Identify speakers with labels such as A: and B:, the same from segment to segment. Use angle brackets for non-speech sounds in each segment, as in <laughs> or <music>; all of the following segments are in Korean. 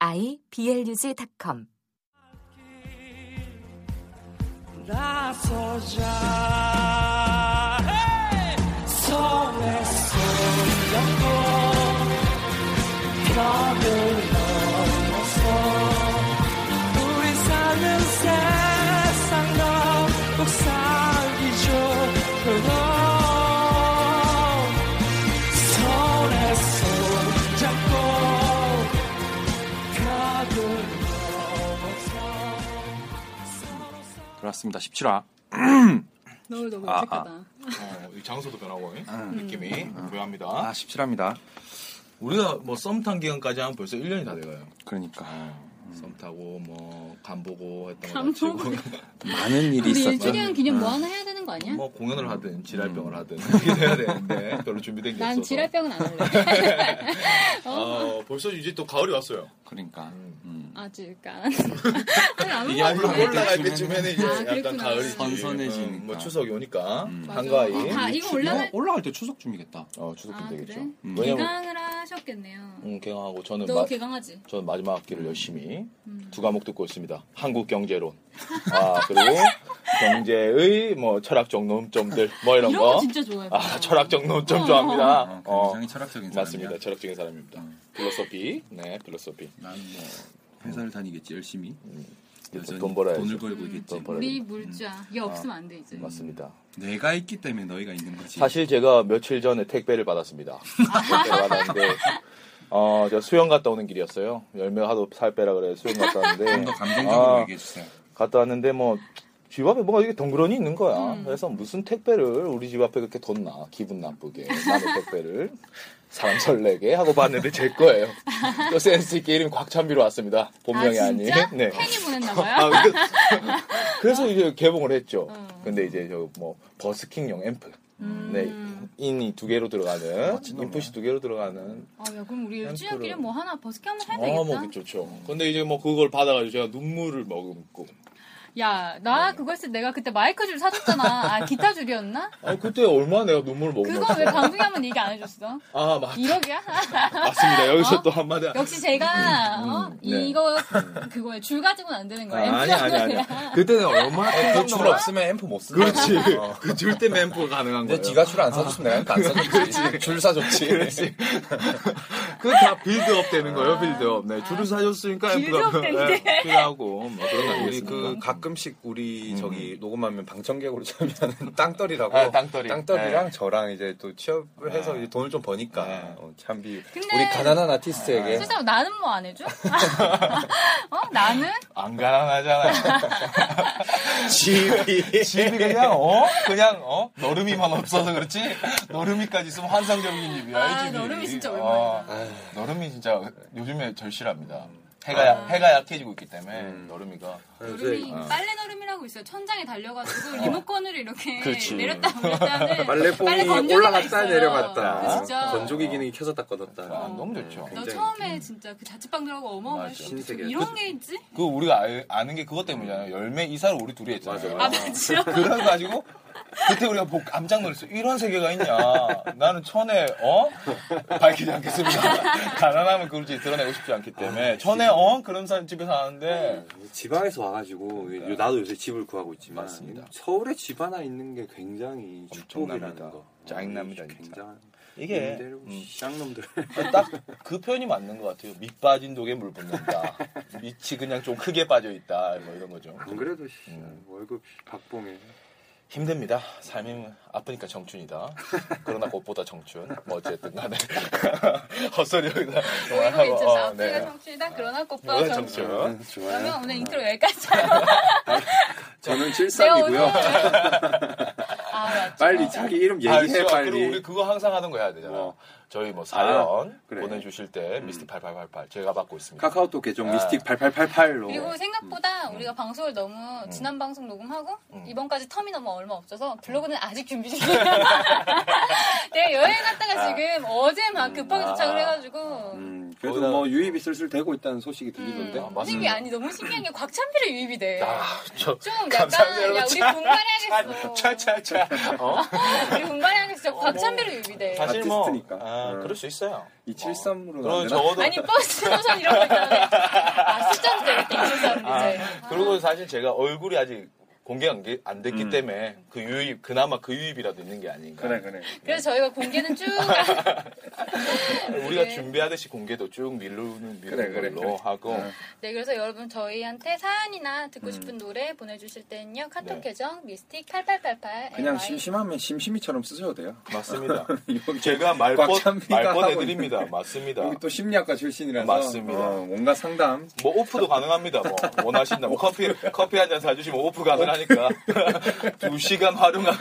A: iblog.com
B: 나서자 손에서 잡고 벽을 넘어서 우리 사는 세상도 꼭 살기 좋고 손에서 잡고 벽을 넘어서
C: 그렇습니다. 17화.
D: <clears throat> 너무 너무
C: 아,
D: 어색하다.
E: 어, 이 장소도 변하고 예? 느낌이 고요합니다.
C: 아, 17화입니다.
E: 우리가 뭐 썸 탄 기간까지 하면 벌써 1년이 다 돼가요.
C: 그러니까
E: 썸 타고 뭐간 보고 했던
D: 간
E: 거
D: 보고. <laughs>
E: 같이
C: 많은 일이
D: 우리
C: 있었죠.
D: 일주년 기념 뭐 하나 해야 되는 거 아니야?
E: 뭐 공연을 하든 지랄병을
C: 음.
E: 하든 이렇게 돼야 되는데 별로 준비된 게
D: 난
E: 없어서.
D: 지랄병은 안
E: <laughs>
D: 할래.
E: 어, 벌써 이제 또 가을이 왔어요.
C: 그러니까. 음.
D: <laughs> 아직 안. 아니, 안
E: 이게
D: 올라와.
E: 올라- 올라갈 때쯤에는 이제
D: 아,
E: 약간
D: 그랬구나.
E: 가을이
C: 선선해지니까.
E: 뭐 추석이 오니까
D: 맞아.
E: 한가위.
D: 아, 이거
F: 어,
D: 올라갈
C: 올라갈 때 추석 준비겠다.
E: 어 추석 때
D: 아,
E: 되겠죠.
D: 그래?
E: 음. 왜냐면
D: 개강을 하셨겠네요.
E: 음, 개강하고 저는
D: 너
E: 마,
D: 개강하지?
E: 저는 마지막 학기를 열심히
D: 음.
E: 두 과목 듣고 있습니다. 한국 경제론. 아 그리고 경제의 뭐 철학적 논점들 뭐 이런
D: 이런 거
E: 거.
D: 진짜 좋아해.
E: 아 철학적 논점 좋아합니다.
C: 어,
E: 어,
C: 굉장히 어. 철학적인 사람이야.
E: 맞습니다. 철학적인 사람입니다. 필로소피. 네, 필로소피.
C: 난뭐
F: 어.
C: 회사를 다니겠지 열심히. 여전히
E: 돈 벌어야지.
C: 돈을 벌고 있겠지.
E: 돈 벌어야
D: 음, 우리
E: 돼.
D: 물자 이게 없으면 안 돼 이제.
E: 아, 맞습니다.
C: 내가 있기 때문에 너희가 있는 거지.
E: 사실 제가 며칠 전에 택배를
D: <laughs>
E: 받았습니다. 택배를 받았는데 어, 제가 수영 갔다 오는 길이었어요. 열매 하도 살 빼라 그래 수영 갔다
C: 좀
E: 왔는데
C: 더 감정적으로
E: 아.
C: 얘기해 주세요.
E: 갔다 왔는데 뭐 집 앞에 뭐가 이게 덩그러니 있는 거야.
D: 음.
E: 그래서 무슨 택배를 우리 집 앞에 그렇게 뒀나 기분 나쁘게 남의 택배를 사람 설레게 하고 봤는데 제 거예요. 또 센스 있게 이름이 곽찬비로 왔습니다. 본명이
D: 아
E: 닌
D: 진짜?
E: <laughs> 네.
D: 팬이 보냈나 봐요.
E: 아, 그, <laughs> 그래서 이제 개봉을 했죠.
D: 음.
E: 근데 이제 저 뭐 버스킹용 앰프. 네, 인이 두 개로 들어가는, 인풋이 두 개로 들어가는.
D: 아, 야, 그럼 우리 일주년
E: 햄프를-
D: 기념 뭐 하나 버스킹 한번 해야
E: 아,
D: 되겠다.
E: 뭐, 좋죠. 근데 이제 뭐 그걸 받아가지고 제가 눈물을 머금고.
D: 야,
E: 네.
D: 나 그거 했을 때 내가 그때 마이크 줄 사줬잖아. 아, 기타
E: <laughs>
D: 줄이었나?
E: 아, 그때 얼마나 내가 눈물을 머금었어.
D: 그거 왜 방송에 한번 얘기 안 해줬어?
E: 아, 맞,
D: 이러기야? <laughs>
E: 맞습니다. 여기서
D: 어?
E: 또 한마디. 하-
D: 역시 제가 어?
E: 네.
D: 이거 그거에 줄 가지고는 안 되는
E: 아,
D: 거야.
E: 아니, 아니, 아니. 아니. 그때는 얼마나.
C: 어,
F: 그줄 없으면 앰프 못 쓰는 거야.
E: 그렇지. 그 줄 때문에 앰프가 가능한 거야.
F: 근데 지가 줄 안 사줬으면 내가 안 사줬지. 줄 사줬지.
E: 그다 빌드업 되는 거예요, 빌드업. 네, 줄을 사줬으니까
D: 빌드업
E: 앰프가
D: 되는데.
E: 네, 필요하고. 뭐 그런 거
F: 우리
E: 아니겠습니까?
F: 그 가끔씩 우리 저기 녹음하면 방청객으로 <laughs> 참여하는 땅떨이라고
E: 아, 땅떨이.
F: 땅떨이랑
E: 네.
F: 저랑 이제 또 취업을 해서 이제 돈을 좀 버니까
E: 네.
F: 어, 참비
D: 근데-
F: 우리 가난한 아티스트에게
D: 실제로 나는 뭐 안 해줘? <laughs> 어? 나는?
E: 안 <laughs> 가난하잖아요. 집이. 집이 그냥, 어? 그냥, 어? 너름이만 없어서 그렇지? 너름이까지 있으면 환상적인 집이야,
D: 아,
E: 이 집이.
D: 너름이 진짜 오랜만이다.
E: 어, 너름이 진짜 요즘에 절실합니다. 해가, 약- 해가 약해지고 있기 때문에, 너름이가. 아,
F: 네,
D: 얼음이 빨래 얼음이라고 있어요. 천장에 달려가지고 리모컨으로 이렇게 내렸다 올렸다 하는
F: 빨래뽕이
D: 건조기가
F: 올라갔다
D: 있어요. 그
F: 내려갔다
D: 진짜
F: 건조기 기능이 켜졌다 꺼졌다
E: 아, 너무 좋죠.
D: 너
F: 굉장히-
D: 처음에 진짜 그 자취방 들어가고 어마어마했어.
F: 신세계
D: 이런 게 있지?
E: 그, 우리가 아, 는게 그것 때문이잖아요. 열매 이사를 우리 둘이 했잖아요.
D: 아, 맞죠?
E: <laughs> 그래가지고 그때 우리가 보고 깜짝 놀랐어. 이런 세계가 있냐. 나는 천에 어 밝히지 않겠습니다. <laughs> 가난하면 그런지 드러내고 싶지 않기 때문에
F: 아,
E: 천에 어 그런 사 집에 사는데
F: 지방에서 와가지고 요- 나도 요새 집을 구하고 있지만
E: 네. 맞습니다.
F: 서울에 집 하나 있는 게 굉장히
E: 엄청납니다.
F: 축복이라는 거
E: 짜증납니다, 진짜. 음.
F: 굉장한
E: 이게
F: 놈들, 쌍놈들
E: 딱 그 표현이 맞는 것 같아요. 밑 빠진 독에 물 붙는다. 밑이 그냥 좀 크게 빠져 있다. 뭐 이런 거죠.
F: 안 아, 그래도 씨, 네, 월급 박봉에
E: 힘듭니다. 삶이 아프니까 정춘이다. 그러나 꽃보다 정춘. 뭐 어쨌든 간에 <laughs> 헛소리 여기다
D: 뭐 이런 게
E: 어,
D: 있잖아. 아프리카
E: 네.
D: 정치이다. 그러나
E: 뭐야,
D: 꽃보다 정치.
E: 정춘.
F: 좋아요
D: 그러면 오늘 인트로 여기까지 하고
F: 저는
D: 내가 오늘
F: 73이고요
D: 아
F: <laughs>
D: 맞죠.
F: 빨리 자기 이름
E: 아,
F: 얘기해
E: 진짜. 그리고
F: 빨리.
E: 우리 그거 항상 하는 거 해야 되잖아.
F: 뭐.
E: 저희 뭐 사연
F: 그래. 음.
E: 보내주실 때 미스틱 8888 제가 받고 있습니다.
F: 카카오톡 계정
E: 아.
F: 미스틱 8888로.
D: 그리고 생각보다 우리가 방송을 너무 지난 방송 녹음하고 이번까지 텀이 너무 얼마 없어서 블로그는 아직 준비 중이에요. <laughs> 내가 여행 갔다가 지금 어제 막 급하게
E: 아.
D: 도착을 해가지고
F: 음, 그래도
E: 거기다가-
F: 뭐 유입이 슬슬 되고 있다는 소식이 들리던데.
E: 아,
D: 음,
E: 맞습니다.
D: 신기 아니 너무 신기한 게 곽찬필에 유입이 돼.
E: 아, 저
D: 좀
E: 감사합니다,
D: 약간 야
E: 여러분.
D: 우리
E: 자, <laughs>
D: 분발해야겠어.
E: 차차차.
F: <laughs>
E: 어?
D: 우리 분발해야겠어. 진짜 곽찬필에 유입이 돼.
E: 사실 뭐
F: 아티스트니까.
E: 아,
F: 음.
E: 그럴 수 있어요.
F: 273으로
E: 그럼
F: 나
E: 적어도
D: 아니 버스 노선 이런 거 있잖아요.
E: <laughs>
D: 아 숫자도 되겠다 이런
E: 아,
D: 사람들.
E: 그리고 사실 제가 얼굴이 아직 공개가 안 게- 안 됐기 때문에 그 유입 그나마 그 유입이라도 있는 게 아닌가.
F: 음. 그래 그래.
D: 그래서 저희가 공개는 쭉 한-
E: 우리가
D: 네.
E: 준비하듯이 공개도 쭉 미루는 미루는
F: 그래, 그래,
E: 걸로
F: 그래.
E: 하고
F: 음.
D: 네, 그래서 여러분 저희한테 사연이나 듣고 싶은 노래 보내주실 때는요 카톡
E: 음. 네.
D: 계정 미스틱 8888
F: 그냥
D: MY.
F: 심심하면 심심이처럼 쓰셔도 돼요. <laughs>
E: 맞습니다.
F: 여기
E: 제가 말벗
F: 꽉찬비가
E: 말벗
F: 하고
E: 해드립니다. 맞습니다.
F: 여기 또 심리학과 출신이라서
E: 맞습니다.
F: 어, 뭔가 상담.
E: 뭐 오프도 가능합니다. 뭐 원하신다면 커피 커피 한 잔 사주시면 오프 가능하니까 <laughs> 두 시간 <laughs> 활용하는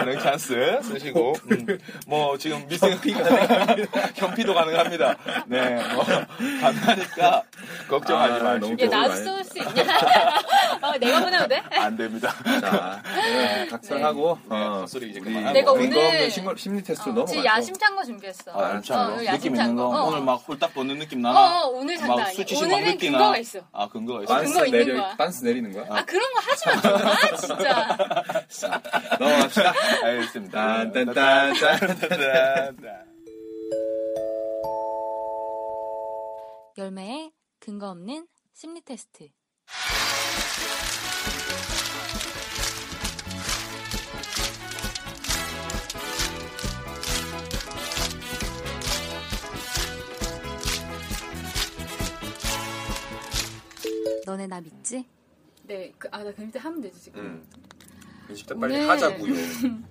E: 그런 찬스 쓰시고 음, 뭐 지금 미생피 가능합니다. <laughs> 현피도 가능합니다. 네, 뭐 가능하니까 걱정하지
F: 아,
E: 마시고 아,
F: 너무
D: 얘 나도
F: 많이-
D: 쏠수 있냐? <laughs> 어, 내가 보내도 돼?
E: 안 됩니다.
F: 자, 네, 닥설하고
E: 네,
F: 어,
E: 헛소리 이제
F: 우리
E: 그만하고.
D: 내가
F: 근거
D: 오늘-
F: 없는 심리, 심리 테스트
D: 어,
F: 넘어가죠.
D: 지금 야심찬 거 준비했어.
E: 아,
D: 어,
E: 알찬 거.
D: 이거
E: 느낌 있는
D: 야심찬
E: 거.
D: 거. 어.
E: 오늘 막 홀딱 벗는 느낌
D: 어,
E: 나나?
D: 어, 오늘 장난
E: 막
D: 아니야.
E: 수치심 막
D: 오늘은
E: 느끼나?
D: 근거가 있어.
E: 아, 근거가 있어.
D: 어,
F: 빤스
D: 근거 있는
F: 내려-
D: 거야.
F: 빤스 내리는 거야?
D: 아 그런 거 하지 마. 좀. 아 진짜. 아,
F: 넘어갑시다.
E: <laughs> 알겠습니다.
F: 딴딴딴.
D: <laughs> 열매에 근거 없는 심리 테스트.
G: 너네 나 믿지?
D: 네, 그, 아, 나 그때 하면 되지, 지금.
H: 음. 일단 빨리
D: 오늘-
H: 하자고요.
E: <laughs>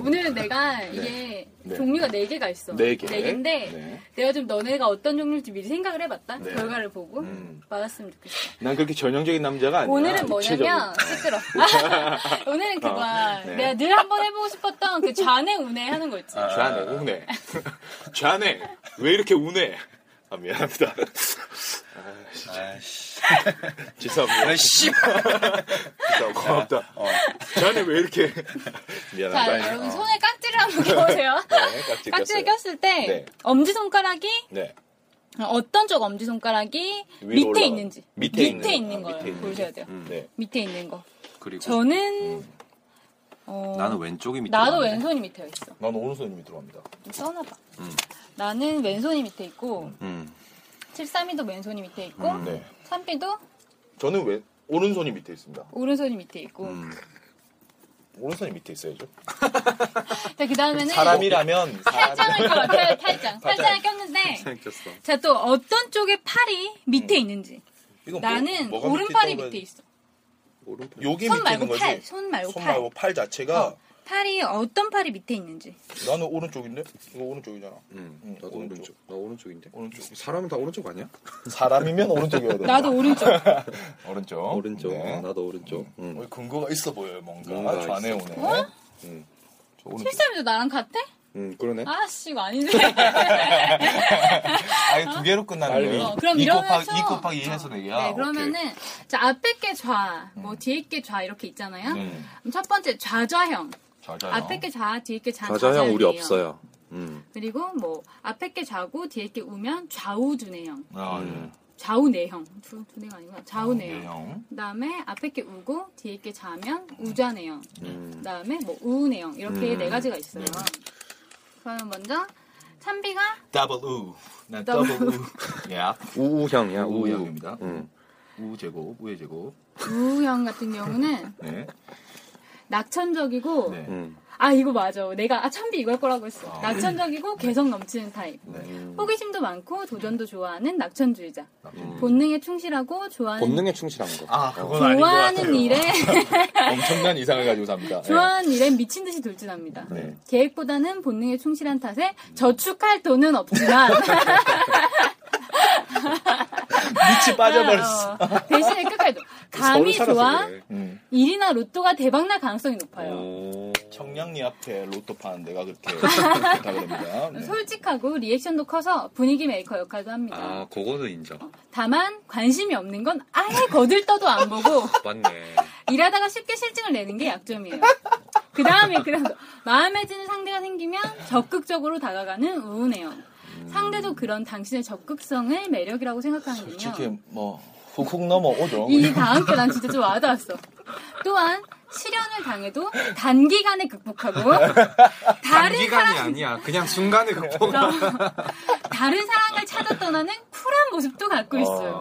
D: 오늘은 내가 이게 종류가 네개가 있어.
E: 네 개.
D: 개인데
E: 네.
D: 내가 좀 너네가 어떤 종류인지 미리 생각을 해봤다.
E: 네.
D: 결과를 보고.
E: 음.
D: 받았으면 좋겠어.
E: 난 그렇게 전형적인 남자가 아니야. 아,
D: 오늘은 뭐냐면, <laughs> 시끄러.
E: <laughs>
D: 오늘은 그거야.
E: 네. 아,
D: 내가 늘 한번 해보고 싶었던 그 좌뇌 우뇌 하는 거 있지.
E: 좌네 우네. <laughs> 좌네 왜 이렇게 우네? 아 미안합니다.
F: 아이씨.
E: <laughs> 죄송합니다. 씨. 고맙다. 좌네 왜 이렇게
D: 자,
E: 미안합니다.
D: 여러분 손에 깍지를
E: <laughs>
D: 한번 껴보세요.
E: 네, 깍지
D: 깍지를
E: 꼈어요.
D: 꼈을 때,
E: 네.
D: 엄지손가락이,
E: 네.
D: 어떤 쪽 엄지손가락이
E: 위로
D: 밑에
E: 올라가-
D: 있는지.
E: 밑에 있는,
D: 있는
E: 아,
D: 걸
E: 밑에 있는
D: 보셔야 돼요.
E: 네.
D: 밑에 있는 거.
F: 그리고 음.
D: 저는 어,
F: 나는 왼쪽이 밑에.
D: 나도
F: 있는데.
D: 왼손이 밑에 있어.
E: 난 오른손님이 들어갑니다.
D: 좀 써놔봐. 나는 왼손이 밑에 있고
F: 음.
D: 732도 왼손이 밑에 있고
E: 네.
D: 3B도
E: 저는 왜 오른손이 밑에 있습니다.
D: 오른손이 밑에 있고
F: 음.
E: 오른손이 밑에 있어야죠. 어,
D: 자 그다음에는
E: 사람이라면 사람.
D: 팔짱을 껴봤어요 팔짱 팔짱을 꼈는데
F: 생겼어.
D: 자 또 어떤 쪽에 팔이 밑에 있는지
E: 이건 음. 뭐-
D: 나는
E: 뭐가
D: 오른팔이
E: 있다고
D: 밑에
E: 해야지?
D: 있어
F: 오른팔.
E: 여기 밑에
D: 손
E: 있는
D: 말고
E: 거지.
D: 팔 손 말고
E: 손
D: 팔
E: 말고 팔 자체가
D: 어, 팔이 어떤 팔이 밑에 있는지
E: 나는 오른쪽인데 이거 오른쪽이잖아.
F: 음.
E: 응,
F: 나도
E: 오른쪽.
F: 오른쪽. 나 오른쪽인데.
E: 오른쪽.
F: 사람은 다 오른쪽 아니야?
E: 사람이면 오른쪽이어야 돼.
D: 나도 오른쪽
E: <laughs> 오른쪽.
F: 오른쪽.
E: 네.
F: 어, 나도 오른쪽. 음.
E: 어, 근거가 있어 보여요 뭔가.
F: 뭔가
E: 좌뇌
F: 있어.
E: 오네.
F: 음.
E: 저 오른쪽.
D: 732도 나랑 같아?
F: 음, 그러네.
D: 아씨 이거 아닌데
E: 아예 두 개로 끝나는 거예요.
D: 어, 그럼
E: 이
D: 이러면서
E: 곱하기 이 음. 곱하기 2 해서 4개야.
D: <laughs> 네, 그러면은 자 앞에 게 좌, 뭐 뒤에 게 좌 이렇게 있잖아요.
E: 음.
D: 그럼 첫 번째 좌좌형,
E: 좌좌요.
D: 앞에 게 좌, 뒤에 게 좌.
F: 좌좌형 우리
D: 좌좌형이에요.
F: 없어요. 음.
D: 그리고 뭐 앞에 게 좌고 뒤에 게 우면 좌우두뇌형,
E: 아, 예,
F: 음.
D: 좌우뇌형, 두, 두뇌가 아니고 좌우뇌형.
E: 좌우형.
D: 그다음에 앞에 게 우고 뒤에 게 좌면 우좌뇌형.
F: 음.
D: 그다음에 뭐 우우뇌형 이렇게
F: 음.
D: 네 가지가 있어요. 그러면 먼저 참비가
E: 더블 우. 난
D: 더블
E: 더블 우. 야.
F: 우우형이야. 우우형.
E: 예, 우형입니다.
F: 음.
E: 우 제곱, 우의 제곱.
D: 우형 같은 경우는
E: 네.
D: 낙천적이고
E: 네.
F: 음.
D: 아 이거 맞아. 내가 아 참비 이걸 거라고 했어.
E: 아.
D: 낙천적이고 개성 넘치는 타입.
E: 네.
D: 호기심도 많고 도전도 좋아하는 낙천주의자.
F: 음.
D: 본능에 충실하고 좋아하는
F: 본능에 충실한 거.
E: 아, 그건 아닌 것 같아요.
D: 좋아하는 일에
E: 엄청난 이상을 가지고 삽니다. 네.
D: <laughs> 좋아하는 일에 미친 듯이 돌진합니다.
E: 네.
D: 계획보다는 본능에 충실한 탓에 저축할 돈은 없지만
E: 밑이 빠져버렸어.
D: <laughs> 어, 대신에 끝까지 가 감이
F: 서울
D: 좋아?
F: 살아서 그래.
E: 음.
D: 일이나 로또가 대박날 가능성이 높아요.
F: 오.
E: 청량리 앞에 로또 파는 데가
D: <laughs>
E: 그렇게 좋다 그럽니다. 네.
D: 솔직하고 리액션도 커서 분위기 메이커 역할도 합니다.
F: 아, 그거는 인정.
D: 다만 관심이 없는 건 아예 거들떠도 안 보고
F: 맞네.
D: 일하다가 쉽게 실증을 내는 게 약점이에요. 그 다음에 그런 거. 마음에 드는 상대가 생기면 적극적으로 다가가는 우은해요. 상대도 그런 당신의 적극성을 매력이라고
E: 솔직히
D: 생각하는군요.
E: 뭐 훅훅 넘어오죠. 뭐.
D: 이 다음 게 난 진짜 좀 와닿았어. 또한 시련을 당해도 단기간에 극복하고 다른
F: <laughs> 단기간이
D: 사람
F: 아니야. 그냥 순간에 극복.
D: 다른 사랑을 찾아 떠나는 쿨한 모습도 갖고 있어요.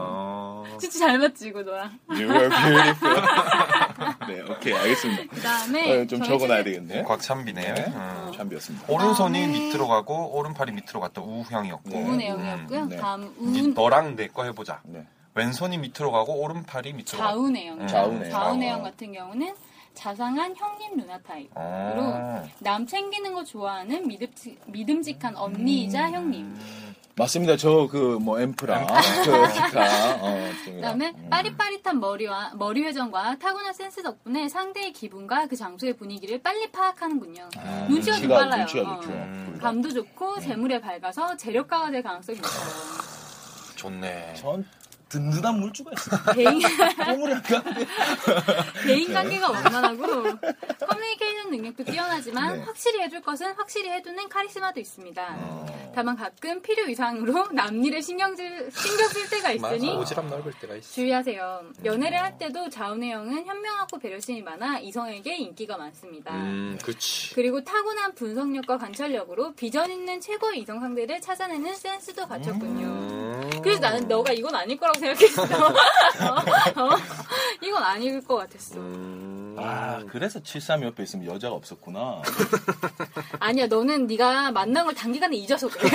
F: 아.
D: 진짜 잘 맞지 이거 너랑.
E: You are beautiful. <laughs> 네, 오케이, 알겠습니다.
D: 그다음에
E: 어, 좀
D: 네, 저희
E: 적어놔야
D: 중에
E: 되겠네요.
I: 곽찬비네요.
E: 네.
I: 음.
D: 어.
E: 참비였습니다.
D: 아,
I: 오른손이
D: 네.
I: 밑으로 가고 오른팔이 밑으로 갔다 우향이었고
D: 우은 내용이었고요.
E: 음, 네.
D: 다음
I: 이제
D: 우은
I: 너랑 내 거 해보자.
E: 네.
I: 왼손이 밑으로 가고 오른팔이 밑으로
D: 좌우 내용.
I: 음,
E: 좌우 내용. 어.
D: 좌우 내용 같은 경우는 자상한 형님 누나 타입.
I: 가.
D: 로.
I: 아.
D: 남 챙기는 거 좋아하는 믿음직, 믿음직한 언니이자 형님.
E: 맞습니다. 저 그 뭐 앰프랑 저 기타 어, 좀
D: 그다음에
E: 음.
D: 빠릿빠릿한 머리와 머리 회전과 타고난 센스 덕분에 상대의 기분과 그 장소의 분위기를 빨리 파악하는군요.
E: 아,
D: 눈치가 좀
E: 눈치가,
D: 빨라요.
E: 눈치가
D: 어.
E: 좋죠.
I: 음.
E: 그리고
D: 감도 좋고 재물에 밝아서 재력가가 될 가능성이 있어요.
I: 좋네.
E: 전 든든한 물주가 있어요.
D: 개인
E: <laughs> 꼬물이 약간
D: 개인 관계가 원만하고 커뮤니케이션 능력도 뛰어나지만
E: 네.
D: 확실히 해줄 것은 확실히 해두는 카리스마도 있습니다.
E: 어.
D: 다만 가끔 필요 이상으로 <laughs> 남 일에 신경질 신경 쓸 때가 있으니
F: 오지랖 넓을 때가 있어. 음.
D: 주의하세요. 연애를 할 때도 자운의 형은 현명하고 배려심이 많아 이성에게 인기가 많습니다.
F: 음, 그치.
D: 그리고 타고난 분석력과 관찰력으로 비전 있는 최고의 이성 상대를 찾아내는 센스도 갖췄군요.
F: 음.
D: 그래서 나는 너가 이건 아닐 거라고 생각했어. <laughs> 어? 어? 이건 아닐 것 같았어.
F: 음.
E: 아 그래서 73 옆에 있으면 여자가 없었구나.
D: 아니야, 너는 네가 만난 걸 단기간에 잊어서 그래.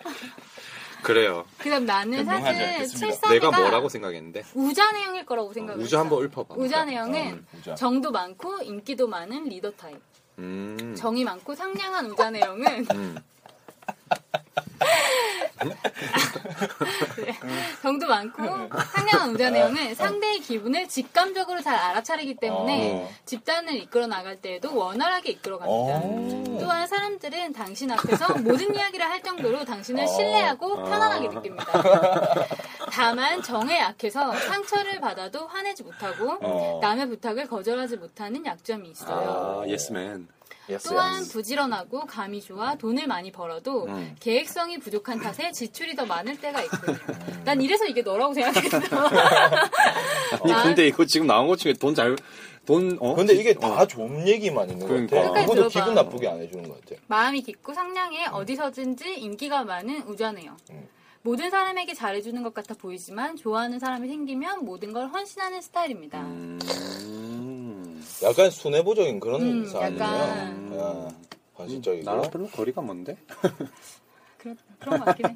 D: <laughs>
F: 그래요.
D: 그다음 나는
E: 변명하지
D: 사실
E: 않겠습니다.
D: 칠삼이가
F: 내가 뭐라고 생각했는데?
D: 우자 내형일 거라고 생각을
F: 우주 한번 읊어봐.
D: 우자 내형은
E: 어, 우자.
D: 정도 많고 인기도 많은 리더 타입.
F: 음.
D: 정이 많고 상냥한 우자 내형은 <laughs>
F: 음.
D: 네. 정도 많고 상냥한 우자
F: 어.
D: 내형은 상대의 기분을 직감적으로 잘 알아차리기 때문에
E: 어.
D: 집단을 이끌어 나갈 때에도 원활하게 이끌어갑니다.
E: 어.
D: 또한 사람들은 당신 앞에서 모든 이야기를 할 정도로 당신을 신뢰하고 편안하게 느낍니다. 다만 정에 약해서 상처를 받아도 화내지 못하고
E: 어.
D: 남의 부탁을 거절하지 못하는 약점이 있어요.
F: 아, 예스맨.
E: 예스,
D: 또한
E: 예스.
D: 부지런하고 감이 좋아 돈을 많이 벌어도
F: 음.
D: 계획성이 부족한 탓에 지출이 더 많을 때가 있거든요. 난 이래서 이게 너라고 생각했어.
F: 아니, 근데 이거 지금 나온 것 중에 돈 잘, 돈, 어?
E: 근데 이게 다 좋은 얘기만 있는
F: 그러니까.
E: 것 같아. 그것도
D: 들어봐.
E: 기분 나쁘게 안 해주는 것 같아.
D: 마음이 깊고 상냥해 어디서든지 인기가 많은 우자네요. 모든 사람에게 잘해주는 것 같아 보이지만 좋아하는 사람이 생기면 모든 걸 헌신하는 스타일입니다.
F: 음.
E: 약간 순애보적인 그런
D: 음,
E: 사람이에요.
D: 약간.
E: 예, 관심적이고.
F: 나랑 별로 거리가 먼데?
D: 그런, 그런 것 같긴 해.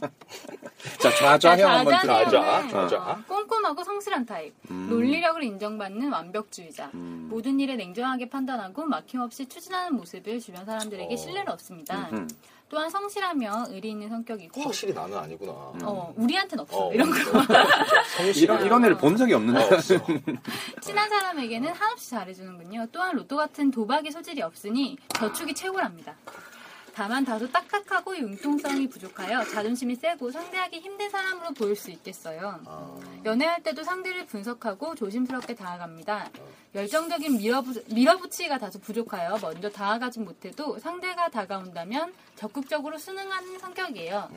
F: 자, 좌좌형 한번
D: 자자네요.
F: 들어보자.
E: 들어가자. 자자.
D: 어, 꼼꼼하고 성실한 타입. 논리력을 인정받는 완벽주의자. 모든 일에 냉정하게 판단하고 막힘없이 추진하는 모습을 주변 사람들에게 신뢰를 얻습니다.
F: 음.
D: 또한 성실하며 의리 있는 성격이고
E: 확실히 나는 아니구나.
D: 어, 우리한텐 없어.
E: 어.
D: 이런 거.
E: <laughs>
F: 이런, 이런 애를 본 적이 없는데. <laughs>
D: 친한 사람에게는 한없이 잘해주는군요. 또한 로또 같은 도박의 소질이 없으니 저축이 최고랍니다. 다만 다소 딱딱하고 융통성이 부족하여 자존심이 세고 상대하기 힘든 사람으로 보일 수 있겠어요.
E: 아.
D: 연애할 때도 상대를 분석하고 조심스럽게 다가갑니다. 열정적인 밀어부, 밀어붙이기가 다소 부족하여 먼저 다가가지 못해도 상대가 다가온다면 적극적으로 순응하는 성격이에요.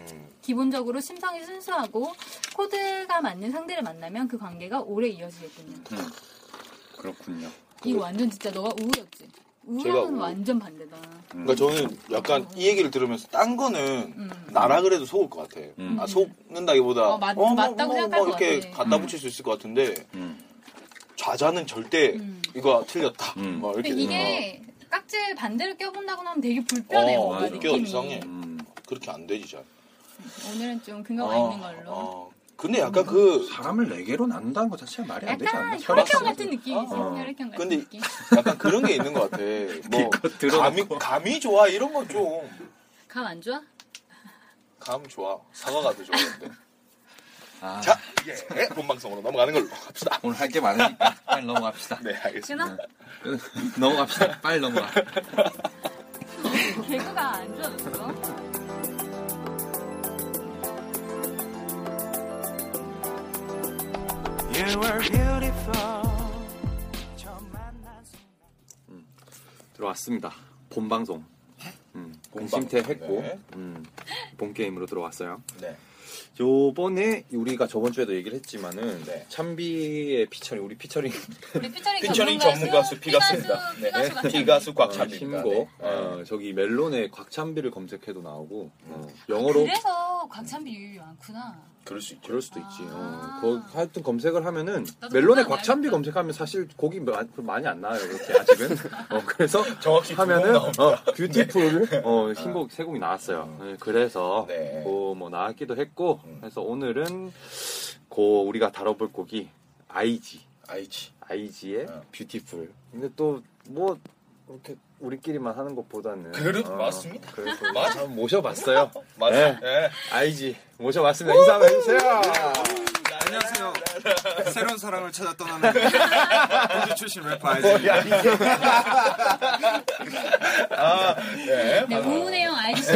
D: 기본적으로 심성이 순수하고 코드가 맞는 상대를 만나면 그 관계가 오래 이어지겠군요.
F: 그렇군요.
D: 이거 완전 진짜 너가 우울했지?
E: 제가
D: 우울은
E: 우울.
D: 완전 반대다.
E: 그러니까 저는 약간 이 얘기를 들으면서 딴 거는
D: 음.
E: 나라 그래도 속을 것 같아.
F: 음.
E: 아, 속는다기보다 뭐,
D: 어, 맞- 맞다고 생각할 것
E: 이렇게
D: 같아.
E: 갖다 붙일 수 있을 것 같은데
F: 음.
E: 좌자는 절대
D: 음.
E: 이거 틀렸다.
F: 음.
E: 뭐
D: 근데
E: 이렇게
D: 이게 깍지를 반대로 껴본다고 하면 되게
E: 어,
D: 불편해. 뭔가
E: 맞아. 웃겨,
D: 느낌이.
E: 이상해.
F: 음.
E: 그렇게 안 되지 잘.
D: 오늘은 좀 근거가
E: 어,
D: 있는 걸로.
E: 어. 근데 약간 그
I: 사람을 네 개로 나눈다는 거 자체가 말이 안 되지 않나?
D: 약간 혈액형 같은 느낌이 있어.
F: 어.
D: 혈액형 같은
E: 근데
D: 느낌.
E: 약간 그런 게 있는 것 같아.
F: <laughs>
E: 뭐
F: 기껏 들어놓고.
E: 감이 감이 좋아 이런 건 좀 감
D: 감 안 좋아?
E: 좋아 사과가 더 좋은데.
F: 아,
E: 자, 예, 본방송으로 넘어가는 걸로 합시다.
F: 오늘 할 게 많으니까 빨리 넘어갑시다.
E: 네, 알겠습니다.
D: 준아
F: 넘어갑시다. 빨리 넘어가.
E: 네.
D: 개그가 안 좋아졌어.
B: You were beautiful. 처음 만난 순간.
F: 들어왔습니다. 본 방송. 음,
E: 네? 본방송.
F: 근심태 했고,
E: 네.
F: 음, 본 게임으로 들어왔어요.
E: 네.
F: 요번에 우리가 저번 주에도 얘기를 했지만은
E: 네.
F: 참비의 피처링 우리
E: <laughs>
F: 피처링
D: 우리 피처링,
E: 피처링 전문가 수 피가스입니다. 네,
D: 그러니까 피가수
E: 피가수 곽찬입니다. 네.
F: 힘고 어, 저기 멜론에 곽찬비를 검색해도 나오고 어,
E: 음.
F: 영어로
D: 그래서 곽찬비 유유 많구나.
E: 그럴 수 있죠. 음.
F: 그럴 수도 있지. 어,
D: 아.
F: 거- 하여튼 검색을 하면은
D: 나도
F: 멜론에
D: 그건
F: 곽찬비
D: 알겠다.
F: 검색하면 사실 곡이 마- 많이 안 나와요. 그렇게
E: <laughs>
F: 아직은. 어, 그래서
E: 정확히
F: 하면은
E: 두곡
F: 어, 뷰티풀 어, 신곡 세 곡이 나왔어요. 네, 그래서
E: 음. 네.
F: 뭐, 뭐 나왔기도 했고
E: 음.
F: 그래서 오늘은 고 우리가 다뤄볼 곡이 아이지
E: 아이치.
F: 아이지의
E: 어.
F: 뷰티풀. 근데 또 뭐 이렇게 우리끼리만 하는 것보다는
E: 어, 그래도 맞습니다.
F: 그래서
E: <laughs> 맞아.
F: 한번 모셔봤어요.
E: <laughs> 맞아요. 네.
F: 아이지 모셔봤습니다. 인사 한번 해주세요.
E: 안녕하세요.
F: 새로운 사랑을 찾아 떠나는 호주 출신 래퍼 아이즈.
E: 네.
D: 네, 오은혜 형 아이디씨.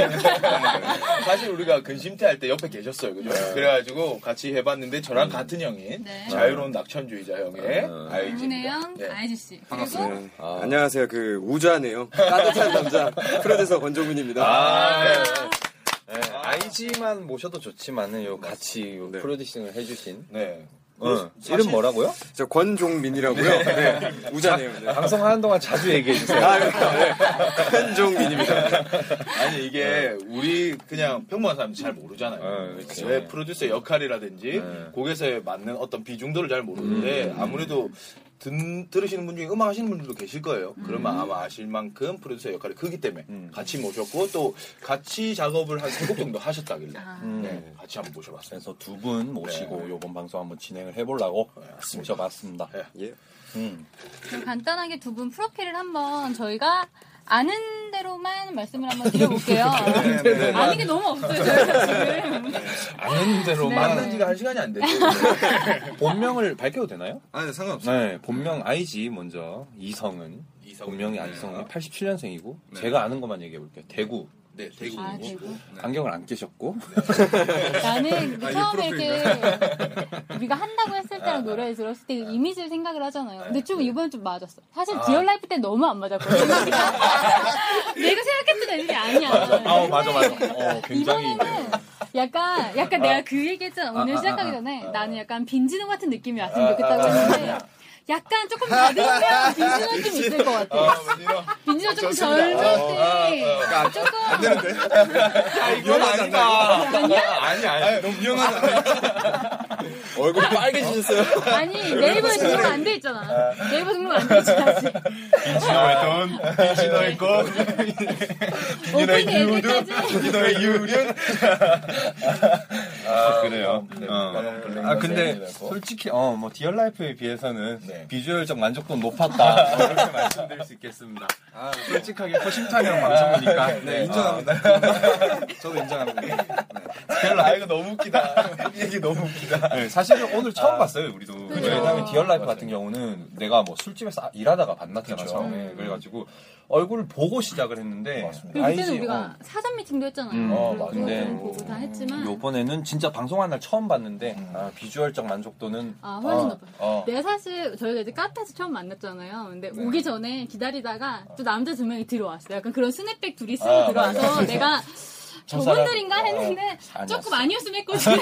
E: 사실 우리가 근심태 할 때 옆에 계셨어요. 그죠? 그래가지고 같이 해봤는데 저랑 같은 형인
D: 네.
E: 자유로운 낙천주의자 형의 음. 아이치.
D: 오은혜 형
E: 네.
D: 아이디씨. 그리고
J: 안녕하세요. 그 우자네요. 따뜻한 남자 프로듀서 권종민입니다.
E: 아, 네.
F: 아이지만 모셔도 좋지만은 요 같이 요 프로듀싱을 해주신
E: 네.
F: 네. 어, 이름 뭐라고요?
J: 저 권종민이라고요. 네. 우자네요. 네.
F: 방송하는 동안 자주 얘기해 주세요.
J: 아, 네. 권종민입니다.
E: 아니 이게 우리 그냥 평범한 사람들 잘 모르잖아요.
F: 어,
K: 그렇죠.
F: 그치.
E: 왜 네. 프로듀서의 역할이라든지
F: 네.
E: 곡에서의 맞는 어떤 비중도를 잘 모르는데
K: 음.
E: 아무래도 듣, 들으시는 분 중에 음악 하시는 분들도 계실 거예요. 그러면
K: 음.
E: 아마 아실 만큼 프로듀서의 역할이 크기 때문에 같이 모셨고 또 같이 작업을 한 세 곡 정도 하셨다길래
K: 음.
E: 네, 같이 한번 모셔봤어요.
K: 그래서 두 분 모시고
E: 네.
K: 요번 방송 한번 진행을 해보려고
F: 어,
K: 모셔봤습니다.
E: 네.
J: 예.
K: 음.
D: 그럼 간단하게 두 분 프로필을 한번 저희가 아는 대로만 말씀을 한번 드려볼게요.
K: <laughs>
D: 아는 게 너무 없어요, 저희가 지금.
K: 네, 아는 대로
E: 만난 지가 한 시간이 안 됐죠.
K: 본명을 밝혀도 되나요?
F: 아, 네, 상관없어요.
K: 네, 본명 아이지 먼저 이성은
E: 이성은. 네.
K: 본명이 아이성은 87년생이고 제가 아는 것만 얘기해 볼게요. 대구
F: 네, 대구.
D: 아, 대구.
K: 안경을 안 끼셨고
D: 나는
F: 아, 이
D: 처음에 이렇게 우리가 한다고 했을 때랑 노래를 들었을 때 이미지를 생각을 하잖아요. 근데
K: 네.
D: 좀 이번엔 좀 맞았어. 사실
K: 아.
D: 디얼 라이프 때 너무 안 맞았거든. <laughs> 내가 생각했던 애들이 아니야.
K: 아 맞아 맞아. 어, 굉장히
D: 이번에는 약간 약간 내가 그 얘기했잖아 오늘
K: 아, 아,
D: 시작하기
K: 아,
D: 전에 나는 약간 빈지노 같은 느낌이 왔으면 좋겠다고 했는데 약간 조금 다르면 빈지노 좀 있을 것 같아. 빈지노 조금 젊을 때 조금
F: 위험하지 않나?
E: 아니 아니 너무 위험하다.
J: 얼굴이 빨개지셨어요.
D: 아니 네이버에 등록 안돼 있잖아. 네이버 등록 안돼 있지. 네.
E: 신호의 꽃,
D: 오픈 예제까지
E: 신호의 유륜. 아 그래요.
K: 아 근데 솔직히 어 뭐 네. 디얼 라이프에 비해서는 비주얼적 만족도 높았다 어, 이렇게 말씀드릴 수 있겠습니다. 아, 솔직하게 허심탄회한 방송이니까 네, 아, 인정합니다. <laughs> 네.
F: 저도 인정합니다.
E: 아 이거 너무 웃기다. 이 얘기 너무 웃기다.
K: 네, 사실은 오늘 처음 봤어요 우리도.
D: 그죠.
K: 왜냐하면 디얼 라이프 같은 경우는 내가 뭐 술집에서 아- 일하다가 만났잖아
E: 그쵸.
K: 처음에 그래가지고 얼굴을 보고 시작을 했는데 어,
D: 그리고 그때는 우리가 사전 미팅도 했잖아요.
K: 음,
E: 어,
D: 그리고
E: 맞아.
K: 근데
D: 그거는 보고 다
J: 음.
D: 했지만
K: 요번에는 진짜 방송한 날 처음 봤는데 아, 비주얼적 만족도는
D: 아 훨씬 높아.
K: 어,
J: 네.
D: 내가 네, 사실 저희가 이제 카페에서 처음 만났잖아요. 근데 오기 전에 기다리다가 또 남자 두 명이 들어왔어요. 약간 그런 스냅백 둘이 쓰고
E: 아,
D: 들어와서 내가 저분들인가 했는데
K: 아니었어.
D: 조금 아니었으면 했거든.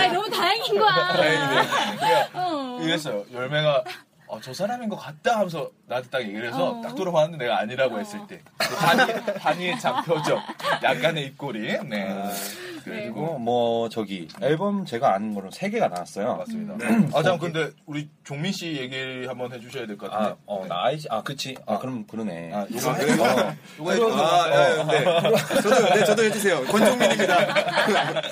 D: 아니, 너무 다행인 거야. 어.
E: 이랬어요. 열매가 어, 저 사람인 것 같다 하면서 나한테 딱 얘기를 해서
D: 어.
E: 딱 돌아봤는데 내가 아니라고 했을 때그 한이 한이의 참 표정, 약간의 입꼬리. 네.
L: 아,
K: 그리고 뭐 저기 앨범 제가 아는 거로 세 개가 나왔어요. 음. 맞습니다.
L: 네.
E: 아참 근데 우리 종민 씨 얘기 한번 해주셔야 될 것
K: 아,
E: 같은데.
J: 네.
K: 어, 나 아이지. 아, 그치. 아, 그럼 그러네.
E: 아,
K: 요거
J: 아,
K: 어.
J: 네, 네. 저도 네, 저도 해주세요. 권종민입니다.
K: <laughs>
J: 네.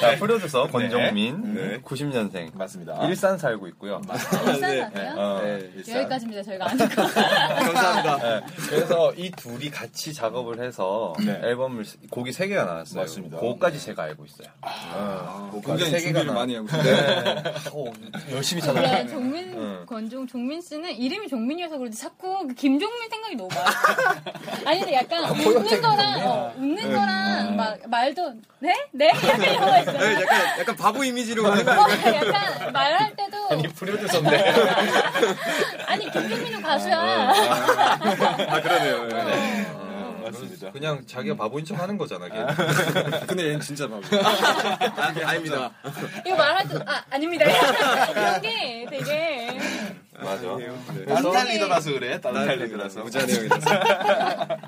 K: 자, 프로듀서 권정민, 90년생.
E: 맞습니다.
L: 아,
K: 일산 살고 있고요.
D: 일산 사세요?
J: 아,
K: 어,
L: 네.
D: 여기까지입니다. 저희가 아는 거.
L: 감사합니다. 그래서 이 둘이 같이 작업을 해서
E: 네.
L: 앨범을 쓰- 곡이 세 개가 나왔어요.
F: 맞습니다.
L: 그거까지 제가 알고 있어요.
E: 아,
L: 곡까지
F: 굉장히
L: 세 개가
F: 준비를
L: 나-
F: 많이 하고 있어요.
L: 네. 어, 열심히
D: 원래
L: 찾아봤어요.
D: 네, 종민,
L: 응.
D: 권종, 종민 씨는 이름이 종민이어서 그런지 자꾸 그 김종민 생각이 너무 많아. 아니, 근데 약간 웃는 거랑, 어, 웃는 거랑 막 말도, 네? 네? 약간 이런 거 있어요.
J: 네, 약간, 약간 바보 이미지로
K: 아,
J: 가는 거
D: 어, 약간 말할 때도
L: 아니
D: 아니, <laughs>
L: 프로듀서인데.
D: 김종민은 가수야.
L: 아 그러네요. 맞습니다. 그냥 자기가 바보인 척 하는 거잖아. 걔.
J: 아니야? 근데 얘는
K: <laughs>
J: 진짜 바보. 아, 네, 아닙니다.
D: 이거 말할 때도 아 아닙니다. <laughs> 이런 게 되게
L: 맞아.
J: 네.
D: 다른 리더라서
L: 그래. 다른
J: 달
L: 리더라서.
J: 무자 내용이라서.
L: <laughs>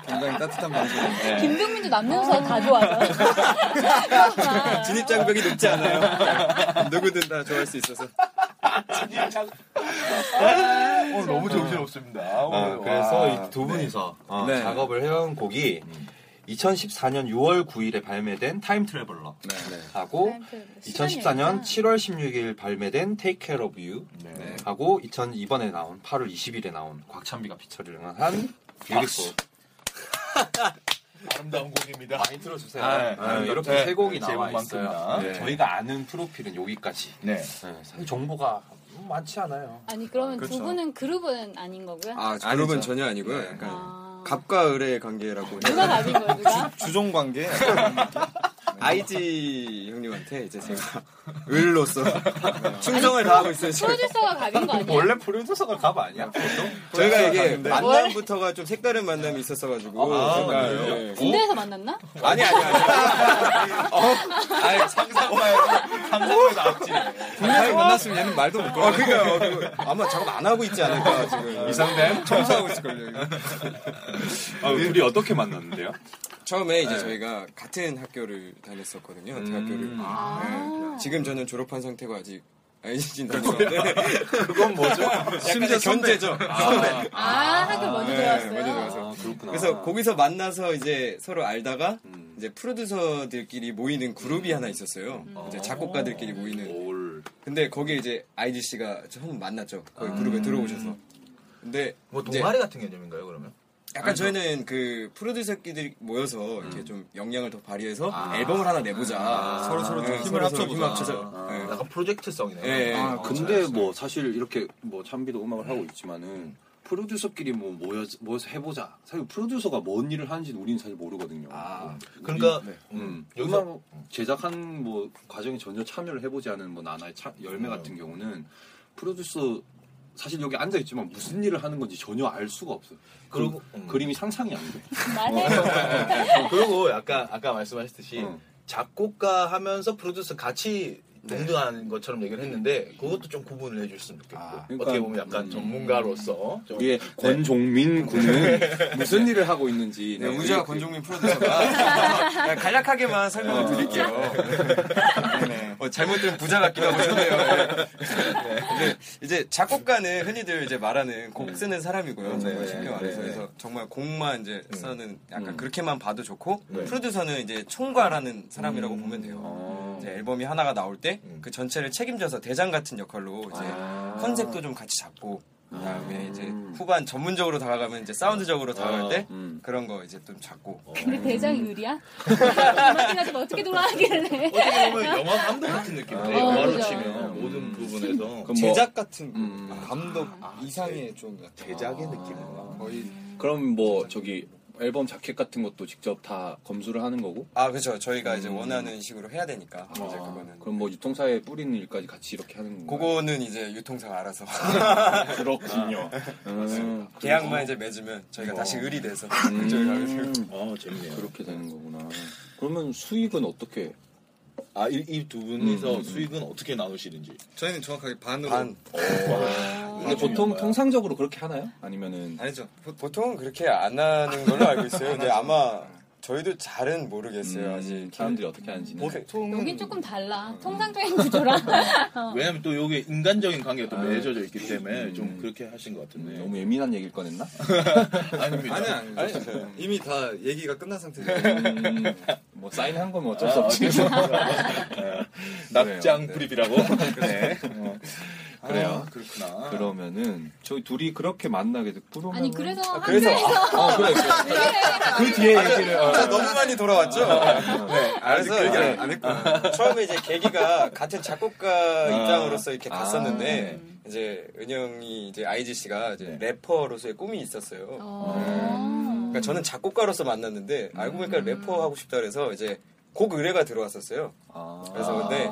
J: 굉장히 따뜻한 방송.
D: 김종민도 남녀노소 다 좋아하잖아.
J: 진입 장벽이 높지 않아요. 누구든 다 좋아할 수 있어서.
L: 오늘 너무 정신없습니다. 아, 그래서 이 두 분이서 어,
J: 네.
L: 작업을 해온 곡이 2014년 6월 9일에 발매된 타임 트래블러 하고
D: 네.
L: 2014년 7월 16일 발매된 Take Care of You 네. 하고 2002번에 나온 8월 20일에 나온 곽찬비가 피처링을 한 뷰티풀
E: 네.
L: 아름다운 곡입니다. 많이 들어주세요. 이렇게
F: 네.
L: 세 곡이 나와
F: 제목만큼이나.
L: 있어요.
F: 네.
L: 저희가 아는 프로필은 여기까지.
F: 네.
L: 네, 사실 정보가 많지 않아요.
D: 아니 그러면 두
F: 그렇죠.
D: 분은 그룹은 아닌 거고요.
J: 아, 그룹은 전혀 아니고요. 약간
D: 아,
J: 갑과 을의 관계라고.
D: 누가
J: 해서
D: 갑인 거예요? 누가?
F: 주종 관계.
J: IG 네. 형님한테 이제 제가 을로서 충성을 다하고 있어요. 지금.
D: 프로듀서가 갑인 거 아니야?
F: 뭐?
L: 원래 프로듀서가 갑 아니야?
J: 저희가 이게 만남부터가 좀 색다른 만남이 있었어가지고.
L: 아,
J: 뭔가,
L: 그래요?
J: 예.
D: 군대에서 만났나?
J: 아니, 아니, 아니.
L: 아니 상상만 상상만 나왔지.
J: 분명히 만났으면 얘는 말도 못 걸어. 아, 그니까요. 그거 아마 작업 안 하고 있지 않을까, 지금.
L: 이상됨?
J: 청소하고 있을걸요.
L: 아, 우리 어떻게 만났는데요?
J: 처음에 이제 저희가 같은 학교를 다녔었거든요. 그 대학교를. 네. 지금 저는 졸업한 상태고 아직 IG진 다녔는데
L: 그건
J: <laughs>
L: 뭐죠?
J: 심지어 견제죠.
D: 아, 학교 먼저
J: 네,
D: 들어왔어요.
J: 먼저 들어와서.
L: 아, 그렇구나.
J: 그래서 거기서 만나서 이제 서로 알다가 이제 프로듀서들끼리 모이는 그룹이 하나 있었어요. 이제 작곡가들끼리 모이는.
L: 올.
J: 근데 거기에 이제 IG 씨가 처음 만났죠. 거기 그룹에 들어오셔서. 근데
F: 뭐
J: 이제
L: 네.
F: 동아리 같은 개념인가요 그러면?
J: 약간 저희는 그 프로듀서끼리 모여서 이렇게 좀 역량을 더 발휘해서 앨범을 하나 내보자. 음. 아. 서로 서로 좀 힘을 합쳐보자. 힘을 합쳐서.
F: 아,
J: 네.
F: 약간 프로젝트성이네요.
J: 예.
F: 아,
J: 어,
L: 그렇죠.
F: 근데 뭐 사실 이렇게 뭐 참비도
J: 네.
F: 음악을 하고 있지만은 프로듀서끼리 뭐 모여 모여서 해보자. 사실 프로듀서가 뭔 일을 하는지는 우리는 사실 모르거든요.
L: 아,
F: 우리-
L: 그러니까
F: 음,
L: 여기서-
F: 음악 제작한 뭐 과정에 전혀 참여를 해보지 않은 뭐 나나의 차-
J: 음.
F: 열매 같은 경우는 프로듀서 사실 여기 앉아 있지만 무슨 일을 하는 건지 전혀 알 수가 없어요. 그리고
J: 음.
F: 그림이 상상이
J: <laughs>
F: 안 돼.
D: 말해.
L: <laughs> 그리고 약간 아까 말씀하셨듯이
F: 어.
L: 작곡가 하면서 프로듀서 같이 동등한 것처럼 얘기를 했는데 그것도 좀 구분을 해줬으면 좋겠고
F: 그러니까-
L: 어떻게 보면 약간 전문가로서 <laughs> 좀
F: 우리의 예,
J: 네.
F: 권종민
J: <laughs>
F: 군은 무슨 일을 하고 있는지
J: 네, 우자 권종민 프로듀서가 <laughs> 그냥 간략하게만 설명을 드릴게요. 어, 잘못 들은 부자 같기도 하고 그러네요. 네. 근데 이제 작곡가는 흔히들 이제 말하는 곡 쓰는 사람이고요. 정말 쉽게 말해서 그래서 정말 곡만 이제 쓰는 약간 그렇게만 봐도 좋고 프로듀서는 이제 총괄하는 사람이라고 보면 돼요. 이제 앨범이 하나가 나올 때 그 전체를 책임져서 대장 같은 역할로 이제 컨셉도 좀 같이 잡고 그다음에 이제 후반 전문적으로 다가가면 이제 사운드적으로 다가갈 때 그런 거 이제 좀 잡고
D: 근데 대장이 의리야? 음악이나 좀 어떻게 돌아가길래?
L: 어떻게 보면 영화 감독 같은 느낌인데
D: 어,
L: 영화로
D: 그죠.
L: 치면 모든 부분에서
F: 뭐
J: 제작 같은
F: 음,
J: 거. 감독 이상의 좀 같은
L: 제작의 느낌인가
J: 거의
F: 그럼 뭐 저기 앨범 자켓 같은 것도 직접 다 검수를 하는 거고
J: 아 그렇죠 저희가 이제 원하는 식으로 해야 되니까 이제 그거는
F: 그럼 뭐 유통사에 뿌리는 일까지 같이 이렇게 하는 거
J: 그거는 이제 유통사가 알아서
L: 그렇군요
F: 음,
J: 계약만 이제 맺으면 저희가 다시 의리 돼서 그쪽에 가게 돼요.
L: 어 재밌네요
F: 음, 그렇게 되는 거구나 그러면 수익은 어떻게
L: 아이 두 분이서 수익은 어떻게 나누시는지
M: 저희는 정확하게 반으로
J: 반
F: 근데 보통 통상적으로 그렇게 하나요? 아니면은
J: 아니죠 보, 통 그렇게 안 하는 걸로 알고 있어요 근데 아마 저희도 잘은 모르겠어요 아직 뭐,
F: 음, 사람들이 어떻게 하는지는
D: 여긴 조금 달라. 통상적인 구조랑.
E: 왜냐면 또 여기 인간적인 관계가 또 맺어져 있기 때문에 좀 그렇게 하신 것 같은데.
F: 네, 너무 예민한 얘기를 꺼냈나?
E: 아닙니다.
M: 아니 아니
J: 이미 다 얘기가 끝난 상태예요
F: 뭐 사인한 거면 어쩔
E: <laughs>
J: 아,
F: 수 없지
E: 아, 낙장 프립이라고. 네.
F: 그래요.
E: 아, 그렇구나.
F: <laughs> 그러면은 저희 둘이 그렇게 만나게 됐고 그러면
D: 아니 그래서
F: 아, 아,
D: 한국에서
F: 아, 그래, 그래. <laughs> 그 뒤에 얘기를 어.
J: 자, 아, 너무 많이 돌아왔죠? 네. 그래서
L: 아직 그 얘기를
J: 이제 처음에 이제 계기가 같은 작곡가 입장으로서 이렇게 갔었는데 이제 은영이 이제 아이지 씨가 이제 래퍼로서의 꿈이 있었어요. 네. 그러니까 저는 작곡가로서 만났는데 알고 보니까 래퍼 하고 싶다 그래서 이제 곡 의뢰가 들어왔었어요.
F: 아,
J: 그래서 근데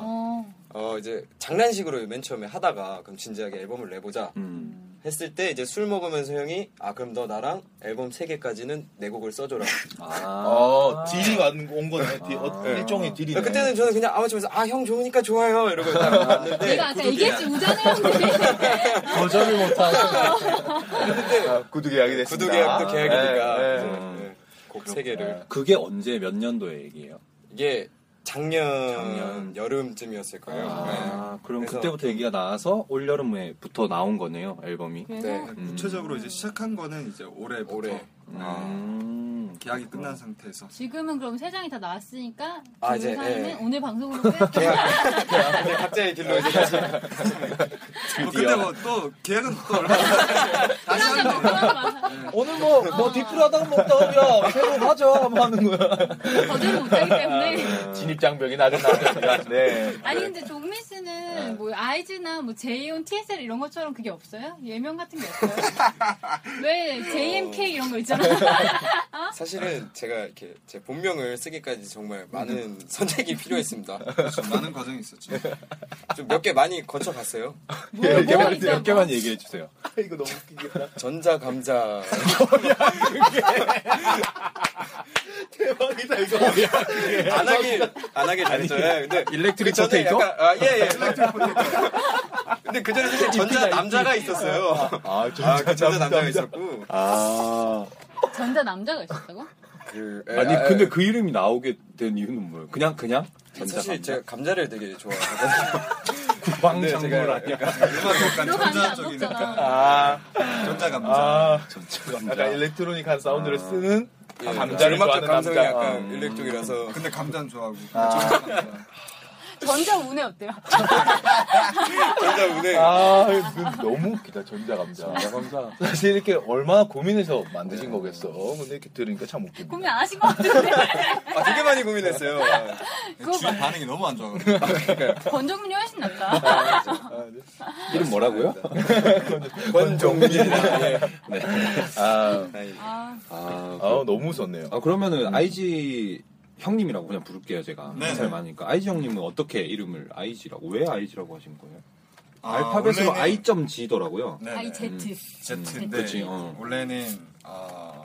J: 어 이제 장난식으로 맨 처음에 하다가 그럼 진지하게 앨범을 내보자
F: 음.
J: 했을 때 이제 술 먹으면서 형이 아 그럼 너 나랑 앨범 3 개까지는 내 곡을 써줘라.
F: 아.
E: 어, 딜이 온, 온 거네. 딜, 어, 일종의 딜이네.
J: 그러니까 그때는 저는 그냥 아마추어에서 아 형 좋으니까 좋아요 이러고 딱 봤는데
D: 내가 아까 얘기했지 우자네요.
N: 거절을 못하고
E: 아, 구두 계약이 됐습니다.
J: 구두 계약도 계약이니까
E: 네, 네.
J: 곡 세 개를
F: 그게 언제 몇 년도 얘기예요?
J: 이게 작년,
F: 작년.
J: 여름쯤이었을 거예요.
F: 아, 그럼
J: 그래서-
F: 그때부터 얘기가 나와서 올 여름에부터 나온 거네요 앨범이.
J: 네.
B: 아.
J: 네.
B: 구체적으로 이제 시작한 거는 이제 올해부터 네.
J: 올해.
F: 음.
B: 계약이 끝난 상태에서
D: 지금은 그럼 세 장이 다 나왔으니까
J: 아,
D: 지금
J: 이제,
D: 사연은
J: 예.
D: 오늘 방송으로 끝.
J: 이제 각자의 길로 이제 다시
B: 뭐 근데 뭐 또 계약은 또 얼마 다시 하는데
N: 오늘 뭐, 뭐 뒷불하다가 먹다가 야, 새로 하자 뭐 하면 하는 거야.
D: 거절 못하기
E: 아,
D: 때문에.
N: 진입장벽이 낮은 남자입니다. 네.
D: 아니 근데 종민 씨는 뭐 아이즈나 뭐 제이온, TSL 이런 것처럼 그게 없어요? 예명 같은 게 없어요? 왜 JMK 이런 거 있잖아.
J: 사실은 제가 이렇게 제 본명을 쓰기까지 정말 많은 <laughs> 선택이 필요했습니다.
B: 좀 많은 과정이
F: 네.
B: 있었죠.
J: 좀 몇 개 많이 거쳐갔어요.
D: 뭐, 뭐가 있어요?
F: 몇 개만 얘기해 주세요.
J: 그
N: 이거 너무 웃기겠다.
J: 전자 감자
N: 대박이다, 이거. 뭐야.
J: 안 하길 안 하길 잘했죠. 예, 근데
F: 일렉트릭
J: 그 전에
F: 포테이토?
J: 약간- 아, 예, 예. 근데 그 전에 사실 전자 남자가 있었어요.
N: 아, 좀
J: 아, 그 전자 남자가 있었고.
F: 아.
D: 전자 남자가 있었다고?
J: 그, 예,
F: 아니
J: 아,
F: 근데
J: 예.
F: 그 이름이 나오게 된 이유는 뭐예요? 그냥 그냥 전자
J: 사실
F: 감자.
J: 제가 감자를 되게 좋아하거든요.
F: 국방
J: 근데
F: 작물
J: 제가
F: 아니야?
B: 약간
D: 너 감자 안
B: 전자적인
D: 먹잖아.
N: 아,
B: 전자 감자.
N: 아, 약간 일렉트로닉한 사운드를 쓰는
J: 예,
N: 그렇죠. 감자를
J: 음악적
N: 좋아하는
J: 감성이
N: 남자.
J: 약간 일렉 쪽이라서
B: 근데 감자는 좋아하고 전자 감자.
D: 전자 운에 어때요?
J: 전자 운에
N: 아, 이거 너무 웃기다, 전자감자. 네. 사실 이렇게 얼마나 고민해서 만드신 거겠어. 근데 이렇게 들으니까 참 웃긴다.
D: 고민 안 하신 것 같은데. <laughs>
J: 아, 되게 많이 고민했어요.
D: 그거
B: 네, 주위 반응이 너무 안 좋아가지고
D: 권정민이 훨씬 낫다.
F: 이름 뭐라고요?
J: <laughs>
F: 네.
J: 권종민이라.
N: 아,
B: 네.
D: 아,
F: 아,
N: 아, 너무 웃었네요.
F: 아 그러면은
J: 음.
F: IG 형님이라고 그냥 부를게요 제가
B: 네.
F: 잘 많으니까 IG 형님은 어떻게 이름을 IG라고 왜 IG라고 하신 거예요?
B: 아,
F: 알파벳으로
B: 원래는-
F: I.G더라고요.
B: 네, 네.
D: 아이 Z.
B: Z인데
F: 그치, 어.
B: 원래는 아,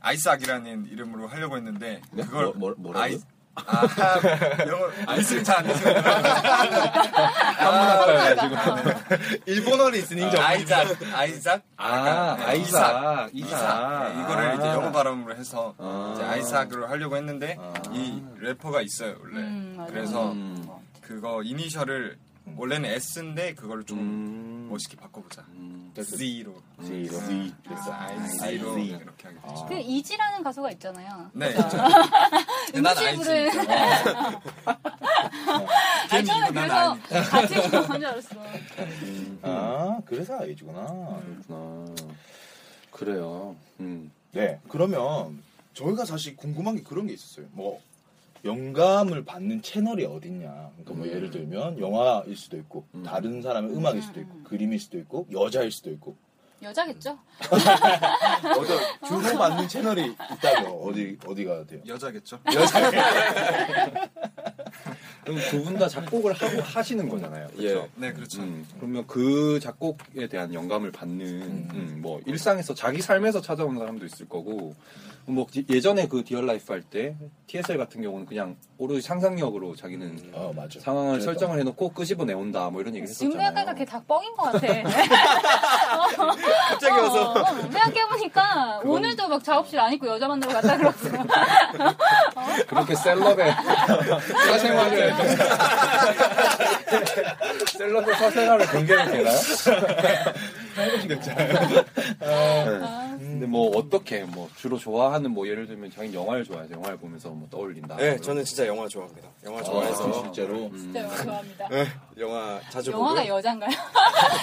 B: 아이스악이라는 이름으로 하려고 했는데
F: 네?
B: 그걸
F: 뭐- 뭐- 뭐라고요?
B: 아이- 아, 영어 리스닝
F: <laughs>
B: 잘안 되세요.
D: 아,
E: 일본어를 있으니 좀.
B: 아이작, 아이작.
F: 아 아이사 이사
B: 네, 이거를 이제 영어 발음으로 해서
F: 아.
B: 이제 아이삭으로 하려고 했는데 이 래퍼가 있어요 원래.
D: 음, 맞아.
B: 그래서
F: 음.
B: 그거 이니셜을
E: 음.
B: 원래는 S인데 그걸 좀 멋있게 바꿔보자.
E: 음.
B: Z로.
F: Z
E: 아,
B: 그래서 IZ로 이렇게 하게 됐죠.
D: 그 이지라는 가수가 있잖아요.
B: 네. 난
D: <laughs> 음식
B: 알지.
D: 부른. <laughs> 아니 처음에
B: 걔는 이거
D: 그래서
B: 난
D: 같은 건줄 알았어.
N: 아, 그래서 아이즈구나.
F: 아, 그래요. 음.
N: 네, 그러면 저희가 사실 궁금한 게 그런 게 있었어요. 뭐 영감을 받는 채널이 어딨냐. 그러니까 뭐 예를 들면 영화일 수도 있고 다른 사람의 음악일 수도 있고 그림일 수도 있고 여자일 수도 있고
D: 여자겠죠?
N: 어디 주로 받는 채널이 있다면 어디 어디가 돼요?
B: 여자겠죠?
F: 그럼 두 분 다 작곡을 하고 하시는 거잖아요. 그렇죠?
B: 네, 그렇죠.
F: 음, 그러면 그 작곡에 대한 영감을 받는 음, 뭐 일상에서 자기 삶에서 찾아오는 사람도 있을 거고 뭐 지- 예전에 그 디얼 라이프 할 때 TSL 같은 경우는 그냥 오로지 상상력으로 자기는
N: 어 맞아.
F: 상황을
N: 그랬다.
F: 설정을 해놓고 끄집어 내온다 뭐 이런 얘기를
D: 지금 생각하니까
F: 했었잖아요.
D: 걔 다 뻥인 것 같아. <laughs>
J: 갑자기 와서
D: 어, 생각해보니까 오늘도 막 작업실 안 입고 여자 만나러 갔다 그러고 <laughs>
F: 그렇게 <laughs> 셀럽의 <laughs> 사생활을 셀럽의 <laughs> 사생활을 공개해도 되나요?
N: 음,
F: 근데 뭐 어떻게 뭐 주로 좋아하는 뭐 예를 들면 자기 영화를 좋아해서 영화를 보면서 뭐 떠올린다.
J: 네, 저는 진짜 영화 좋아합니다. 영화 좋아해서
F: 실제로?
N: 음.
D: 진짜 영화 좋아합니다.
J: 네, 영화 자주
D: 영화가
J: 보고
D: 여잔가요?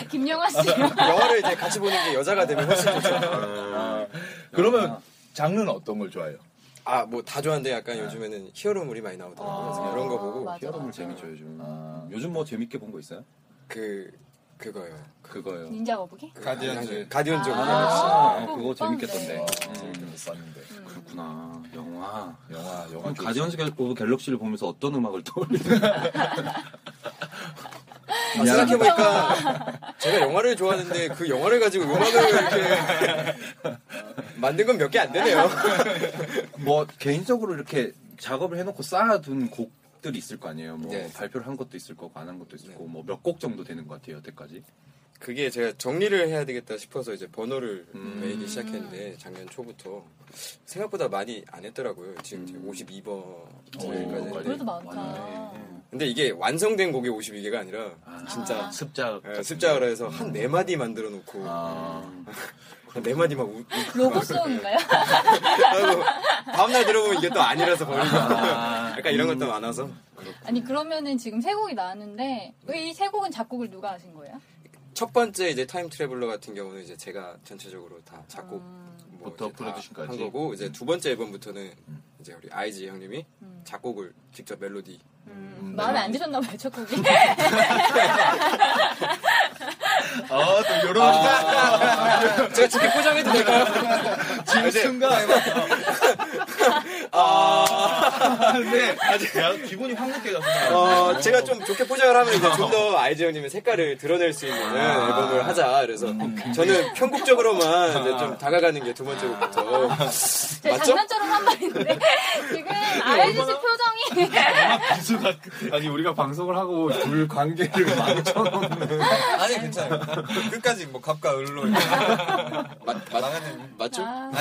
D: <laughs> 김영화 씨.
J: <laughs> 어. 영화를 이제 같이 보는 게 여자가 되면 훨씬 좋죠.
B: 아.
E: 그러면 장르는 어떤 걸 좋아해요?
J: 아, 뭐 다 좋아하는데 약간 요즘에는 히어로물이 많이 나오더라고요.
D: 아.
J: 그래서 이런 거 보고
F: 히어로물 재밌죠 요즘. 요즘 뭐 재밌게 본 거 있어요?
J: 그 그거요. 네.
F: 그거요.
D: 닌자 거북이? 어,
J: 가디언즈. 가디언즈.
F: 음, 아,
J: 오브
F: 그거
J: 갤럭시.
F: 재밌겠던데.
D: 네.
F: 음.
E: 재밌었는데.
F: 그렇구나. 영화.
E: 영화.
F: 영화. 음. 가디언즈 오브 갤럭시를 보면서 어떤 음악을 떠올리는?
J: 아, 생각해보니까 제가 영화를 좋아하는데 그 영화를 가지고 음악을
D: <laughs>
J: 이렇게 만든 건 몇 개 안 되네요.
F: 뭐 개인적으로 이렇게 작업을 해놓고 쌓아둔 곡들이 있을 거 아니에요. 뭐
J: 네.
F: 발표를 한 것도 있을 거고 안 한 것도 있을 거고 뭐 몇 곡 정도 되는 것 같아요 여태까지.
J: 그게 제가 정리를 해야 되겠다 싶어서 이제 번호를 매기 시작했는데 작년 초부터 생각보다 많이 안 했더라고요. 지금 이제 52번까지
D: 그래도
J: 했는데.
D: 많다.
J: 근데 이게 완성된 곡이 52개가 아니라 진짜
E: 습작
J: 예, 습작을 해서 한 네 마디 만들어 놓고
F: 아.
J: 한 네 마디만 우, 아, 뭐
D: 로고송인가요? <laughs>
J: 다음날 들어보면 이게 또 아니라서 음. 버리고 약간 이런 것도 많아서
D: 아니 그러면은 지금 세 곡이 나왔는데 왜 이 세 곡은 작곡을 누가 하신 거예요?
J: 첫 번째 이제 타임 트래블러 같은 경우는 이제 제가 전체적으로 다 작곡
B: 아.
J: 뭐부터
E: 프로듀싱까지. 음.
J: 한 거고 이제 두 번째 앨범부터는 이제 우리 아이지 형님이
B: 음.
J: 작곡을 직접 멜로디 <laughs>
D: 마음에 안 드셨나 봐요 첫 곡이.
E: 아, 또 요런.
J: 제가 지금 포장해도 될까요? 아,
E: 지금 순간. 아. 근데 아직 야, 기분이 확 느껴졌어.
J: 어, 제가 좀 좋게 포장을 하면 이제 좀 더 아이지 형님의 색깔을 드러낼 수 있는
E: 아.
J: 앨범을 하자. 그래서
E: 음,
J: 저는 편곡적으로만 이제
E: 아.
J: 좀 다가가는 게 두 번째 곡부터.
D: 제
J: 맞죠?
D: 장난처럼 한 말인데 지금 아이즈 씨 표정이
E: 비수가 아니 우리가 방송을 하고 둘 관계를 <laughs> 망쳐놓는.
B: 아니 괜찮아요. 끝까지 뭐 갑과 을로
J: 맞,
B: 망하는
J: 맞죠?
D: 아,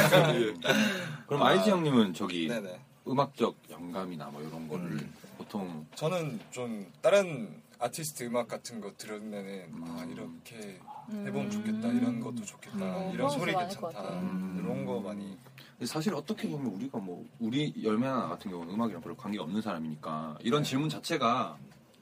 F: 그럼 아, 이지 형님은 저기
B: 네네.
F: 음악적 영감이나 뭐 이런 거를 보통
B: 저는 좀 다른 아티스트 음악 같은 거 들으면은 아
E: 음.
B: 이렇게 해보면 좋겠다 이런 것도 좋겠다
D: 음,
B: 이런 소리
D: 그런 거 많을 것
B: 괜찮다
D: 같아요.
E: 음.
B: 이런 거 많이
F: 근데 사실 어떻게 보면 우리가 뭐 우리 열매나 나 같은 경우는 음악이랑 별로 관계가 없는 사람이니까 이런
E: 네.
F: 질문 자체가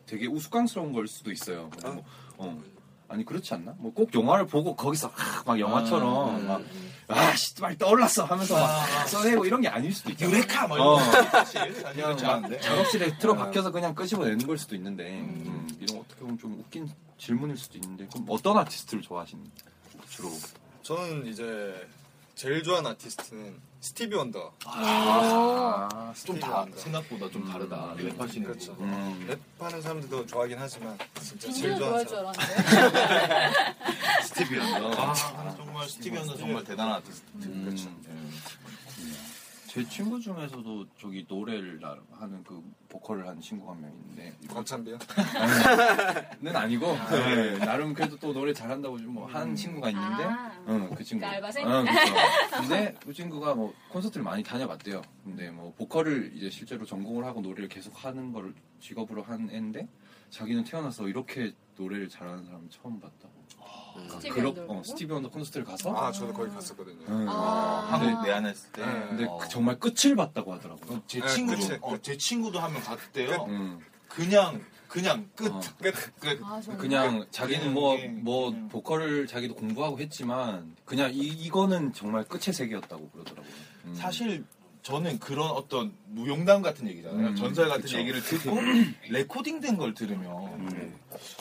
F: 되게 우스꽝스러운 걸 수도 있어요. 근데 뭐,
E: 아.
F: 어. 아니 그렇지 않나? 뭐 꼭 영화를 보고 거기서 아, 막 영화처럼 막 아, 씨, 말 떠올랐어 하면서 막 써내고 이런 게 아닐 수도 있죠.
E: 아. 유레카 뭐
F: 어.
E: 이런 거. 사실
F: 그냥
E: 그렇지
F: 막
E: 않은데. 아.
F: 작업실에 틀어박혀서 그냥 끄집어내는 걸 수도 있는데 음, 이런 거 어떻게 보면 좀 웃긴 질문일 수도 있는데 그럼 어떤 아티스트를 좋아하시는 주로?
B: 저는 이제 제일 좋아하는 아티스트는 스티비 원더
F: 아,
B: 스티비
E: 좀다
B: 원더.
E: 생각보다
N: 음.
E: 좀 다르다. 랩하시는
B: 그렇죠.
E: 거.
F: 음.
B: 랩하는 사람들도 좋아하긴 하지만 진짜 제일
D: 진짜
B: 좋아하는 사람
D: 좋아할 줄 알았는데.
E: 스티비 언더. 아, 정말 스티비 언더 정말 대단한 아티스트.
B: 음.
E: 음.
F: 그렇죠. 제 친구 중에서도 저기 노래를 나- 하는 그 보컬을 한 친구 한 명 있는데
B: 곽찬비요?
F: 는 아니고 음. 네, 나름 그래도 또 노래 잘한다고 좀뭐한 친구가 있는데
D: 아.
F: 응, 그 친구
D: 그 알바생?
F: 응, 그쵸. 근데 그 친구가 뭐 콘서트를 많이 다녀봤대요 근데 뭐 보컬을 이제 실제로 전공을 하고 노래를 계속 하는 걸 직업으로 한 애인데 자기는 태어나서 이렇게 노래를 잘하는 사람 처음 봤다고
D: 스티비
F: 그러-
D: 원더를
F: 어,
D: 보고?
F: 스티비 언더 콘서트를 가서
B: 아 저도 거기 갔었거든요
E: 음.
F: 응.
D: 아, 네.
E: 한국 내한했을 때.
F: 근데
E: 어.
F: 그 정말 끝을 봤다고 하더라고요
E: 제
B: 네, 그치.
E: 친구도 어, 제 친구도 한 명 갔대요.
F: 응.
E: 그냥 그냥 끝.
F: 음. 어.
E: 끝. 끝.
D: 아, 정말.
E: 네.
F: 그냥 자기는 뭐 뭐
E: 그냥, 그냥.
F: 보컬을 자기도 공부하고 했지만 그냥 이, 이거는 정말 끝의 세계였다고 그러더라고요. 음.
E: 사실 저는 그런 어떤 무용담 같은 얘기잖아요.
F: 음,
E: 전설 같은
F: 그쵸. 음. <clears throat>
E: 얘기를 듣고 레코딩된 걸 들으면 네.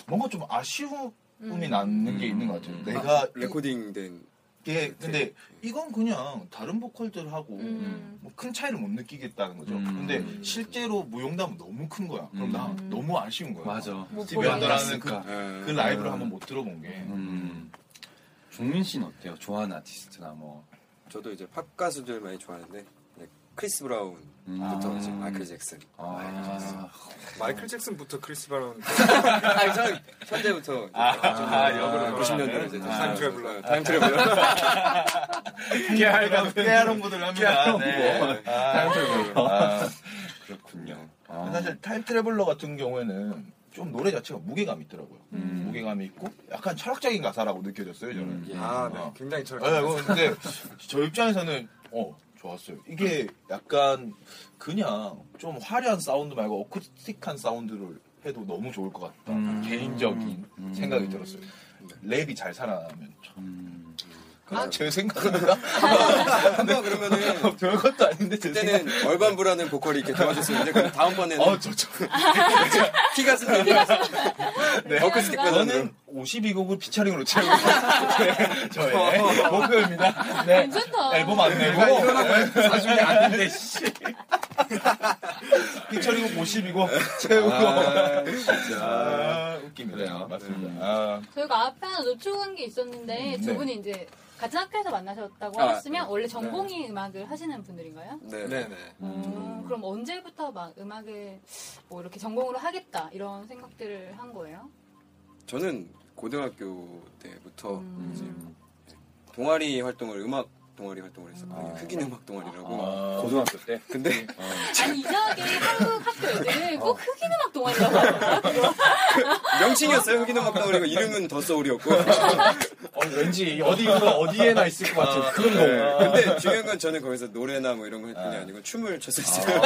E: 뭔가 좀 아쉬움이
D: 음.
E: 남는
F: 음.
E: 게 있는 것 같아요. 내가
J: 레코딩된
E: 이게 근데 이건 그냥 다른 보컬들하고
D: 음.
E: 뭐 큰 차이를 못 느끼겠다는 거죠.
F: 음.
E: 근데 실제로 무용담은 너무 큰 거야. 그럼 나
D: 음.
E: 너무 아쉬운 거야.
F: 맞아.
D: 못
E: 스티비 언더라는 그,
F: 몰랐을까.
E: 그 라이브를 한번 못 들어본 게.
F: 음. 종민 씨는 어때요? 좋아하는 아티스트나 뭐
J: 저도 이제 팝 가수들 많이 좋아하는데 이제 크리스 브라운부터
F: 아.
J: 이제 마이클 잭슨.
E: 예,
F: 아,
B: 마이클 잭슨부터 크리스 바론
J: <laughs> 아니 저는 현대부터 이제
E: 아, 역으로
J: 90년대로
B: 네,
E: 아,
J: 이제 타임
B: 타임
J: 트래블러.
B: 트래블러.
J: 타임 트래블러.
E: 깨알 깨알홍보들 합니다. 네. 아,
F: 그렇군요. 아.
E: 사실 타임 트래블러 같은 경우에는 좀 노래 자체가 무게감 이 있더라고요.
B: 음.
E: 무게감이 있고 약간 철학적인 가사라고 느껴졌어요 저는.
F: 예.
B: 음. 아, 네.
E: 어.
B: 굉장히 철학.
E: 네, 뭐, 근데 저 입장에서는 어 좋았어요. 이게 약간 그냥 좀 화려한 사운드 말고 어쿠스틱한 사운드를 해도 너무 좋을 것 같다. 개인적인 생각이 들었어요. 랩이 잘 살아나면 참. 그냥 제 <laughs> 생각인가?
J: 한번 그러면은
E: 별것도 아닌데 제
J: 그때는 <laughs> 얼반부라는 보컬이 이렇게 도와줬었는데 그럼 다음번에는
E: 어, 저, 저.
J: <laughs> 키가 스님
E: 네,
J: 어쿠스틱 버전으로.
E: 저는 52곡을 피처링으로 채우고 <laughs> 제- 네, 저의 목표입니다. 네.
D: 괜찮다.
E: 앨범 안 내고
D: 내가
E: <laughs> 사주면 안 돼. 피처링은 50이고 채우고
J: 아,
E: 진짜 아, 웃깁니다. 맞습니다. 아,
D: 저희가 앞에 하나 놓쳐간 게 있었는데 두
E: 네.
D: 분이 이제 같은 학교에서 만나셨다고
E: 아,
D: 하셨으면
E: 네.
D: 원래 전공이 음악을 하시는 분들인가요?
J: 네. 네, 네.
D: 음, 그럼 언제부터 막 음악을 뭐 이렇게 전공으로 하겠다 이런 생각들을 한 거예요?
J: 저는 고등학교 때부터 이제 동아리 활동을 음악 동아리 활동을 했었거든요. 흑인 음악 동아리라고. 네.
F: 고등학교 때.
J: 근데
D: 아니 이상하게 한국 학교 애들은 꼭 흑인 음악 동아리라고 하더라고요.
J: 명칭이었어요. 흑인 음악 동아리고 이름은 더 소울이었고. <laughs>
E: 어, 왠지 어디가 어디에나 있을 것 같은
F: 아.
E: 그런 거.
J: 네. 근데 중요한 건 저는 거기서 노래나 뭐 이런 거 했던 게 아. 아니고 춤을 췄었어요.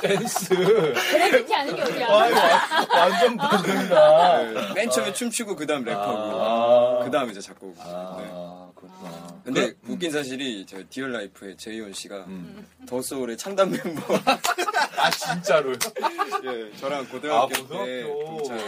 E: 댄스.
D: 그렇게 아는 게 어디야?
E: 완전
J: 아. <laughs>
E: 반응이다.
J: 네. 맨 처음에 춤추고 그다음 랩하고 그다음 이제 작곡.
E: 아,
J: 네. 근데 웃긴 사실이 저 디얼 라이프의 제이온 씨가 더 소울의 창단 멤버. <laughs>
E: 아 진짜로.
J: 예, 저랑 고등학교 때 동창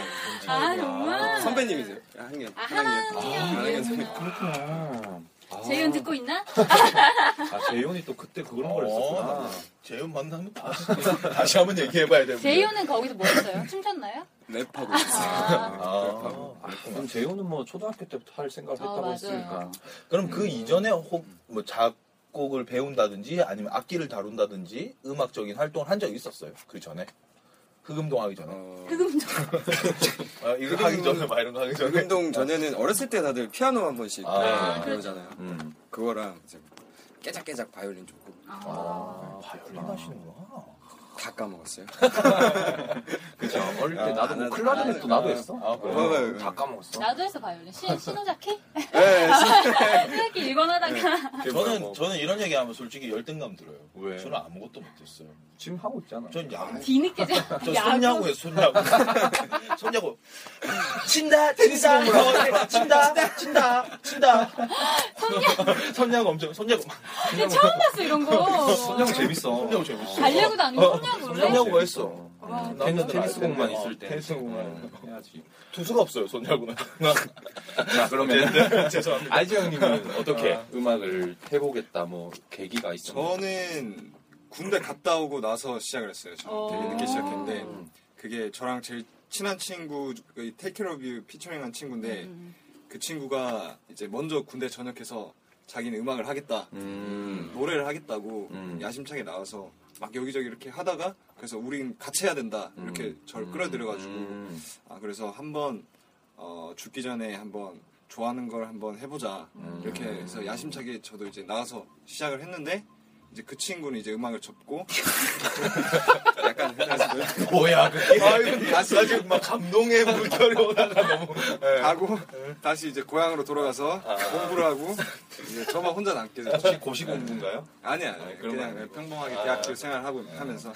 D: 아 정말.
J: 선배님이세요. 학년.
D: 아 하나님.
F: 아,
E: 그렇구나.
D: 재윤 듣고 있나?
E: 아, 재윤이 또 그때 그런 걸 어, 했었구나.
F: 아,
E: 재윤 만나면 다시, 다시 한번 얘기해봐야 되는데.
D: 재윤은 거기서 뭐 했어요? 춤췄나요?
J: 아, 랩하고 아. 네.
E: 있어요. 아, 그럼 재윤은 뭐 초등학교 때부터 할 생각을
F: 뭐
D: 어,
E: 했다고
D: 맞아요.
E: 했으니까. 그럼 그 이전에 혹 뭐 작곡을 배운다든지 아니면 악기를 다룬다든지 음악적인 활동을 한 적이 있었어요? 그 전에? 흑음동 하기 전에?
J: 어,
D: 흑음동.
E: 아, 이거 하기 전에 막 이런 거 하기 전에?
J: 운동 전에는 어렸을 때 다들 피아노 한 번씩
E: 아,
J: 네, 배우잖아요. 그거랑 이제 뭐 깨작깨작 바이올린 조금.
D: 아.
E: 아, 바이올린 하시는구나.
J: 다 <laughs> 까먹었어요.
E: 그죠. 어릴 때
J: 아,
E: 나도 뭐
J: 나는-
E: 클라리넷도
J: 아,
E: 나도
J: 아,
E: 했어.
J: 아, 그래요?
E: 다 까먹었어.
D: 나도 해서 바이올린. 신, 신호자키?
J: 네,
D: 신호자키 일관하다가.
E: 저는 저는 이런 얘기하면 솔직히 열등감 들어요. 뭐 왜? 저는 아무것도 못했어요. 지금 하고 있잖아. 전 야구.
D: <laughs> 뒤늦게 좀.
E: 네. 저
D: 야구.
E: 손야구에 손야구. <laughs> 손야구. 친다, 친다, 친다, 친다, 친다, 친다. 손야구. 손야구 엄청 손야구.
D: 근데 처음 봤어, 이런 거.
E: 재밌어. 손야구 재밌어.
D: 달려고도 아니고 손야구를 해?
E: 손야구 했어.
F: 테니스- 테니스공만 있을 때.
E: 테니스공만 음, 해야지. 투수가 없어요 손야구는.
F: 자 그러면
E: <laughs> 죄송합니다.
F: 아이지 형님은 어떻게
E: 아.
F: 음악을 해보겠다 뭐 계기가 있었나요?
B: 저는 군대 갔다 오고 나서 시작을 했어요. 저는 되게 늦게 시작했는데 그게 저랑 제일 친한 친구 그 테이크로뷰 피처링한 친구인데 그 친구가 이제 먼저 군대 전역해서 자기는 음악을 하겠다 노래를 하겠다고 야심차게 나와서 막 여기저기 이렇게 하다가 그래서 우린 같이 해야 된다 이렇게 저를 끌어들여가지고 아 그래서 한번 어, 죽기 전에 한번 좋아하는 걸 한번 해보자
J: 음.
B: 이렇게 해서 야심차게 저도 이제 나가서 시작을 했는데 이제 그 친구는 이제 음악을 접고 약간
E: 어, 뭐야 그게?
B: 아
E: 지금 막 <laughs> 감동의 물결이 오다가 너무.
B: 가고 다시 이제 고향으로 돌아가서 공부를 하고 이제 저만 혼자 남게 됐죠.
E: 혹시 고시 공부인가요?
B: 아니 아니 요
E: 그런 거
B: 그냥
E: 아니고.
B: 평범하게
E: 아.
B: 대학교 생활 하고 하면서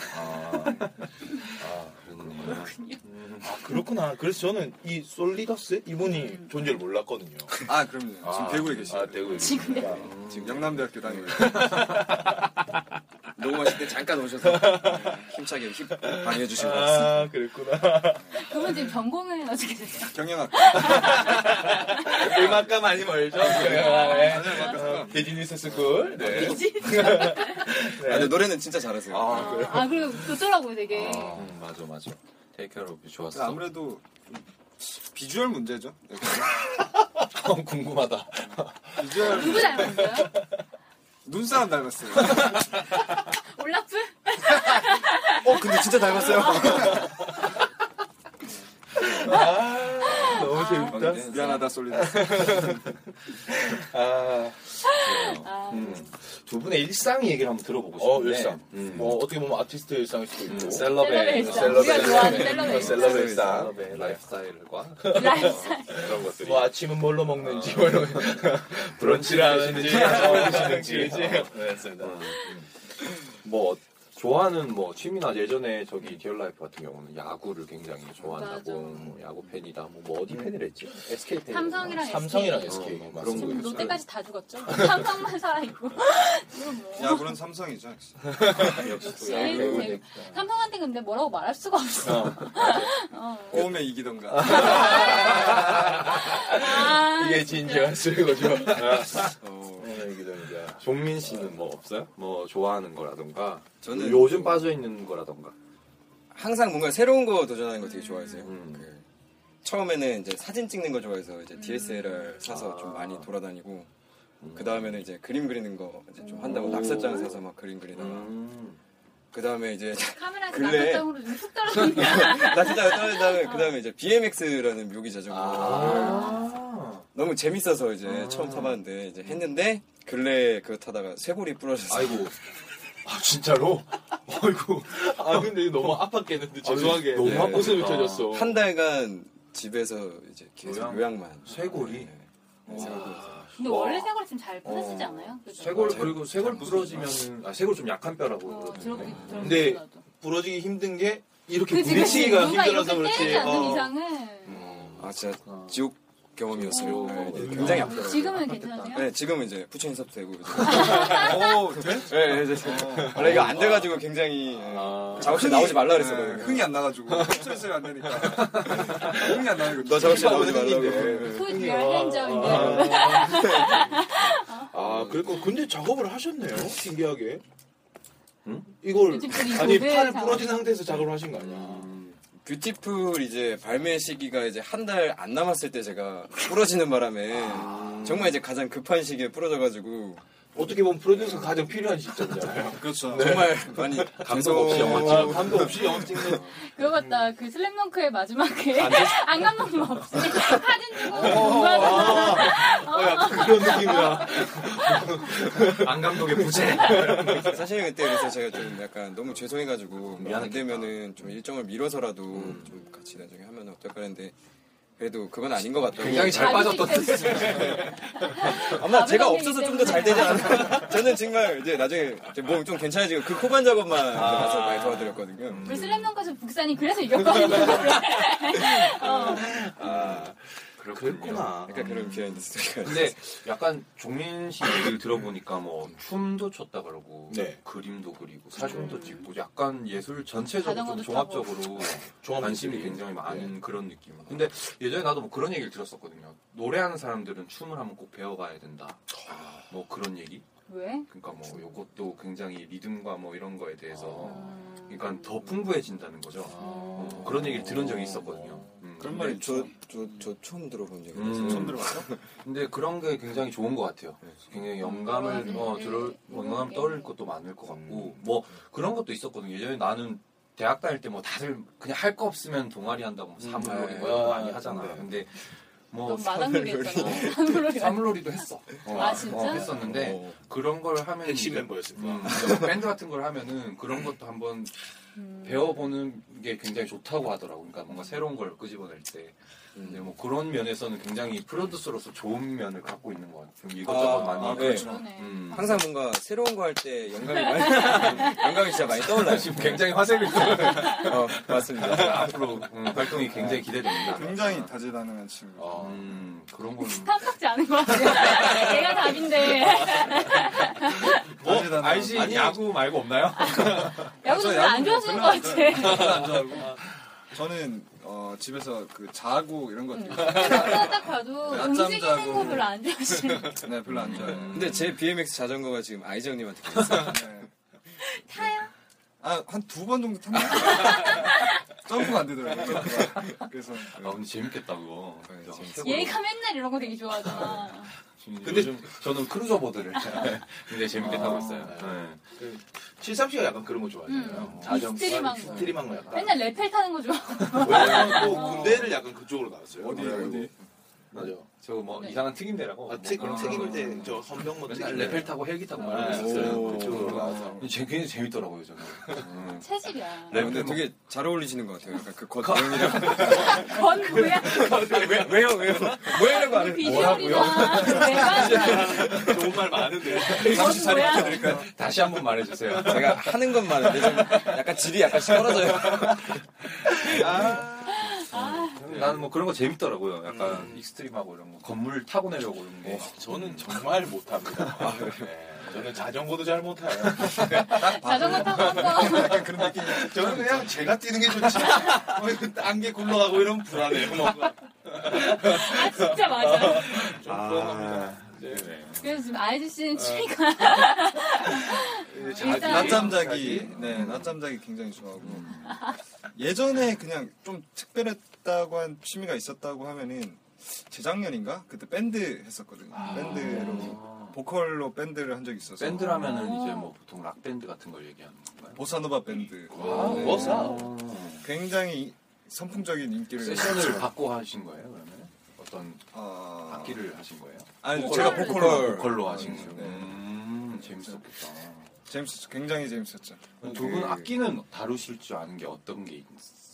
E: 아, 그렇구나. 그래서 저는 이 솔리더스 이분이
F: <laughs>
E: 존재를 몰랐거든요.
B: 아 그럼요 지금
E: 아,
B: 대구에 계시죠
J: 네.
E: 아, 대구에
D: 음. 지금
E: 계시구나.
B: 지금 영남대학교 다니고
J: <laughs> 녹음하실 때 잠깐 오셔서 힘차게 힙 방해해주신 것 같습니다.
E: 아, 그랬구나.
D: 그분 지금 전공은 어떻게 되세요?
B: 경영학과
E: 음악과 많이 멀죠?
F: 아,
E: 네. 비즈니스 스쿨. 네.
J: 아, 근데 노래는 진짜 잘하세요.
E: 아, 그래요?
D: 아, 그리고 좋더라고요, 되게.
F: 음, 맞아 맞아. 테이크어로 좋았어.
B: 아무래도 좀 비주얼 문제죠
E: 어, 궁금하다.
B: 비주얼
D: 누구 닮았어요?
B: 눈사람 닮았어요
D: 올라프?
B: <laughs> 어 근데 진짜 닮았어요
E: 너무
J: 재밌다. 미안하다, 솔리다.
E: 아,
D: 아,
F: 두 분의 일상 얘기를 한번 들어보고
E: 어,
F: 싶은데.
E: 일상. 뭐 어떻게 보면 아티스트의 일상일 수도 있고.
F: 네, 셀럽의 일상. 우리가 좋아하는 셀럽의 일상.
E: 셀럽의 일상.
F: 셀럽의 라이프스타일과
E: 이런 것들이. 뭐 아침은 뭘로 먹는지, 뭐 이런. 브런치를 하는지,
F: 어,
E: 하시는지.
F: 그렇습니다. 뭐 좋아하는 뭐 취미나 예전에 저기 디얼라이프 같은 경우는 야구를 굉장히 좋아한다고 뭐 야구 팬이다 뭐, 뭐 어디 팬이라 했지? SK 팬
D: 삼성이랑
E: 삼성이랑
D: SK.
E: SK.
F: 그런 거
D: 지금
F: 있어요.
D: 롯데까지 다
E: <laughs>
D: 죽었죠.
E: 네.
D: 삼성만 살아있고. 지금 뭐.
J: 야구는 삼성이죠. 역시.
D: 역시 대구. 삼성한테 근데 뭐라고 말할 수가 없어. 어.
J: 꼬우면 이기던가.
D: 아,
E: 이게 진지한 술이거죠. 어,
F: 종민 씨는 뭐 없어요? 뭐 좋아하는 거라던가
J: 저는
F: 요즘 빠져 있는 거라던가
J: 항상 뭔가 새로운 거 도전하는 거 되게 좋아해서요. 그 처음에는 이제 사진 찍는 거 좋아해서 이제 DSLR 사서 좀 많이 돌아다니고 그 아. 다음에는 이제 그림 그리는 거 이제 좀 한다고
F: 오.
J: 낙서장 사서 막 그림 그리다가
E: 음.
J: 그 다음에 이제
D: <laughs> 카메라에서
J: 근래-
D: 낙서장으로 좀 훅
E: <laughs>
D: 떨어졌네.
J: <laughs> 낙서장
D: 아.
J: 떨어진 그 다음에 이제 BMX라는 묘기
F: 아.
J: 자전거
E: 아.
J: 너무 재밌어서 이제 처음 타봤는데 이제 했는데 근래 그거 타다가 쇄골이 부러져서
F: 아이고 아 진짜로? 아이고
E: 아, 근데 너무 아팠겠는데, 죄송하게.
J: 네.
E: 웃음이 터졌어.
J: 한 달간 집에서 이제 계속
F: 요양?
J: 요양? 만 네.
F: 쇄골이
D: 근데 원래 쇄골이 좀 잘 부서지지
E: 어,
D: 않아요? 그죠? 어,
F: 쇄골 그리고 쇄골 부러지면 뭐, 아 쇄골 좀 약한 뼈라고
E: 어,
F: 그러던데.
E: 근데 부러지기 힘든 게 네. 이렇게
D: 그 지금
E: 부딪히기가
D: 누가
E: 힘들어서
D: 이렇게
E: 그렇지.
D: 때리지 않는
E: 어.
D: 이상은
J: 아 진짜 지옥 경험이었어요. 네, 이제 굉장히 아프더라고요.
D: 지금은 괜찮으세요?
J: 네 지금은 이제 부처님 섭도 되고. 오 돼? 네, 네, 네. 원래 이거 안 돼가지고 굉장히 예, 작업실 나오지 말라 그랬어요.
E: 네,
J: 흥이 안 나가지고 <laughs>
E: 스트레스를 안 내니까. 흥이 안 나는
J: 너 작업실 나오지
B: 네.
J: 말라고. 네,
D: Put
E: 네.
D: your hands on them.
E: 아, 그리고 근데 작업을 하셨네요. 신기하게. 이걸
D: 요즘 그
E: 아니
D: 이거를
E: 팔
D: 작업-
E: 부러진 상태에서 작업을 하신 거 아니야?
J: 뷰티풀 이제 발매 시기가 이제 한 달 안 남았을 때 제가 부러지는 바람에 정말 이제 가장 급한 시기에 부러져가지고
E: 어떻게 보면 프로듀서 가장 필요한 시점이잖아요.
J: 그렇죠. 정말 많이 감동
E: 없이 영화 찍는. 감독 없이 <laughs> 영화 찍는.
D: 그거 같다. 그 슬램덩크의 마지막에
E: 안 어. 돼?
D: <laughs> 안 감독님 없이 사진 주고 공부하다가
E: 어, 약간 그런 느낌이야.
J: 안 감독의
F: 네,
J: 부재. 사실 그때 그래서 제가 좀 약간 너무 죄송해가지고 안 되면은 좀 일정을 미뤄서라도 좀 같이 나중에 하면 어떨까 했는데 그래도 그건 아닌 것 같다고.
E: 굉장히 잘 빠졌던
D: 뜻이죠.
J: 아마 제가 없어서 좀 더 잘 되지 않을까. <laughs> 저는 정말 이제 나중에 몸 좀 괜찮아지고 그 코반 작업만 가서 많이 도와드렸거든요.
D: 우리 슬램덩크에서 북산이 그래서 이겼거든요. <laughs> 어.
F: 아 그렇구나.
J: 약간 그런 비하인드 스토리가.
F: 근데 약간 종민 씨 얘기를 들어보니까 뭐 춤도 췄다 그러고 그림도 그리고 네. 음. 사진도 찍고 약간 예술 전체적으로 좀
D: 자전거도
F: 종합적으로 관심이 굉장히
E: 네.
F: 많은 그런 느낌. 근데 예전에 나도 뭐 그런 얘기를 들었었거든요. 노래하는 사람들은 춤을 한번 꼭 배워가야 된다. 뭐 그런 얘기.
D: 왜?
F: 그러니까 뭐 이것도 굉장히 리듬과 뭐 이런 거에 대해서 그러니까 더 풍부해진다는 거죠. 어, 그런 얘기를 들은 적이 있었거든요. 음, 근데
J: 그런 말 네, 저, 저, 저 처음 들어본 얘기예요.
F: 음.
J: 처음 들어봤어?
F: 근데 그런 게 굉장히 좋은 것 같아요. 굉장히 영감을 어, 들을
D: 음.
F: 영감 떠올릴 것도 많을 것 같고 뭐 그런 것도 있었거든요. 예전에 나는 대학 다닐 때 뭐 다들 그냥 할 거 없으면 동아리 한다고 뭐 사물놀이 뭐 이런 거 많이 하잖아. 근데 뭐
D: 넌 마당놀이 했잖아.
F: <laughs>
D: 사물놀이.
F: 사물놀이도 했어. 어,
D: 아, 진짜?
F: 어,
J: 네.
F: 했었는데 그런 걸 하면 핵심 멤버였을
E: 음.
F: 거야. 음. 뭐 밴드 같은 걸 하면은 그런 것도 한번 배워보는 게 굉장히 좋다고 하더라고. 그러니까 뭔가 새로운 걸 끄집어낼 때. 근데 뭐 그런 면에서는 굉장히 프로듀서로서 좋은 면을 갖고 있는 것 같아요. 좀 이것저것
J: 아,
F: 많이.
J: 아,
F: 해보고.
J: 그렇죠.
F: 음.
J: 항상 뭔가 새로운 거 할 때 영감이 많이, <laughs> 영감이 진짜 많이
F: <laughs>
J: 떠올라요.
F: 지금 굉장히 화색을 입고.
J: 어, 맞습니다.
F: 아, 앞으로 음, 활동이 굉장히 기대됩니다.
J: 굉장히 다재다능한 친구.
F: 어, 음, 그런 건
D: 탐탁지 않은 것 같아요. <laughs> 얘가 답인데.
F: 어, 알지? 아니, 야구 말고 <laughs> 없나요?
D: 야구도 별로 안 좋아하시는 것 같아.
J: 저는
B: 어, 집에서 그 자고 이런 것들.
D: 그거 딱 봐도
J: 낮잠
D: 움직이는 거
J: 자고.
D: 별로 안 좋아하시는 것 같아.
J: 네, 별로 안 좋아해요. 근데 제 BMX 자전거가 지금 아이정님한테
D: 타요?
J: 아, 한 두 번 정도 <laughs> 탔나? 점프가 안 되더라고요. 점프가. 그래서
F: 아, 근데 재밌겠다, 어, 그거.
J: 네,
D: 예? 얘가 맨날 이런 거 되게 좋아하잖아.
F: 근데 저는 크루저 <laughs> 보드를
E: 굉장히 재밌게
F: 아,
E: 타고 있어요.
F: 네.
E: 그 73씨가 약간 그런 거 좋아하잖아요.
D: 음.
E: 자전거,
D: 스트림한 거.
E: 스트림한 거 약간.
D: 맨날 레펠 타는 거 좋아.
E: 왜냐면 또뭐 군대를 약간 그쪽으로 나왔어요.
F: 어디, 어디?
E: 맞아.
F: 저거 뭐
E: 네.
F: 이상한 튀김대라고.
E: 아, 튀- 튀김대, 저 선병 뭐
F: 맨날
E: 튀김대.
F: 레펠 타고 헬기 타고
E: 아,
F: 말했었어요
E: 오.
F: 그쪽으로
E: 맞아.
F: 나와서. 굉장히 재밌더라고요 저는. 음.
D: 체질이야.
B: 네, 근데
F: 뭐
B: 되게 잘 어울리시는 것 같아요. 약간 그 겉모양이랑. <laughs>
D: 건 뭐야?
B: 왜, 왜요, 왜요? 뭐 하는 거 아니에요?
D: 비주얼이나 외관.
B: 좋은 말
E: <laughs>
B: 많은데.
D: 이건 뭐야?
F: 다시 한 번 <laughs> 말해주세요.
J: 제가 하는 건 많은데 좀 약간 질이 약간씩 떨어져요.
F: 나는 뭐 그런 거 재밌더라고요. 약간 익스트림하고 이런 거 건물 타고 내려고 이런 게.
E: 저는 정말 못합니다. 네. 저는 자전거도 잘 못해요.
D: 자전거 타고 한번 <laughs>
E: 약간 그런 느낌. <laughs> 저는 그냥 제가 뛰는 게 좋지. 딴게 굴러가고 이러면 불안해요. 뭔가.
D: 아 진짜 맞아.
E: 좀 불안합니다.
D: 그래서 지금 아이즈 씨는 취미가 일단-
B: 낮잠 자기, 네, 낮잠 자기 굉장히 좋아하고. 예전에 그냥 좀 특별했다고 한 취미가 있었다고 하면은 재작년인가? 그때 밴드 했었거든요.
J: 아.
B: 밴드로, 보컬로 밴드를 한 적이 있어서.
F: 밴드라면은 이제 뭐 보통 락 밴드 같은 걸 얘기하는 건가요?
B: 보사노바 밴드.
F: 아,
E: 뭐 음.
F: 보사.
B: 굉장히 선풍적인 인기를.
F: 네.
B: 받고
F: 세션을 받고 하신 거예요 그러면? 어떤 아.
B: 아,
F: 악기를 하신 거예요?
B: 아니,
F: 보컬로.
B: 제가 보컬로.
F: 보컬로 하신 거예요.
B: 네.
F: 어, 네. 음, 재밌었겠다.
B: 재밌었죠. 굉장히 재밌었죠.
F: 두 분
B: 그-
F: 어, 악기는 다루실 줄 아는 게 어떤 게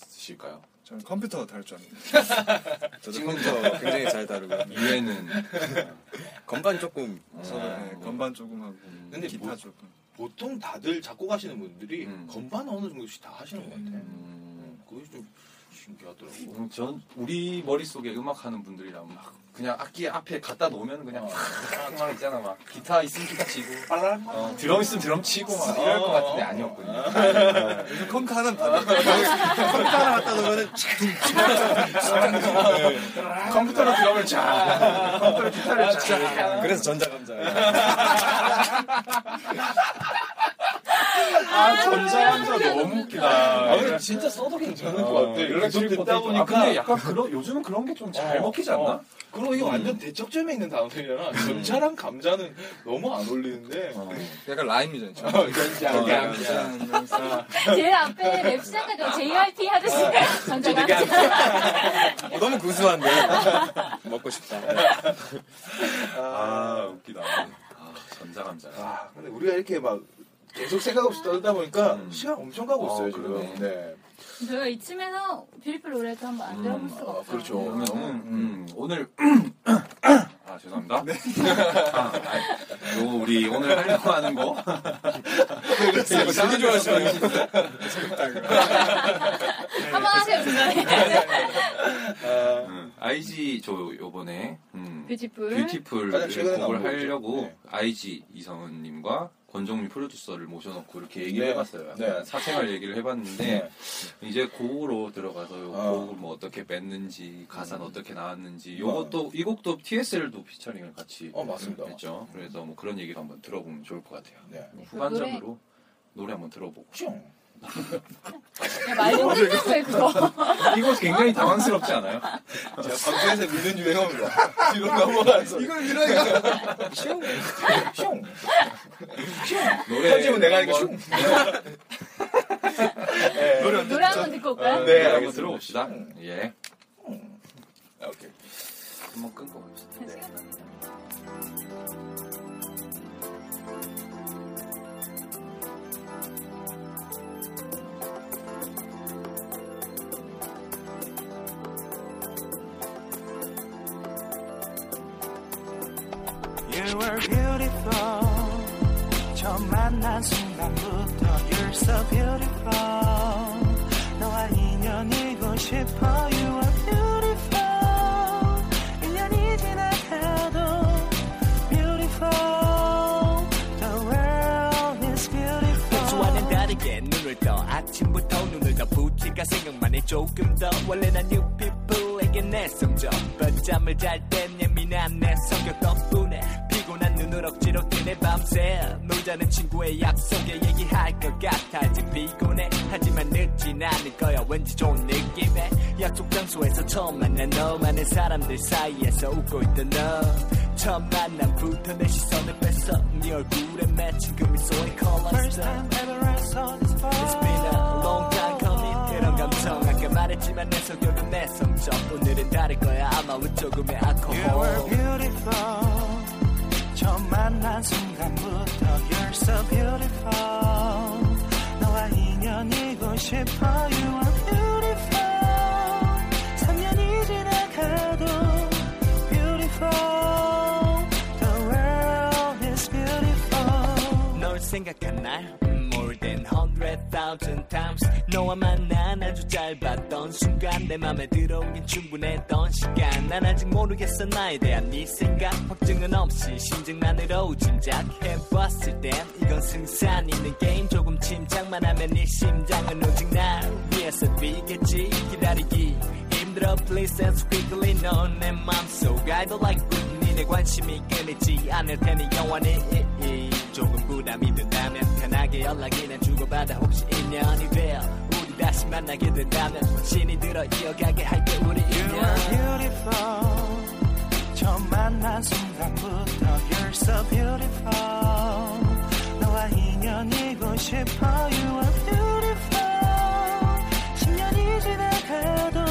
F: 있으실까요?
B: 저는 컴퓨터 다룰 줄 압니다.
J: <laughs>
B: 저도
F: 지금
B: 컴퓨터 굉장히 잘 다루고.
F: 이외는
B: 건반 조금.
E: 아.
B: 네, 건반 조금 하고.
E: 근데
B: 기타
E: 뭐-
B: 조금.
E: 보통 다들 작곡 하시는 분들이 건반 어느 정도씩 다 하시는 것 같아요. 그게 좀 신기하더라고.
F: 음, 전 우리 머릿속에 음악하는 분들이랑 막 그냥 악기 앞에 갖다 놓으면 그냥 막 있잖아 막 기타 있으면 기타 치고 어, 드럼 있으면 드럼 치고 막 이럴 것 같은데 어. 아니었군요 네.
B: 요즘 컴퓨터 하나 받아. 컴퓨터 하나 갖다 놓으면은
F: 컴퓨터로 드럼을 아, 자 컴퓨터로 기타를 자
B: 그래서 전자감자.
F: 아, 전자감자 너무 웃기다. 어,
E: 아, 근데 진짜 써도 괜찮은 것 같아.
F: 연락
E: 연락 좀 듣다 보니까.
F: 아, 근데 약간 그런 요즘은 그런 게 좀 잘 먹히지 않나?
E: 어. 그리고 이게 완전 대척점에 있는 단어들이잖아. 전자랑 감자는 너무 안 어울리는데.
B: 약간 라임이잖아요.
E: 어, 전자,
B: 어,
E: 감자.
D: 제일 앞에 랩 시작하죠. JYP 하듯이 전자가
B: 어, 너무 구수한데. 먹고 싶다.
F: 아 웃기다. 아, 전자감자.
E: 아, 근데 우리가 이렇게 막 계속 생각 없이 떠들다 보니까 시간 엄청 가고 음. 있어요,
F: 어,
E: 지금.
F: 그러네.
E: 네.
D: 저희가 이쯤에서 뷰티풀 노래도 한번 안 들어볼 수가 없어요.
E: 그렇죠.
F: 그러면은 음, 오늘 <clears throat> 아 죄송합니다.
E: 네.
F: <laughs> 아, 아, 요 우리 오늘 하려고 하는 거
O: 네, 뭐
B: 되게 좋아하시네요.
E: 네.
D: 한번 하세요 중간에.
E: 아,
F: 음, IG 저 요번에 음,
D: <laughs> 뷰티풀.
F: 뷰티풀
E: 가장 최근에 나온
F: 곡을
E: 거죠.
F: 하려고
E: 네.
F: IG 이성은님과 권정민 프로듀서를 모셔놓고 이렇게 얘기를
E: 네.
F: 해봤어요. 약간
E: 네.
F: 사생활 얘기를 해봤는데 이제 곡으로 들어가서 요
E: 아.
F: 곡을 뭐 어떻게 뺐는지
E: 음.
F: 가사는 어떻게 나왔는지 요것도 이 곡도 TSL도 피처링을 같이
E: 어, 맞습니다.
F: 했죠. 그래서 뭐 그런 얘기를 한번 들어보면 좋을 것 같아요.
E: 네.
F: 후반전으로 그 노래 한번 들어보고.
D: 네, 말좀
E: 네.
D: 끝내고 왜
E: <laughs>
D: 그거.
F: <laughs> 이거 굉장히 당황스럽지 않아요?
E: 제가 방송에서 믿는 유행어입니다. <laughs> 뒤로 넘어가서.
B: 이걸 밀어야
E: 슝!
F: 노래
E: 편집은 내가 하니까
F: 한번-
E: 슝! 네.
B: 노래
D: 노래 한번 듣고 올까요?
E: 네,
F: 네, 한번
E: 알겠습니다.
F: 들어봅시다. 예.
E: 오케이.
F: 한번 끊고 갑시다.
P: You were beautiful. 처음 만난 순간부터 You're so beautiful. 너와 인연이고 싶어 You are beautiful. 1년이 지나가도 Beautiful. The world is beautiful.
Q: 주와는 다르게 눈을 떠 아침부터 눈을 더 붙이가 생각만 해 조금 더 원래 난 new people에게 내 성적 밤잠을 잘땐 예민한 내 성격 덕분에 피곤한 눈을 억지로 뜨네 밤새 놀자는 친구의 약속에 얘기할 것 같아 아직 피곤해 하지만 늦진 않을 거야 왠지 좋은 느낌에 약속 장소에서 처음 만난 너 많은 사람들 사이에서 웃고 있던 너 처음 만남부터 내 시선을 뺐어 네 얼굴에 맺힌 그 미소의
P: First
Q: 컬러스터
P: time ever I saw this
Q: It's been a long time coming 그런 감정 아까 말했지만 내 성격은 내 성적 오늘은 다를 거야 아마 왜 조금의
P: You were
Q: 알코올
P: beautiful. 처음 만난 순간부터 you're so beautiful. 너와 인연이고 싶어 you are beautiful. 3년이 지나가도 beautiful. The world is beautiful.
Q: 널 생각한 날 More than hundred thousand times 너와 만난 아주 짧았던 순간 내 맘에 들어오긴 충분했던 시간 난 아직 모르겠어 나에 대한 네 생각 확증은 없이 심증만으로 짐작해봤을 땐 이건 승산 있는 게임 조금 침착만 하면 네 심장은 오직 날 위해서 뛰겠지 기다리기 힘들어 please answer quickly 넌내 맘속 I don't like Britney 내 관심이 끊이지 않을 테니 영원히 조금 부담이 든다면 편하게 연락이나 주고받아 혹시 인연이 되어 우리 다시 만나게 된다면 신이 들어 이어가게 할게
P: You
Q: 우리
P: are
Q: 인연
P: beautiful. 처음 만난 순간부터 you're so beautiful. 너와 인연이고 싶어 you are beautiful. 10년이 지나가도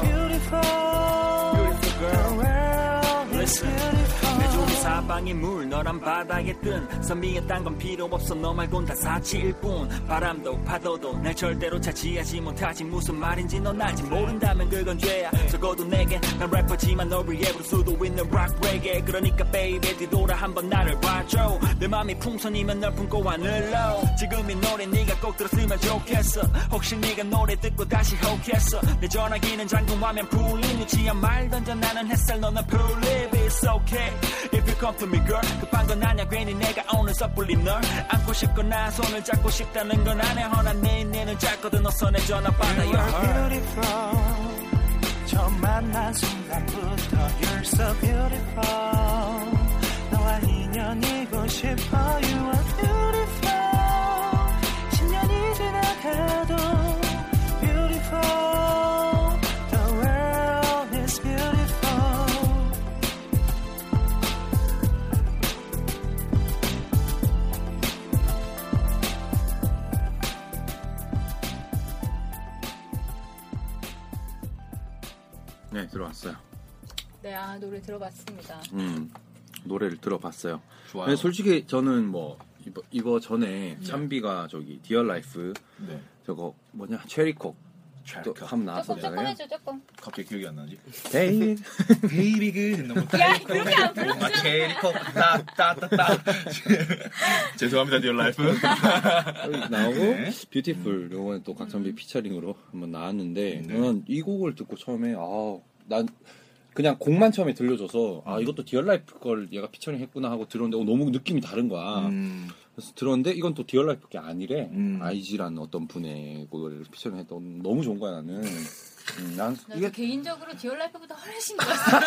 P: beautiful. The world is
R: Listen. 내 종이 사방의 물 너란 바닥에 뜬 선비의 딴 건 필요 없어 너 말곤 다 사치일 뿐 바람도 파도도 날 절대로 차지하지 못하지 무슨 말인지 넌 아직 모른다면 그건 죄야 적어도 내겐 난 래퍼지만 너를 예 부를 수도 있는 락 레게 그러니까 베이비 뒤돌아 한번 나를 봐줘 내 맘이 풍선이면 널 품고 하늘로 지금 이 노래 네가 꼭 들었으면 좋겠어 혹시 네가 노래 듣고 다시 혹했어 내 전화기는 잠금 화면 풀린 유치한 말 던져 나는 햇살 너는 풀립 It's okay if you come to me girl 급한 건 아냐 괜히 내가 오늘 섣불리 널 안고 싶거나 손을 잡고 싶다는 건 아냐 허나 내 인내는 짧거든 어서 내 전화 받아
P: You
R: your
P: are
R: heart
P: beautiful. 처음 만난 순간부터 you're so beautiful. 너와 인연이고 싶어 you are beautiful. 10년이 지나가도 beautiful. The world is beautiful.
E: 네 들어왔어요.
D: 네, 아, 노래 들어봤습니다.
F: 음, 노래를 들어봤어요.
E: 좋아요.
F: 근데 솔직히 저는 뭐 이거, 이거 전에 참비가 저기 디얼 라이프
E: 네.
F: 저거 뭐냐 체리콕 또 함
D: 조금 조금
F: 나왔었잖아요.
D: 해줘 조금.
E: 갑자기 기억이 안 나지?
F: 베이
E: 베이비 그 너무
D: 야 그렇게 안 불렀잖아.
E: 체리콕 따따따따 죄송합니다 디얼 <laughs> 라이프
F: 나오고 뷰티풀 요번에 또 각선비 피처링으로 한번 나왔는데 저는 이 곡을 듣고 처음에 아난 그냥 곡만 처음에 들려줘서 아 이것도 디얼라이프 걸 얘가 피처링 했구나 하고 들었는데 어, 너무 느낌이 다른 거야 그래서 들었는데 이건 또 디얼라이프 게 아니래 아이지라는 어떤 분의 곡을 피처링 했던 너무 좋은 거야 나는 음, 난
D: 나도
F: 이게
D: 개인적으로 디얼 라이프보다 훨씬 좋았어.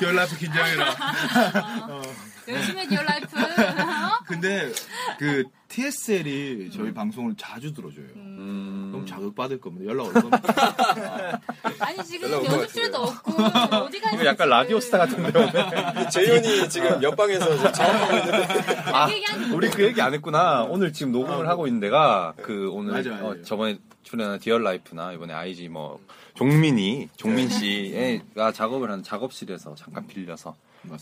E: 디얼 라이프 긴장해라
D: <laughs> 열심히 해, 디얼 라이프. 어?
E: 근데 그 TSL이 저희 방송을 자주 들어줘요 너무 자극받을 겁니다 연락 올 겁니다
D: 아니 지금
E: 연락 온것
D: 연습실도 없고 어디 가
E: <laughs>
D: 지
E: 약간 라디오 스타 같은데 오늘
B: 재윤이 지금 옆방에서 지금 작업하고 있는데
F: 아, 우리 그 얘기 안 했구나. 오늘 지금 녹음을 하고 있는 데가 그 오늘
E: 맞아, 맞아.
F: 어, 저번에 출연한 디얼 라이프나 이번에 IG 뭐 종민이 종민 씨가 작업을 하는 작업실에서 잠깐 빌려서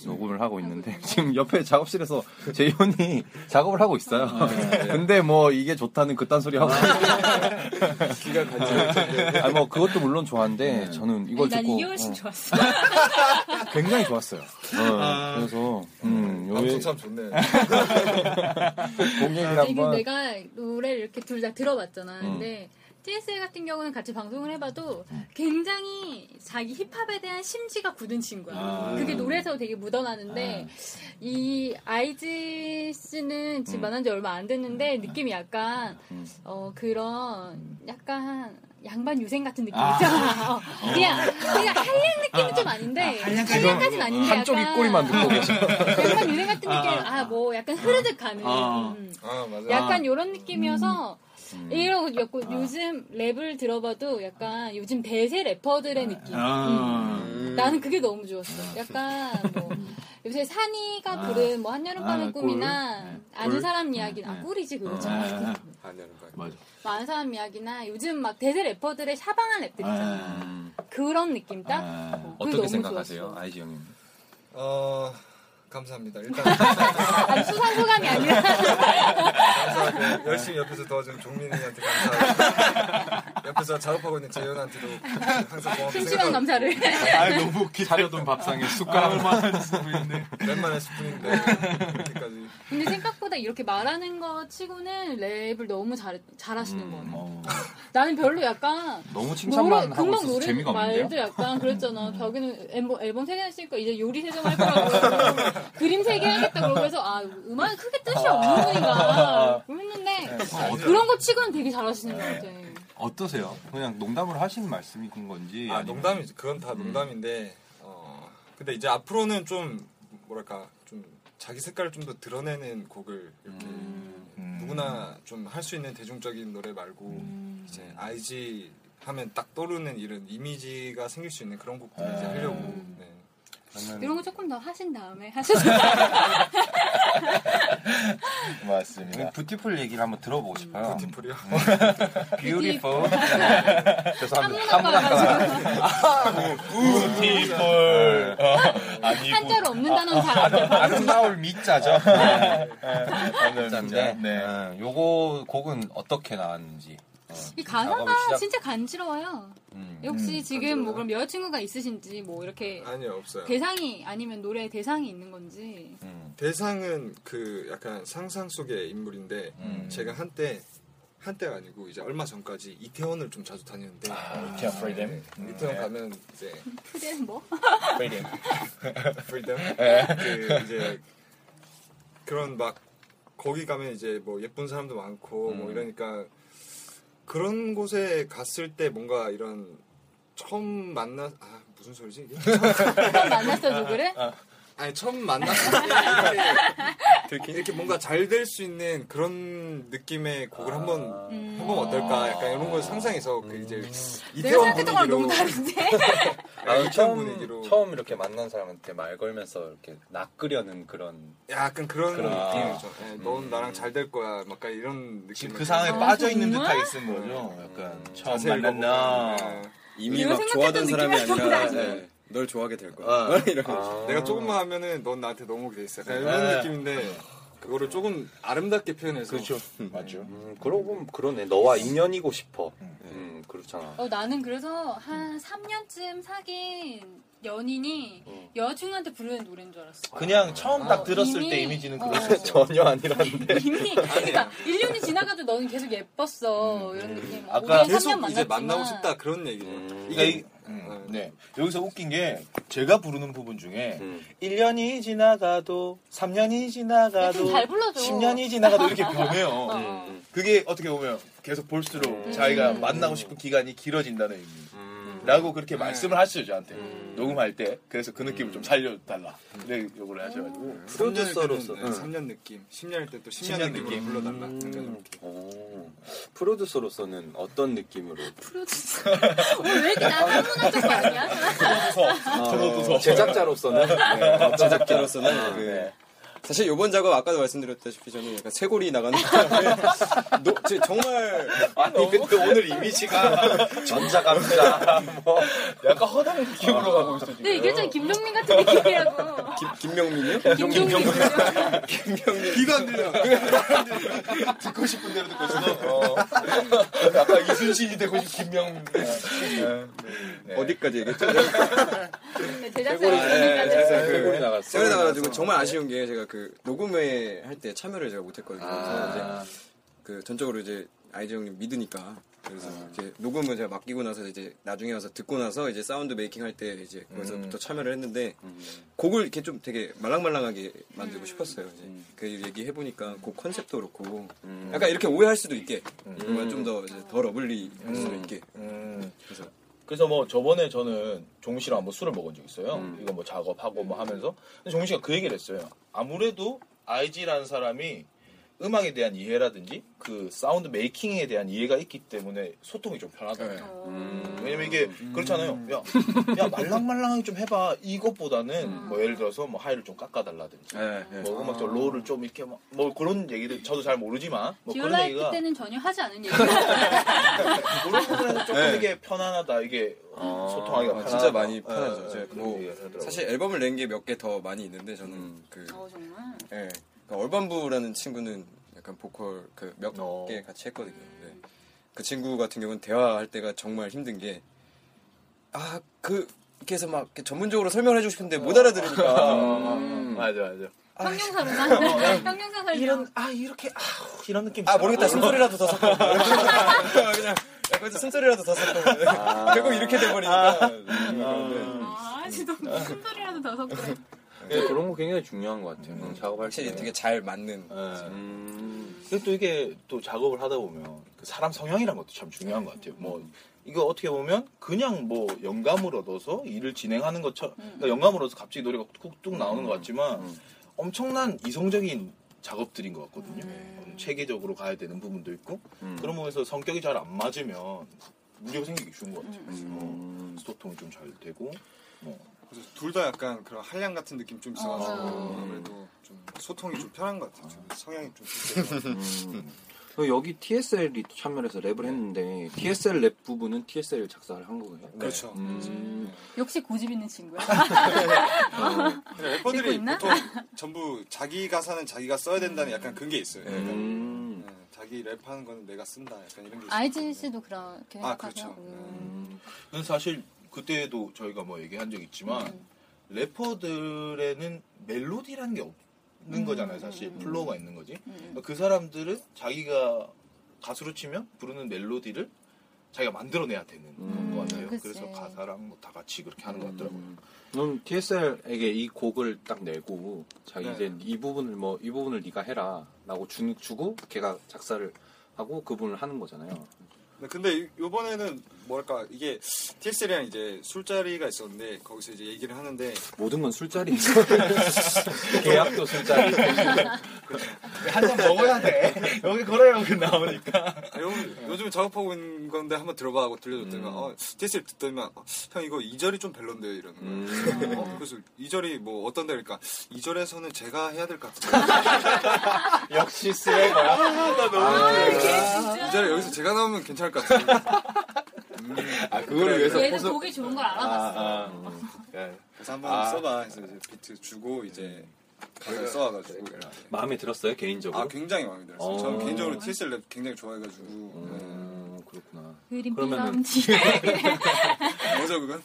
F: 녹음을 하고 있는데 <laughs> 지금 옆에 작업실에서 재현이 작업을 하고 있어요. 근데 뭐 이게 좋다는 그딴 소리 하고
B: 귀가
F: 아, 뭐 그것도 물론 좋아하는데 저는 이걸
D: 난
F: 듣고
D: 이게 훨씬
F: 어,
D: 좋았어.
F: 굉장히 좋았어요. 어, 그래서
B: 방송
F: 음, 요게 아,
B: 참 좋네.
F: 공연을
D: 근데
F: 한번
D: 이게 네,
F: 음.
D: 내가 노래를 이렇게 둘 다 들어봤잖아. 근데 TSL 같은 경우는 같이 방송을 해봐도 굉장히 자기 힙합에 대한 심지가 굳은 친구야.
S: 아.
D: 그게 노래에서 되게 묻어나는데
F: 아.
D: 이 아이즈 씨는
F: 음.
D: 지금 만난 지 얼마 안 됐는데 느낌이 약간 어, 그런 약간 양반 유생 같은 느낌
F: 아.
D: 있잖아. 어, 그냥 그냥 한량 느낌은 좀 아닌데 한량까지는 아닌데
F: 한쪽
D: 약간
F: 입꼬리만 듣고 계셔.
D: <laughs> 약간 유생 같은 느낌. 아 뭐 약간 아, 흐르듯 가는.
F: 아.
D: 음.
B: 아 맞아.
D: 약간 이런 느낌이어서 이러고 약간 요즘 랩을 들어봐도 약간 요즘 대세 래퍼들의 느낌.
F: 아.
D: 음. 나는 그게 너무 좋았어. 약간 뭐 요새 산이가 부른 뭐 한여름밤의
F: 아, 꿀.
D: 꿈이나 아는
F: 꿀.
D: 사람 이야기, 아 꿀이지 그거죠.
F: 맞아.
D: 뭐 아는 사람 이야기나 요즘 막 대세 래퍼들의 샤방한 랩들 있잖아. 그런 느낌 딱.
F: 예, 아.
D: 어, 그게
J: 어떻게
D: 너무
J: 생각하세요, 아이지 형님?
B: 어 감사합니다. 일단
D: 아니, 수상 소감이 아니라.
F: <laughs> 네.
B: 감사하고 열심히 옆에서 도와준 종민이한테 감사하고 옆에서 작업하고 있는 재현한테도 항상 고맙게
D: <laughs> 심심한 감사를. <laughs>
F: 아, 너무 아, 웃기. 차려둔 밥상에 숟가락만 쓰고 있네.
B: 웬만한 스푼인데 이렇게까지.
D: 근데 생각보다 이렇게 말하는 거 치고는 랩을 너무 잘, 잘하시는 것 같아요. 나는 별로 약간.
F: 뭐, 너무 칭찬만 하고
D: 금방
F: 있어서 재미가 없는데요?
D: 말도 약간 그랬잖아. 자기는 앨범, 앨범 3개나 쓸 거야. 이제 요리 3점 할 거라고. 그림 3개 하겠다고. 그러고 그래서, 아, 음악에 크게 뜻이 없는 분인가. 했는데,
F: 아,
D: 그런 거 치고는 되게 잘하시는 것 같아.
F: 어떠세요? 그냥 농담을 하시는 말씀인 건지.
B: 아
F: 아니면-
B: 농담이지. 그건
N: 음.
B: 다 농담인데. 어 근데 이제 앞으로는 좀 뭐랄까 좀 자기 색깔을 좀 더 드러내는 곡을 이렇게
N: 음.
B: 음. 누구나 좀 할 수 있는 대중적인 노래 말고
N: 음.
B: 이제 IG 하면 딱 떠오르는 이런 이미지가 생길 수 있는 그런 곡들 이제
N: 음.
B: 하려고. 네.
D: 이런 거 조금 더 하신 다음에
F: <laughs>
D: 하셔서.
N: 맞습니다.
F: 뷰티풀 얘기를 한번 들어보고 싶어요.
B: 뷰티풀이요?
F: 뷰티풀. 네.
D: 죄송합니다. 한문학과
N: 뷰티풀. 아니,
D: 한자로 없는 단어는 다 알아요.
F: 아름다울 미자죠.
N: 미자인데,
F: 미자인데.
B: 아.
F: 네. 요거 곡은 어떻게 나왔는지.
D: 이
F: 작업을
D: 가사가
F: 시작-
D: 진짜 간지러워요. 혹시
B: 음,
D: 지금 뭐 그럼 여자친구가 있으신지 뭐
B: <laughs>
D: 이렇게
B: 아니요 없어요.
D: 대상이 아니면 노래 대상이 있는 건지
E: 음.
B: 대상은 그 약간 상상 속의 인물인데
N: 음.
B: 제가 한때 한때가 아니고 이제 얼마 전까지 이태원을 좀 자주 다니는데
N: 아, 이태원 프리덤?
B: 네,
N: 음,
B: 이태원
N: 네.
B: 가면 이제
D: 그래 뭐 <laughs>
N: 프리덤.
B: 프리덤
E: 예.
N: 네.
B: 그 이제 그런 막 거기 가면 이제 뭐 예쁜 사람도 많고
E: 음.
B: 뭐 이러니까 그런 곳에 갔을 때 뭔가 이런 처음 만나 아 무슨 소리지 이게?
D: 처음 만났어 누구래?
B: 아니 처음 만났을 때 이렇게, 이렇게 뭔가 잘 될 수 있는 그런 느낌의
E: 아.
B: 곡을 한번 해보면 어떨까 약간 이런 걸 상상해서 그 이제
E: 음.
D: 내가
B: 이태원
D: 생각했던 거랑
B: 분위기로
D: 너무 다른데 <laughs>
B: 처음-
F: 아, 처음, 처음 이렇게 만난 사람한테 말 걸면서 이렇게 낚으려는 그런.
B: 약간 그런
F: 그런
B: 느낌이죠. 예, 넌 나랑 잘 될 거야. 막 약간 이런 느낌.
E: 음. 그
D: 아,
E: 상황에 빠져 있는 듯하게 쓴 거죠. 약간 처음
B: 자세히
E: 만났나.
B: 이미
E: 막
B: 좋아하던
E: 사람이 아니라
F: 네.
B: 널 좋아하게 될 거야. <laughs>
E: 이런
B: 아. 내가 조금만 하면은 넌 나한테 넘어오게 돼 있어. 약간 이런
F: 네.
B: 느낌인데 그거를 조금 아름답게 표현해서 그렇죠.
F: 맞죠. 그러고 보면 그러네. 너와 인연이고 싶어.
J: 네.
F: 음, 그렇잖아.
D: 어, 나는 그래서
E: 음.
D: 한 3년쯤 사귄 연인이 여자친구한테 부르는 노래인 줄 알았어
E: 그냥 처음 어. 딱
D: 어,
E: 들었을 때
D: 이미-
E: 이미지는
D: 어.
E: 그랬어요. 전혀 아니라는데. <laughs> 음.
D: 이미 그러니까 1년이 지나가도 너는 계속 예뻤어 이런 느낌
E: 아까
D: 우리는
E: 계속
D: 3년
E: 이제
D: 만났지만
E: 만나고
B: 싶다 그런 얘기죠.
E: 그러니까 이- 음, 네. 여기서 웃긴 게 제가 부르는 부분 중에
B: 음.
E: 1년이 지나가도 3년이 지나가도
D: 네, 좀잘 불러줘.
E: 10년이 지나가도 이렇게 변해요.
D: 어.
E: 음, 그게 어떻게 보면 계속 볼수록
D: 음.
E: 자기가
D: 음.
E: 만나고 싶은 기간이 길어진다는 의미. 라고 그렇게 말씀을 하시죠, 저한테. 음. 녹음할 때. 그래서 그 느낌을 좀 살려달라. 네, 요걸 하셔가지고.
B: 프로듀서로서
J: 네,
B: 3년 느낌, 10년일 때또 10년,
E: 10년
B: 느낌으로
E: 느낌.
B: 불러달라.
F: 오, 프로듀서로서는 어떤 느낌으로?
D: 프로듀서 오늘 왜 이렇게 나
E: 아.
D: 한문학 쪽거 아니야?
F: 프로듀서.
E: <laughs>
F: 제작자로서는?
O: 네, 제작자로서는
F: 아,
O: 그
F: 네.
O: 사실 이번 작업 아까도 말씀드렸다시피 저는 약간 쇄골이 나가는 <laughs> 네. 노, 제- 정말 아니 근데 오늘
J: <laughs>
O: 이미지가
F: 전자감자
O: 뭐
E: 약간 허당한 느낌으로 가고 있어
D: 근데 이게 좀 김종민 같은 느낌이라고
O: 김명민이요?
D: 김종민.
O: 김명민
E: 귀가 안 들려. 듣고 싶은 대로 듣고 있어. 어. 약간 이순신이 되고 싶은 김명.
O: 어디까지 얘기했죠?
D: <laughs> 네, 제작사에
O: 네,
D: 있으니까.
O: 제가 그-
F: 쇄골이 나갔어.
O: 쇄골이 나가지고 정말
F: 네.
O: 아쉬운 게 제가 그 녹음회 할 때 참여를 제가 못했거든요.
F: 아.
O: 그래서 이제 그 전적으로 이제 아이즈 형님 믿으니까 그래서
F: 아.
O: 이제 녹음은 제가 맡기고 나서 이제 나중에 와서 듣고 나서 이제 사운드 메이킹 할 때 이제
F: 음.
O: 거기서부터 참여를 했는데
F: 네.
O: 곡을 이렇게 좀 되게 말랑말랑하게
F: 음.
O: 만들고 싶었어요. 이제 그 얘기해 보니까 곡 컨셉도 그렇고
F: 음.
O: 약간 이렇게 오해할 수도 있게 정말 좀 더 덜 어블리 할
F: 음.
O: 수도 있게
E: 음.
O: 그래서
E: 그래서 뭐 저번에 저는 종민 씨랑 한번 술을 먹은 적 있어요. 이거 뭐 작업하고 뭐 하면서. 근데 종민 씨가 그 얘기를 했어요. 아무래도 IG라는 사람이 음악에 대한 이해라든지 그 사운드 메이킹에 대한 이해가 있기 때문에 소통이 좀 편하더라고요.
D: 어.
E: 왜냐면 이게 그렇잖아요.
J: 음.
E: 야, 야 말랑말랑하게 좀 해봐. 이것보다는
J: 음.
E: 뭐 예를 들어서 뭐 하이를 좀 깎아달라든지,
F: 네,
J: 네.
E: 뭐 음악적 로우를 좀 이렇게 막- 뭐 그런 얘기를 저도 잘 모르지만 뭐 그런
D: 듀얼라이프
E: 얘기가
D: 때는 전혀 하지 않은 얘기.
E: 그런 부분에서 조금
J: 네.
E: 이게 편안하다. 이게 소통하기가
J: 아,
E: 편하다.
J: 진짜 많이
E: 예,
J: 편하죠.
E: 예,
J: 제가
E: 그런
J: 뭐
E: 얘기가 하더라고요. 음.
J: 사실 앨범을 낸 게 몇 개 더 많이 있는데 저는 그
D: 어. 정말.
J: 예, 그 얼반부라는 친구는 약간 보컬 그 몇 개
E: 어.
J: 같이 했거든요. 네. 그 친구 같은 경우는 대화할 때가 정말 힘든 게 아, 그 이렇게 해서 막 이렇게 전문적으로 설명해 주고 싶은데
E: 어. <laughs>
J: 못 알아들으니까.
E: 맞아, 맞아.
D: <laughs> 형용사로만. 형용사 살려. 이런
E: 아 이렇게 아 이런 느낌.
J: 아, 모르겠다. 숨소리라도 더 섞어. <laughs> 그냥 약간 숨소리라도 더 섞어.
E: 아.
J: 결국 이렇게 돼버리니까. 음,
D: 아, 진짜 무슨 소리라도 더 섞어.
F: 예, 그런 거 굉장히 중요한 것 같아요. 작업할 때.
J: 되게 잘 맞는.
E: 예. 근데 또 이게 또 작업을 하다 보면 그 사람 성향이란 것도 참 중요한 것 같아요. 뭐 이거 어떻게 보면 그냥 뭐 영감을 얻어서 일을 진행하는 것처럼 그러니까 영감을 얻어서 갑자기 노래가 뚝뚝 나오는 것 같지만 엄청난 이성적인 작업들인 것 같거든요. 음, 체계적으로 가야 되는 부분도 있고
F: 음.
E: 그런 부분에서 성격이 잘 안 맞으면 문제가 생기기 쉬운 것 같아요. 그래서 뭐 소통이 좀 잘 되고
J: 그래서 둘 다 약간 그런 한량 같은 느낌 좀 있어가지고
D: 맞아요.
J: 아무래도 좀 소통이 좀 편한 것 같아요. 좀 성향이 좀
F: 음. 어, 여기 TSL이 참여해서 랩을 했는데 TSL 랩 부분은 TSL 작사를 한 거예요.
J: 그렇죠.
F: 네. 음.
D: 역시 고집 있는 친구야. 듣고
J: 래퍼들이
D: 있나?
J: 보통 전부 자기 가사는 자기가 써야 된다는 약간 그런 게 있어요.
F: 음.
E: 네.
J: 그러니까 네, 자기 랩하는 거는 내가 쓴다. 약간 이런 게 있어요.
D: 아이진 씨도 그렇게 생각하세요? 음.
J: 아, 그렇죠.
E: 근데 사실 그때도 저희가 뭐 얘기한 적 있지만
D: 음.
E: 래퍼들에는 멜로디라는 게 없는
D: 음.
E: 거잖아요 사실 플로우가 있는 거지 그 사람들은 자기가 가수로 치면 부르는 멜로디를 자기가 만들어내야 되는 것 같아요
D: 그치.
E: 그래서 가사랑 뭐 다 같이 그렇게 하는 것 같더라고요
F: 넌 TSL에게 이 곡을 딱 내고 자
E: 네.
F: 이제 이 부분을 뭐 이 부분을 네가 해라라고 주, 주고 걔가 작사를 하고 그분을 하는 거잖아요.
J: 네, 근데 이번에는 뭐랄까 이게 TSL이랑 이제 술자리가 있었는데 거기서 이제 얘기를 하는데
F: 모든 건
E: <laughs>
F: 술자리. <laughs> 계약도 술자리.
E: 한 잔 먹어야 돼 여기 걸어야 여기 나오니까
J: 아, 요, 요즘 작업하고 있는 건데 한번 들어봐 하고 들려줬더니만 어, TSL 듣더니만 어, 형 이거 2절이 좀 별론데 요 이러는 거예요 어, 그래서 2절이 뭐 어떤데 그러니까 2절에서는 제가 해야 될 것 같아요
E: 역시 쓰레 거야 아, 나 너무
J: 이절에 여기서 제가 나오면 괜찮을 것 같아요
E: 아 그거를
D: 얘는 곡이 좋은 걸 알아봤어.
J: 그래서 한번
E: 아.
J: 써봐 해서 이제 비트 주고 이제 가사를 써와가지고
F: 마음에 들었어요 개인적으로.
J: 아 굉장히 마음에 들었어요. 저는
F: 어.
J: 개인적으로 TSL 랩 굉장히 좋아해가지고
F: 음, 그렇구나.
D: 그림
F: 그러면은-
D: 빌런지.
J: 네. 뭐죠 그건?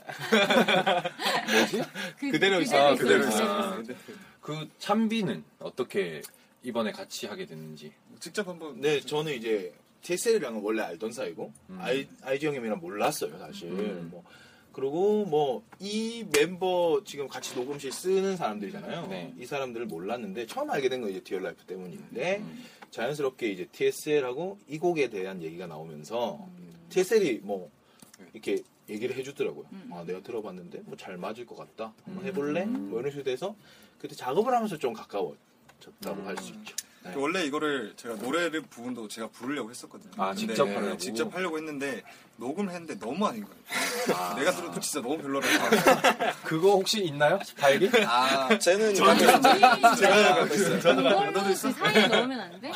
F: 뭐지?
D: 그-
F: 그대로 있어.
D: 있어요. 그대로
B: <laughs>
D: 있어요.
F: 아,
J: 네.
F: 그 참비는 어떻게 이번에 같이 하게 됐는지.
J: 직접 한번 음.
E: 네, 저는 이제 TSL이랑은 원래 알던 사이고 아이 아이지 형님이랑 몰랐어요 사실.
F: 음.
E: 뭐 그리고 뭐 이 멤버 지금 같이 녹음실 쓰는 사람들이잖아요.
J: 네.
E: 이 사람들을 몰랐는데 처음 알게 된 건 이제 디얼라이프 때문인데
J: 음.
E: 자연스럽게 이제 TSL하고 이 곡에 대한 얘기가 나오면서
J: 음.
E: TSL이 뭐
J: 네.
E: 이렇게 얘기를 해주더라고요.
J: 음.
E: 아 내가 들어봤는데 뭐 잘 맞을 것 같다. 한번 해볼래? 뭐 이런 식으로 해서 그때 작업을 하면서 좀 가까워졌다고 할
J: 음.
E: 수 있죠. 네.
B: 그
J: 원래 이거를 제가 노래를 부분도 제가 부르려고 했었거든요.
E: 아,
J: 근데
E: 직접 하려고?
J: 직접 하려고 했는데 녹음을 했는데 너무 아닌 거예요.
B: <laughs>
J: 내가 들어도 진짜 너무 별로라.
F: 그거 혹시 있나요? <laughs> 발기?
J: 아, 쟤는
F: 저는
J: 이거
F: 저는-
J: 제가 갖고 있어요.
F: 저는 갖고 있어요.
D: 너도 있어? 사이에 넣으면 안 돼?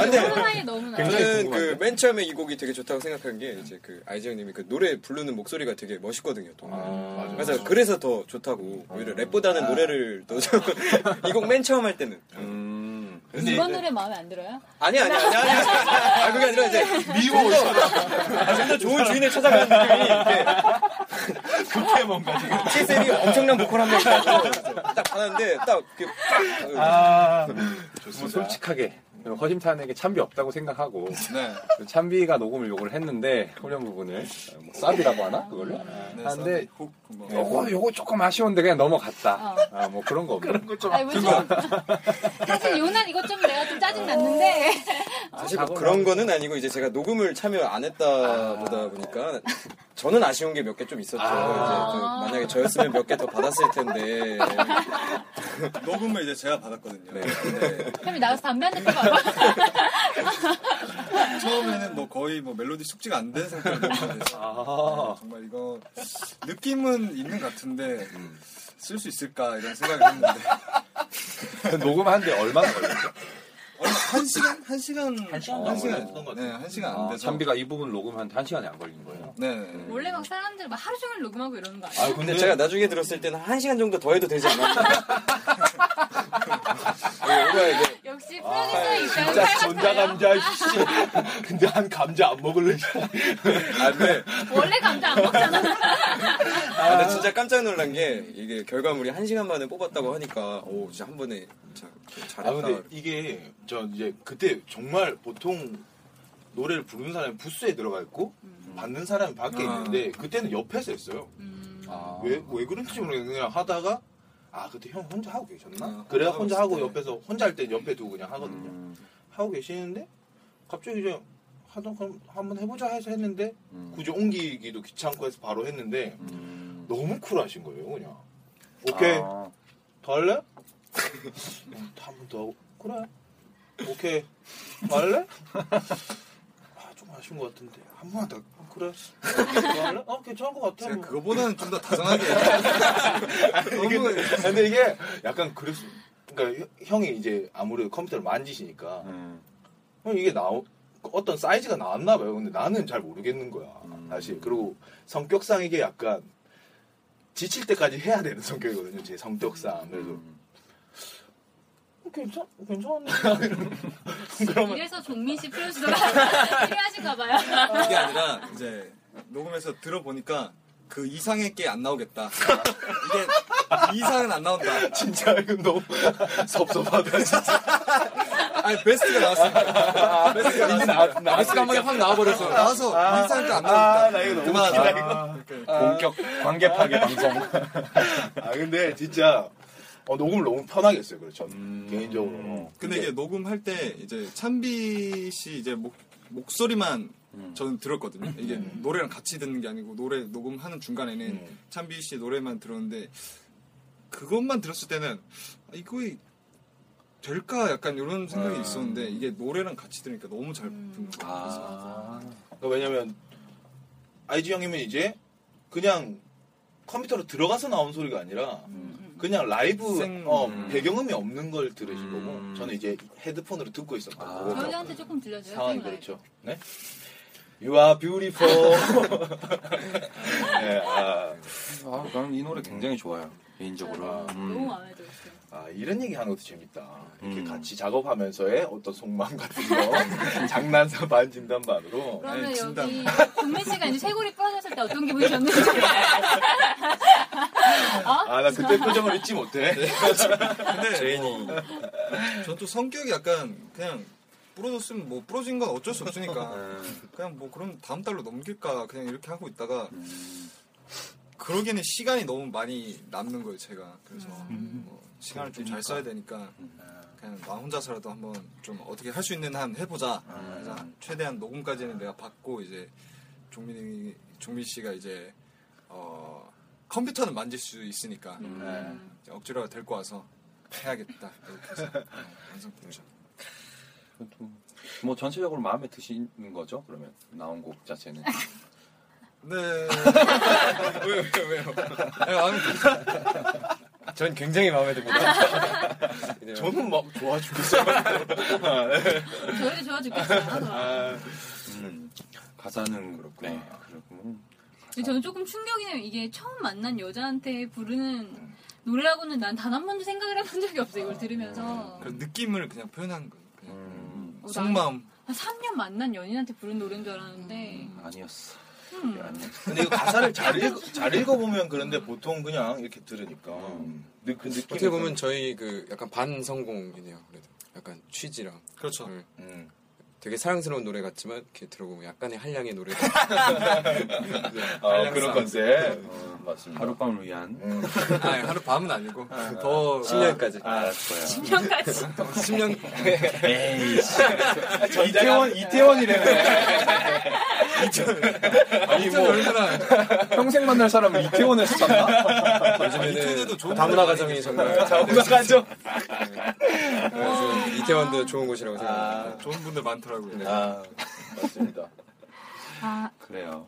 J: 근데
D: 사이에 넣으면 안 돼?
J: 저는 그 맨 처음에 이 곡이 되게 좋다고 생각한 게 이제 그 아이지 형님이 그 노래 부르는 목소리가 되게 멋있거든요. 아. 또. 그래서 그래서 더 좋다고 오히려 랩보다는 노래를 <laughs> 더이곡 맨 처음 할 때는. 근데
D: 이번 노래 마음에 안 들어요?
J: 아니 아니 아니 아니 <laughs> 아 그게 아니라 이제 미워 좀더 아, 좋은 주인을 찾아가는 느낌이 <laughs> 급해 뭔가 지금 TSM이 엄청난 보컬 <laughs> 한명 딱 봤는데 딱 이렇게
F: 아, 뭐 솔직하게 허심탄회하게 참비 없다고 생각하고 그 참비가 녹음을 요걸 했는데 후렴 부분을 어, 뭐 쌉이라고 하나 그걸로 하는데 네, 어, 요거 요거 조금 아쉬운데 그냥 넘어갔다. 아, 뭐 그런 거 없나? 그런
D: 거좀 아니, 뭐 좀- <laughs> 사실 요날 이것 좀 내가 좀 짜증 났는데
J: 아, 사실 뭐 그런 거는 아니고 이제 제가 녹음을 참여 안 했다 보다 보니까 저는 아. 아쉬운 게 몇 개 좀 있었죠.
B: 아.
J: 이제 좀 만약에 저였으면 몇 개 더 받았을 텐데. 그러니까
B: 녹음을 이제 제가 받았거든요.
E: 네.
D: 형님 나가서 담배 한 대 피고 와봐. <laughs>
B: 처음에는 뭐 거의 뭐 멜로디 숙지가 안 된 상태로
E: 아.
B: 녹음됐어요.
F: 아.
B: 정말 이거 느낌은 있는 것 같은데
E: 음.
B: 쓸 수 있을까 이런 생각을 했는데
E: 녹음하는데 얼마나 걸렸죠?
B: 얼마 한 시간 한 시간 한
E: 시간도 안 걸렸던 것 같아요.
B: 네한 시간 안 돼서
F: 참비가 이 부분 녹음한 한 시간에 안 걸린 거예요.
B: 네.
D: 원래 막 사람들 막 하루 종일 녹음하고 이러는 거 아니야?
J: 아 근데 제가 나중에 들었을 때는 한 시간 정도 더 해도 되지 않나?
D: 역시 프로듀서의 입장은
E: 진짜
D: 살갑다.
E: 전자 감자 씨. <laughs> 근데 한 감자 안 먹을래?
J: 안돼.
D: 원래 감자
E: <laughs>
D: 안 먹잖아.
J: 아, 근데 진짜 깜짝 놀란 게 이게 결과물이 한 시간 만에 뽑았다고 하니까 오 진짜 한 번에 참
E: 아
J: 잘했다.
E: 근데 이게 저 이제 그때 정말 보통 노래를 부르는 사람이 부스에 들어가 있고 받는 사람이 밖에
B: 아.
E: 있는데 그때는 옆에서 했어요.
D: 음,
F: 아,
E: 왜, 왜 그런지 모르겠는데 그냥 하다가 아 그때 형 혼자 하고 계셨나? 그래
B: 아, 혼자 하고
E: 혼자 하고
B: 있을 때. 음.
E: 옆에서 혼자 할 때 옆에 두고 그냥 하거든요. 하고 계시는데 갑자기 이제 하던 그럼 한번 해보자 해서 했는데
B: 음.
E: 굳이 옮기기도 귀찮고 해서 바로 했는데 너무 쿨하신 거예요 그냥 오케이
B: 아.
E: 더 할래? 음, 한 번 더 그래 오케이 더 할래? 아좀 아쉬운 것 같은데 한 번만 더 어, 그래 더 할래? 어 괜찮은 것 같아 뭐.
B: 그거보다는 좀 더 다정하게
J: <laughs>
E: 이게- <laughs> 근데 이게 약간 그랬어. 그러니까 형- 형이 이제 아무래도 컴퓨터를 만지시니까
F: 음.
E: 형 이게 나오 어떤 사이즈가 나왔나 봐요. 근데 나는 잘 모르겠는 거야. 사실 그리고 성격상 이게 약간 지칠 때까지 해야 되는 <laughs> 성격이거든요. 제 성격상 그래서 어, 괜찮 괜찮은데
D: 이래서 종민 씨 프로듀서가 <laughs> 필요하신가 봐요.
B: 이게 아니라 이제 녹음해서 들어보니까 그 이상의 게 안 나오겠다. 이게 이 이상은 안 나온다.
E: 진짜 이거 너무 <laughs> 섭섭하다.
B: 아니 베스트가 나왔어. 베스트가
E: 이제
B: 나왔어.
E: 아, 나-
B: 베스트가 한 번에 확 나와버렸어. 나와서
E: 아,
B: 이상은 또안
E: 아, 나
B: 나오겠다.
E: 이거 너무
B: 그만하자.
E: 웃기다, 이거.
F: 아.
B: 본격
E: 관계 파괴 방송. 아 근데 진짜 어, 녹음을 너무 편하게 했어요. 그렇죠. 개인적으로.
B: 근데 이게 녹음할 때 이제 찬비 씨 이제 목, 목소리만 저는 들었거든요. 이게 노래랑 같이 듣는 게 아니고 노래 음. 녹음하는 중간에는 찬비 씨 노래만 들었는데 그것만 들었을 때는 아, 이거 이- 될까 약간 이런 생각이 있었는데 이게 노래랑 같이 들으니까 너무 잘 부르는 거예요.
E: 아. 그러니까 왜냐면 IG 형님은 이제 그냥 컴퓨터로 들어가서 나온 소리가 아니라
D: 음.
E: 그냥 라이브 어, 배경음이 아. 없는 걸 들으신 거고 저는 이제 헤드폰으로 듣고 있었고
D: 저희한테 조금 들려줘요.
E: 상황이
D: 생각나요.
E: 그렇죠. 네. You are beautiful.
D: <laughs>
E: 네, 아.
F: 아, 나는 이 노래 굉장히 좋아요. 개인적으로.
D: 너무 마음에 들었어요.
E: 아, 이런 얘기 하는 것도 재밌다. 이렇게 같이 작업하면서의 어떤 속마음 같은 거. <laughs> 장난사 반 진단 반으로.
D: 그러면 여기 종민 씨가 이제 쇄골이 부러졌을 때 어떤
E: <laughs>
D: 기분이셨는지.
E: 아, 나 그때 표정을 잊지 못해.
B: 제인이. 전 또 성격이 약간 그냥 부러졌으면 뭐 부러진 건 어쩔 수 없으니까 그냥 뭐 그럼 다음 달로 넘길까 그냥 이렇게 하고 있다가 그러기에는 시간이 너무 많이 남는 거예요 제가 그래서 뭐 시간을 좀 잘 써야 되니까 그냥 나 혼자서라도 한번 좀 어떻게 할 수 있는 한 해보자 그래서 최대한 녹음까지는 내가 받고 이제 종민이 종민 씨가 이제 어, 컴퓨터는 만질 수 있으니까 네, 이제 억지로 데리고 와서 해야겠다 이렇게 해서 네, 완성 됐죠.
F: 뭐 전체적으로 마음에 드시는 거죠? 그러면 나온 곡 자체는.
B: 네. <laughs> 왜요, 왜요, 왜요? 네, 마음에 드- 전 굉장히 마음에 듭니다.
E: 저는 뭐, 막 좋아 죽겠어요.
D: 저희도 좋아 죽겠어요.
F: 음, 가사는 그렇구나. 그렇고.
D: 근데 저는 조금 충격이네요. 이게 처음 만난 여자한테 부르는 노래라고는 난 단 한 번도 생각을 해본 적이 없어요. 이걸 들으면서.
B: 그 느낌을 그냥 표현한 거예요. 그냥
D: 어,
B: 속마음.
D: 한 3년 만난 연인한테 부른 노래인 줄 알았는데.
F: 아니었어.
D: 음.
E: 근데 이거 가사를 잘,
D: <laughs>
E: 읽, 잘 읽어보면 그런데 보통 그냥 이렇게 들으니까. 느, 그 느낌.
J: 어떻게 보면 저희 그 약간 반 성공이네요. 그래도 약간 취지랑
B: 그렇죠.
J: 되게 사랑스러운 노래 같지만 이렇게 들어보면 약간의 한량의 <laughs> 노래.
E: 어, 그런 컨셉. 어, 맞습니다. 음.
F: 하룻밤을 위한.
J: 아 하루 밤은 아니고 더 10년까지.
F: 알았어요.
D: 10년까지.
J: 10년.
F: 에이.
D: 아,
E: 네. 이태원, 이태원이래. 아니 뭐 <laughs> 평생 만날 사람을 이태원에서 만나? 요즘에는
J: 다문화
B: 네,
J: 가정이 정말
E: 다문화 가정.
J: 그래서 이태원도 좋은 곳이라고
B: 아,
J: 생각합니다.
B: 좋은 분들 많더라고요.
E: 아, 맞습니다.
T: 아,
F: <laughs> 그래요.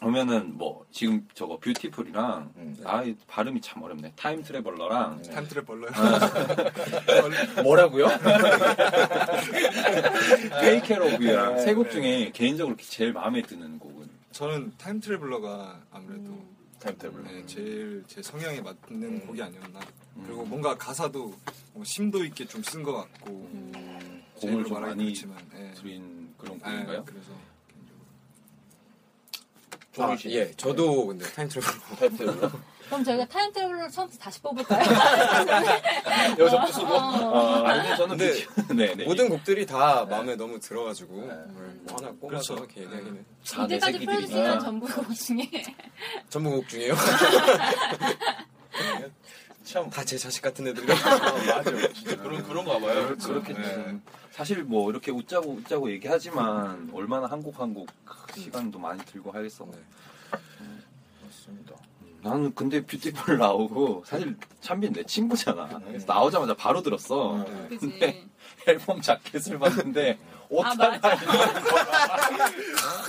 F: 그러면은 뭐 지금 저거 뷰티풀이랑
E: 네.
F: 아이 발음이 참 어렵네. 타임
E: 음.
F: 트래블러랑
B: 타임 트래블러요?
F: 뭐라고요? 페이케로브랑
B: 네,
F: 세곡
B: 네.
F: 중에 개인적으로 제일 마음에 드는 곡은
B: 저는 타임 트래블러가 아무래도
E: 타임 트래블러
B: 네, 제일 제 성향에 맞는
J: 음.
B: 곡이 아니었나. 그리고 뭔가 가사도 뭐 심도 있게 좀 쓴 것 같고
J: 음.
F: 공을
B: 제대로
F: 좀
B: 말하기
F: 많이
B: 그렇지만, 예.
F: 들인 네, 그런
B: 예,
F: 곡인가요?
B: 그래서
J: 아, 예,
B: 네.
J: 저도 근데 타임 트래블러. 타임 트래블러.
D: 그럼 저희가 타임 트래블러 처음부터 다시 뽑을까요?
J: 여기서 부수고.
D: 어.
F: 아니, 저는 <laughs>
J: 근데
F: 네,
J: 모든 곡들이 다 마음에 너무 들어가지고 오늘 뭐 하나
B: 네. 그렇죠.
J: 꼽아서 이렇게 얘기하기는.
D: 이제까지 프로듀싱한 전부 그 곡 중에
J: 전부 곡 중에요. 참 <laughs> 다 제 자식 같은 애들.
B: <laughs>
E: 맞아요. 진짜 그런 그런가
F: 네,
E: 봐요.
F: 그렇겠죠. 사실 뭐 이렇게 웃자고 웃자고 얘기하지만 얼마나 한 곡 한 곡 시간도 많이 들고 하겠어.
E: 맞습니다.
F: 나는 근데 뷰티풀 나오고 사실 찬빈 내 친구잖아. 그래서 나오자마자 바로 들었어.
D: 네.
F: 근데 앨범 자켓을 봤는데 옷 하나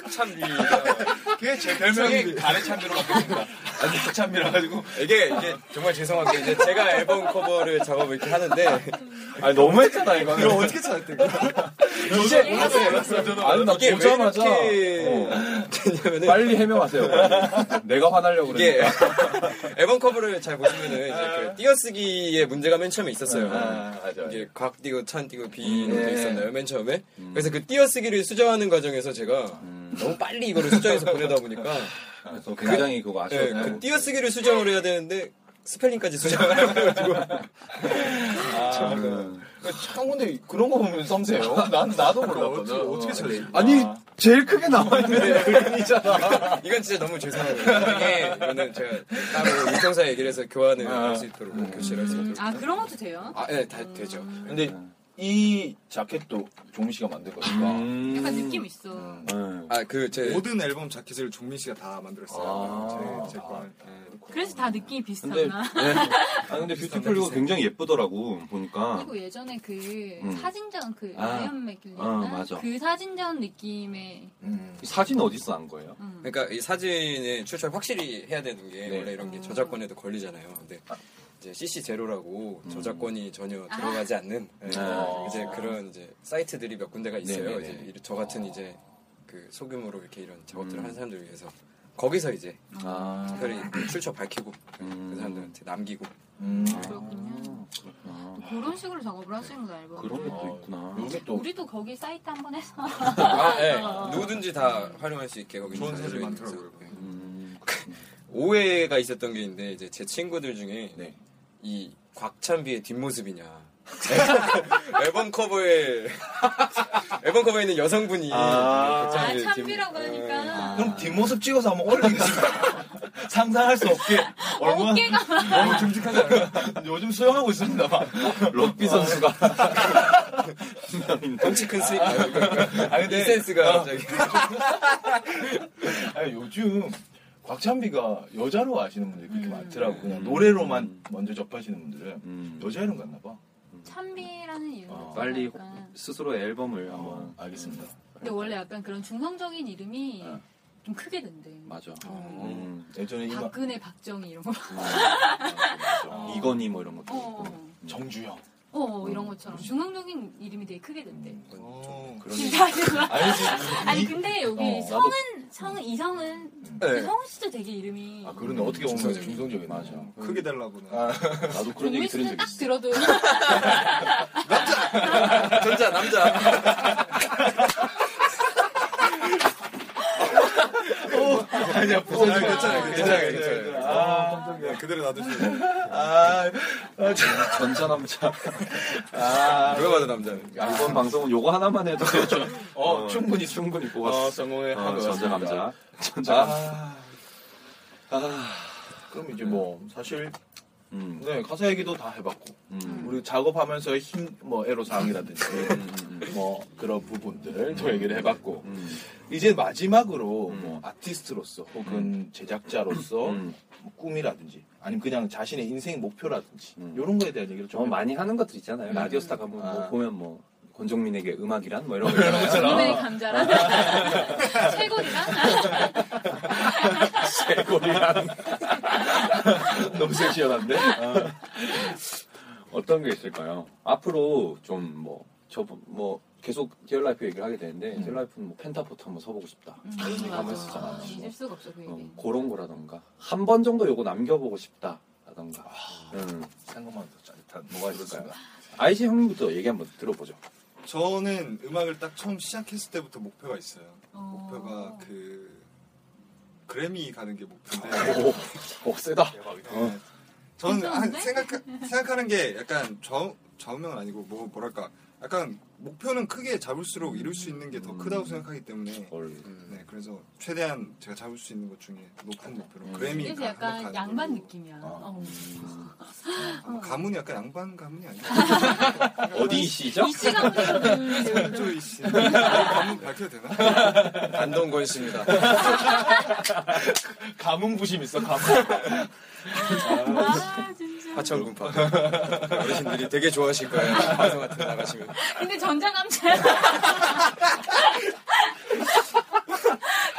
E: 찬비. 그게
B: 네.
E: 제 별명이
B: 아,
E: 발의 찬비로 바뀌었습니다. 아니 찬비라 가지고
J: 이게 이게 정말 죄송한데 이제 제가 앨범 커버를 작업을 이렇게 하는데
F: 아니 너무했잖아 이거는.
J: 이거 어떻게 찾았대?
E: 이제
F: 아니 나
J: 이게 왜
F: 보자마자
J: 이렇게
F: 어. 빨리 해명하세요. 빨리. 내가 화나려고
J: <laughs> 이게
F: 그러니까.
J: 앨범 커버를 잘 보시면은 이제 그 띄어쓰기의 문제가 맨 처음에
E: 아,
J: 있었어요. 이게 곽 띄고 찬 띄고 비
F: 네.
J: 있었나요? 맨 음. 처음에. 음. 그래서 그 띄어쓰기를 수정하는 과정에서 제가 너무 빨리 이거를 수정해서 보내다 보니까
F: 그래서 굉장히 그거
J: 네,
F: 아쉬웠어요.
J: 그 띄어쓰기를 수정을 해야 되는데 스펠링까지 수정을 해가지고
E: 참. 참 근데 그런 거 보면 섬세요. 아, 난 나도 몰랐거든.
J: 어떻게 찾지?
E: 아니 네. 그러니까. 제일 크게 나와 있는 그림이잖아.
J: <laughs> 이건 진짜 너무 죄송하고요. 이게 이거는 제가 따로 유통사 얘기를 해서 교환을
B: 아.
J: 할 수 있도록 교체를 할 수 있도록.
D: 아 그런 것도 돼요?
J: 아, 네, 다 되죠.
E: 근데 이 자켓도 종민 씨가 만든 거니까.
F: 음.
D: 약간 느낌 있어.
F: 네.
J: 아그제
B: 모든 앨범 자켓을 종민 씨가 다 만들었어요.
J: 아.
B: 제, 네. 제 거.
D: 그래서 다 느낌이
F: 근데
D: 비슷하구나.
F: 아 근데 뷰티풀 이거 굉장히 예쁘더라고 보니까.
D: 그리고 예전에 그
F: 음.
D: 사진전 그
F: 아.
D: 아이언 맥길리나
F: 아, 맞아.
D: 그 사진전 느낌의
B: 아.
J: 음.
F: 사진 어디서 난 거예요?
J: 그러니까 이 사진의 출처를 확실히 해야 되는 게
F: 네.
J: 원래 이런 게 저작권에도 걸리잖아요. 근데 이제 CC 제로라고
B: 음.
J: 저작권이 전혀
D: 아.
J: 들어가지 않는 예,
F: 아.
J: 이제 그런 이제 사이트들이 몇 군데가 있어요.
F: 네네네.
J: 이제 이런- 저 같은 이제 그 소규모로 이렇게 이런 작업들을
B: 음.
J: 하는 사람들 을 위해서 거기서 이제
D: 아,
E: 아,
J: 특별히 출처 밝히고
B: 음.
J: 그 사람들한테 남기고
E: 음.
D: 아, 그렇군요. 또 그런 식으로 작업을 하시는 거예요, 앨범.
F: 아, 그런
E: 아,
F: 것도 있구나.
D: 우리도 거기 사이트 한번 해서.
J: 아, 예.
D: 어.
J: 누구든지 다 활용할 수 있게 거기
B: 좋은 사진
J: 있어요.
B: 많더라고요. 음.
J: 예. <laughs> 오해가 있었던 게 있는데 이제 제 친구들 중에
B: 네.
J: 이 곽찬비의 뒷모습이냐 <laughs> 앨범 커버에 앨범 커버에 있는 여성분이
E: 아.
D: 아,
J: 곽찬비의
D: 참비라고 하니까.
E: 그럼 뒷모습 찍어서 한번 올리겠습니다. <laughs> 상상할 수 없게 얼마나
D: 어깨가
E: 너무 듬직하지 않아요? 요즘 수영하고 있습니다. 럭비 선수가
J: 덩치 큰 스윙 아,
E: 근데-
J: 이 센스가
E: 어.
J: 갑자기
E: 아니, 요즘 곽찬비가 여자로 아시는 분들이
D: 음.
E: 그렇게 많더라고. 그냥 노래로만 먼저 접하시는 분들은
F: 음.
E: 여자 이름 같나 봐.
D: 참비라는 이유는
E: 어,
F: 빨리
D: 약간.
F: 스스로의 앨범을 한번
E: 알겠습니다.
D: 근데 원래 약간 그런 중성적인 이름이 좀 크게 된대.
F: 맞아.
D: 어.
F: 음.
E: 예전에 이마,
D: 박근혜, 박정희 이런 거.
E: 아,
F: 이건희 뭐 이런 것도
D: 어,
E: 정주영.
D: 어, 어, 이런 것처럼 중성적인 이름이 되게 크게 된대.
E: 그런
D: 아니 근데 여기
E: 어, 나도-
D: 성은 성은 이성은
E: 네.
D: 성은 진짜 되게 이름이 뭐
E: 아, 그런데 어떻게 보면 중성적인 맞아.
B: 크게 어, 달라고는.
E: 나도 그런 얘기 들은 적
D: 딱
E: 있어.
D: 들어도
J: 전자 남자
E: 아니야, 부서진 거
B: 괜찮아요,
J: 네,
B: 네. 괜찮아요, 괜찮아요.
E: 아,
B: 그냥 그대로 놔두세요.
E: 아, 아, 참.
F: 전자 남자.
E: 아,
J: 누가 봐도 남자
F: 야, 이번 방송은 요거 하나만 해도
E: 어,
F: 어,
E: 충분히
F: 충분히
E: 어,
F: 뽑았어.
E: 성공해
F: 어,
E: 한
F: 전자
E: 거였습니다.
F: 남자. 전자 남자.
E: 아, 아, 그럼 이제 뭐 사실
F: 음.
E: 네 가사 얘기도 다 해봤고
F: 음. 음,
E: 우리 작업하면서 힘뭐 애로사항이라든지 뭐 그런 부분들 또 얘기를 해봤고 이제 마지막으로 뭐
F: 음.
E: 아티스트로서 혹은 제작자로서 뭐 꿈이라든지 아니면 그냥 자신의 인생 목표라든지 이런 거에 대한 얘기를 좀
F: 음. 어, 많이 하는 것들 있잖아요.
E: 음.
F: 라디오스타 가면 뭐
E: 아.
F: 보면 뭐 권종민에게 음악이란 뭐 이런 거
D: <laughs>
E: 이런
F: 있잖아요.
E: 것처럼.
D: 이놈의 감자랑
E: 아.
D: <laughs> 최고리랑
F: <laughs>
E: 쇠고리랑 너무 섹시한데
F: 어떤 게 있을까요? 앞으로 좀 뭐 저뭐 뭐 계속 디얼라이프 얘기를 하게 되는데 디얼라이프는 뭐 펜타포트 한번 서보고 싶다
D: 음,
F: 이런 얘기 한번 했었잖아요.
D: 잊을 수가 없어 그 얘기.
F: 뭐 그런 거라던가 한 번 정도 요거 남겨보고 싶다라던가
E: 아.
F: 음.
E: 생각만 해도 짜릿한
F: 뭐가 있을까요? 아이지 형님부터 얘기 한번 들어보죠.
B: 저는 음악을 딱 처음 시작했을 때부터 목표가 있어요.
D: 아.
B: 목표가 그 그래미 가는 게 목표인데.
F: 오, 오, 세다. 어,
B: 네. 저는 한
D: 괜찮은데?
B: 생각 생각하는 게 약간 좌우 좌우명은 아니고 뭐 뭐랄까 약간 목표는 크게 잡을수록 이룰 수 있는 게 더 크다고 생각하기 때문에. 네, 그래서 최대한 제가 잡을 수 있는 것 중에 높은 목표로 그래미
D: 그래서
B: 가는 거 가는
D: 약간
B: 걸로.
D: 양반
E: 아.
D: 느낌이야. 어.
B: 아마 가문이 약간 양반 가문이 아니야.
F: 어디시죠?
D: 이 시간
E: 아,
D: 네,
B: <laughs> 조이 씨. 가문 밝혀도 되나?
J: 안동권 씨입니다.
E: 가문 부심 있어 가문
D: 아 진짜.
J: 하천군파. 어르신들이 되게 좋아하실 거예요. 방송 같은 데 나가시면.
D: 근데 전자감자야.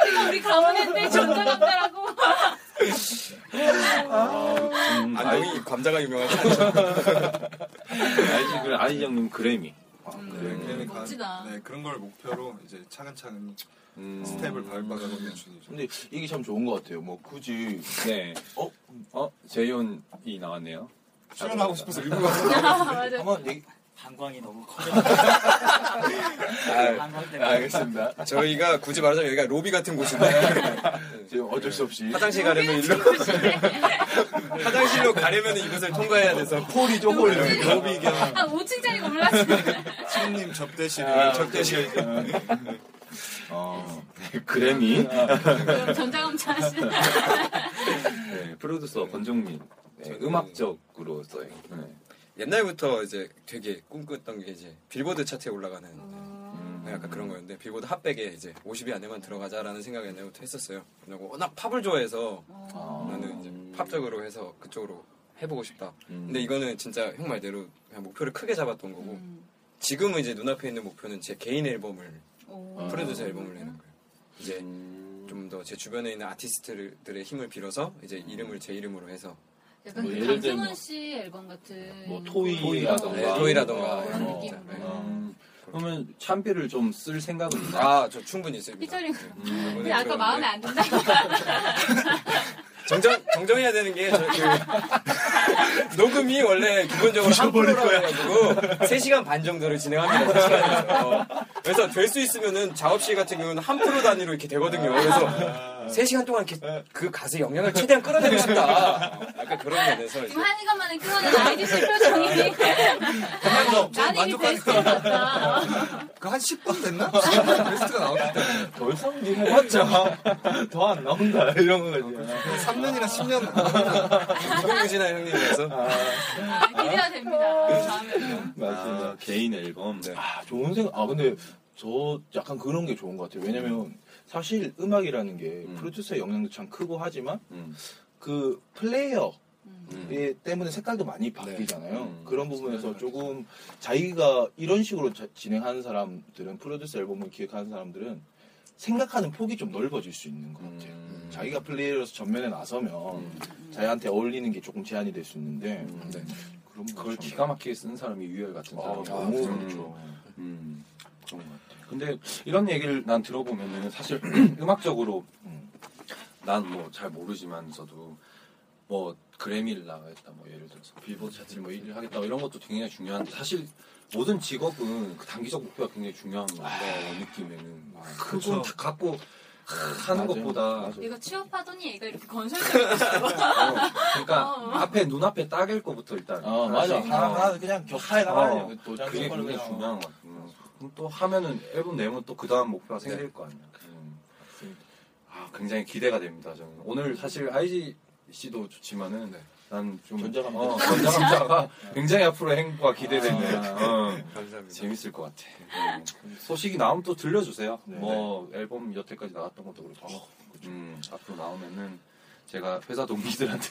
D: 제가 우리 가문인데 전자감자라고.
E: <laughs> 아,
J: 안동이 감자가 유명하죠.
F: 아이지 그 아이지 형님 그래미.
B: 네, 그래미 가-
D: 멋지다.
B: 네, 그런 걸 목표로 이제 차근차근 스텝을 밟아가는 중이죠.
E: 근데 이게 참 좋은 것 같아요 뭐 굳이
F: 네. 어? 어? 재현이 나왔네요.
B: 출연하고 싶어서 일부러
D: 맞아.
E: 한번 얘기
Q: 방광이 너무 커. 방광
J: 아,
Q: 때문에.
F: <laughs>
J: 알겠습니다. 저희가 굳이 말하자면 여기가 로비 같은 곳인데
E: 지금 어쩔 수 없이
J: 화장실 가려면 일로 화장실로 가려면 이곳을 통과해야 돼서
E: 폴이 좀 폴이
B: 로비 겸
D: 아
E: <laughs>
D: 5층짜리가 올라왔어.
B: 손님 <laughs> 접대실
E: 아,
B: 접대실
F: 어, 네, 그래미.
D: 그럼 전자감자 하시.
F: 네, 프로듀서 권종민. 네, 음악적으로서의. 네.
J: 옛날부터 이제 되게 꿈꿨던 게 이제 빌보드 차트에 올라가는 네, 약간 그런 거였는데 빌보드 핫백에 이제 50위 안에만 들어가자라는 생각을 옛날부터 했었어요. 그리고 워낙 팝을 좋아해서 나는 이제 팝적으로 해서 그쪽으로 해보고 싶다. 근데 이거는 진짜 형 말대로 그냥 목표를 크게 잡았던 거고 지금은 이제 눈앞에 있는 목표는 제 개인 앨범을
D: 아.
J: 프로듀서 앨범을 내는 거예요. 이제 좀 더 제 주변에 있는 아티스트들의 힘을 빌어서 이제 이름을 제 이름으로 해서
D: 약간
F: 뭐
D: 그
F: 예를 들면
D: 강승원 씨 앨범 같은.
F: 뭐
D: 토이라던가.
F: 토이라던가.
J: 네, 토이라던가.
D: 그런
J: 어,
D: 느낌으로.
J: 네.
F: 음, 그러면 참비를 좀 쓸 생각은 있나?
J: 아, 저 충분히 있습니다.
D: 피처링. 근데
J: 이번에
D: 아까
F: 그렇죠.
J: 들어온
D: 마음에
J: 게
D: 안 든다.
J: 정정 정정해야 되는 게 저, 그 <laughs> 녹음이 원래 기본적으로 한 프로라고 해가지고 3시간 반 정도를 진행합니다. 3시간에서. 그래서 될 수 있으면은 작업실 같은 경우는 한 프로 단위로 이렇게 되거든요. 그래서 3시간 동안 이렇게 그 가수 영향을 최대한 끌어내고 싶다. 약간 그런 면에서 이제
D: 지금 한 시간 만에 끊어낸 아이디 씨 표정이.
F: 네.
D: 나는 이게 베스트 같다.
B: 그한 10분
J: <laughs>
B: 됐나? 베스트가 나왔기 때문에
E: 더 이상 니 해봤자 더 안 나온다 <laughs> 이런 거지
B: 3년이나 10년
J: 유진아 형님이라서
D: 아, 기대가 됩니다. 다음에.
F: 아, 개인 앨범.
E: 아, 좋은 생각. 아, 근데 저 약간 그런 게 좋은 것 같아요. 왜냐면 사실 음악이라는 게 프로듀서의 영향도 참 크고 하지만
F: 음.
E: 그 플레이어 이 때문에 색깔도 많이 바뀌잖아요.
F: 음.
E: 그런 부분에서 조금 자기가 이런 식으로 자- 진행하는 사람들은 프로듀서 앨범을 기획하는 사람들은 생각하는 폭이 좀 넓어질 수 있는 것 같아요. 자기가 플레이어로서 전면에 나서면 자기한테 어울리는 게 조금 제한이 될 수 있는데
J: 네.
E: 그런
F: 그걸
E: 참-
F: 기가 막히게 쓴 사람이 유열 같은
E: 아,
F: 사람이
E: 너무 그렇죠. 좋죠.
F: 음. 근데 이런 얘기를 난 들어보면은 사실 <clears throat> 음악적으로 난 뭐 잘 모르지만서도 뭐 그래미를 나가겠다 뭐 예를 들어서 빌보드 차트 뭐 1위를 하겠다 이런 것도 굉장히 중요한데 사실 모든 직업은 그 단기적 목표가 굉장히 중요한 건데 내 느낌에는 그건 다 갖고 하는
E: 아, 그렇죠. 맞아요.
F: 것보다
D: 얘가 취업하더니 얘가 이렇게 건설적이야.
F: 그러니까 앞에 눈앞에 따길 거부터 일단
E: 어, 맞아.
F: 하나씩
E: 하나, 하나 그냥 격하게 나가야 돼요. 도장
F: 어, 그게
E: 찍어버리고
F: 굉장히
E: 그냥.
F: 중요한 것 같아요. 음, 그럼 또 하면은 앨범 내면 또 그 다음 목표가 생길 거 아니야. 음. 아, 굉장히 기대가 됩니다. 저는 오늘 사실 아이지 씨도 좋지만은 난좀
E: 전자감자.
F: 어, <laughs> 전자감자가 굉장히 앞으로 행보가 기대되는.
E: 아,
F: 어.
E: 감사합니다.
F: 재밌을 것 같아. 어. 소식이 나오면 또 들려주세요. 뭐 앨범 여태까지 나왔던 것도 그렇죠.
E: 어,
F: 그렇고. 음, 앞으로 나오면은 제가 회사 동기들한테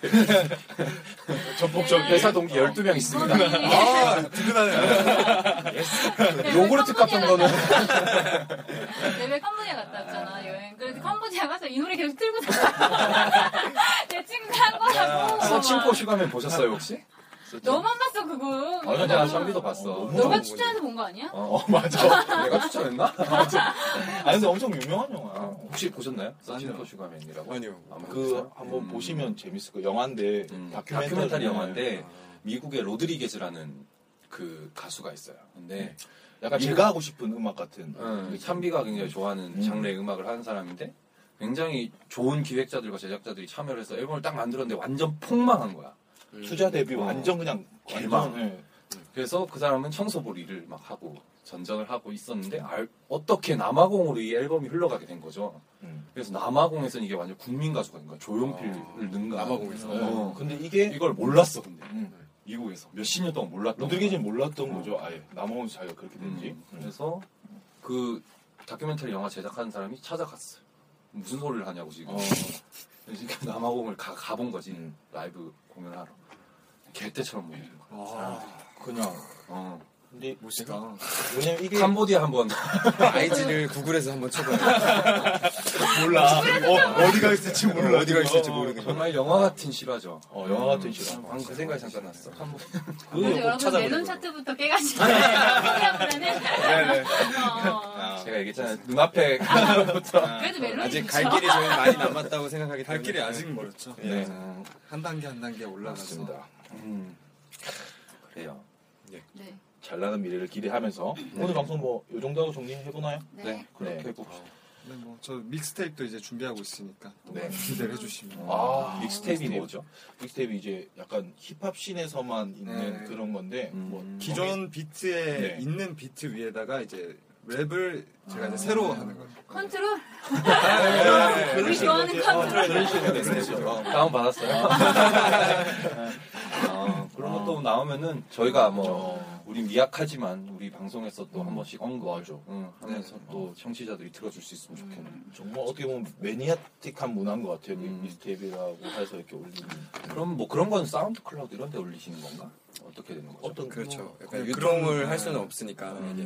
F: <laughs>
E: 전폭적인.
F: 회사 동기 12명 있습니다.
D: 어.
E: 거기. 아, 든든하네.
F: 예스. 요구르트 같은 거는
D: 내가 네, 캄보디아 갔다 왔잖아 여행. 그래서 캄보디아 가서 이 노래 계속 틀고 다녔어. <laughs> 내 친구 한 거라고.
F: 서칭포 휴가맨 보셨어요, 혹시?
D: 너만 봤어 그거.
F: 어, 근데 나 샴비도 봤어.
D: 너가 추천해서 본 거 아니야?
F: 어, 맞아. 내가 추천했나?
E: 아 근데 엄청 유명한 영화.
F: 혹시 보셨나요? 서칭포 휴가맨이라고? 아니요.
E: 그 한번 보시면 재밌을 거예요. 영화인데 다큐멘터리,
F: 음. 다큐멘터리 영화인데 미국의 로드리게즈라는 그 가수가 있어요. 근데
E: 약간
F: 미국-
E: 제가 하고 싶은 음악 같은.
F: 음, 찬비가 굉장히 좋아하는 장르의 음악을 하는 사람인데 굉장히 좋은 기획자들과 제작자들이 참여를 해서 앨범을 딱 만들었는데 완전 폭망한 거야.
E: 투자 대비
F: 어.
E: 완전 그냥
F: 개망.
E: 완전, 예.
F: 그래서 그 사람은 청소볼 일을 막 하고 전전을 하고 있었는데 알- 어떻게 남아공으로 이 앨범이 흘러가게 된 거죠.
E: 음.
F: 그래서 남아공에서는 이게 완전 국민 가수가 된 거야. 조용필을 능가.
E: 아, 남아공에서? 음.
F: 어.
E: 예. 근데 이게
F: 이걸 몰랐어 근데 미국에서 몇십 년 동안 몰랐던.
E: 로드리게즈는
F: 어.
E: 몰랐던 거죠. 아예 남아공 사이가 그렇게
F: 된지. 음. 그래서 그 다큐멘터리 영화 제작하는 사람이 찾아갔어요. 무슨 소리를 하냐고 지금. <laughs> 그러니까 남아공을 가, 가본 거지 라이브 공연을 하러. 개떼처럼 보이는 거야.
E: 그냥.
F: 어.
E: 근데
F: 멋있다.
E: 왜냐면 이게
F: 캄보디아 한번
J: 아이지를 구글에서
F: <laughs>
J: 한번 쳐봐요.
F: 몰라.
J: 어, 어디가 있을지 몰라.
F: 어디가 있을지
J: 어,
F: 모르는 정말 영화 같은 실화죠.
E: 어, 영화 같은 실화.
F: 방금 그 생각이 잠깐 났어. 한번
D: 그래서 여러분 멜론 차트부터 깨가지고 <laughs> 그러면은 어.
F: 제가 얘기했잖아요. 눈앞에
D: 그래도 멜론이
J: 아직
D: 좋죠.
J: 갈 길이 저희 많이 남았다고 생각하기 때문에
B: 갈 길이 아직 멀었죠.
J: 네.
B: 네. 한 단계 한 단계 올라가서
E: 맞습니다. 그래요.
D: 네.
E: 잘나는 미래를 기대하면서
F: 네.
E: 오늘 방송 뭐 요 정도 하고 정리해 보나요?
D: 네.
E: 그렇게
B: 네.
E: 해봅시다.
B: 네, 뭐 저 믹스테이프도 이제 준비하고 있으니까 또 많이 기대를 해주시면
E: 아, 믹스테이프 뭐죠? 믹스테이프 이제 약간 힙합 씬에서만 있는
B: 네.
E: 그런 건데
F: 음.
E: 뭐
B: 기존 비트에
E: 네.
B: 있는 비트 위에다가 이제 랩을 제가 이제 새로 하는 거죠.
D: 컨트롤.
B: 그런
D: 우리
B: 식으로
D: 좋아하는
B: 이제,
D: 컨트롤.
B: 그런 식으로
F: 네, 그렇죠. 다운 받았어요. <laughs> 어, 그런 것도 나오면은 저희가
E: 그렇죠.
F: 뭐
E: 어.
F: 우리 미약하지만 우리 방송에서 또 한
E: 음.
F: 번씩 언급하죠. 하면서
E: 어,
F: 또 청취자들이 들어줄 수 있으면 좋겠네요.
E: 정말 어떻게 보면 매니아틱한 문화인 것 같아요. 믹스테이프라고 해서 이렇게 올리는.
F: 음. 그럼 뭐 그런 건 사운드 클라우드 이런 데 올리시는 건가? 어떻게 되는 거죠?
E: 어떤
J: 그렇죠. 약간 유통을 할 수는 없으니까
F: 이게.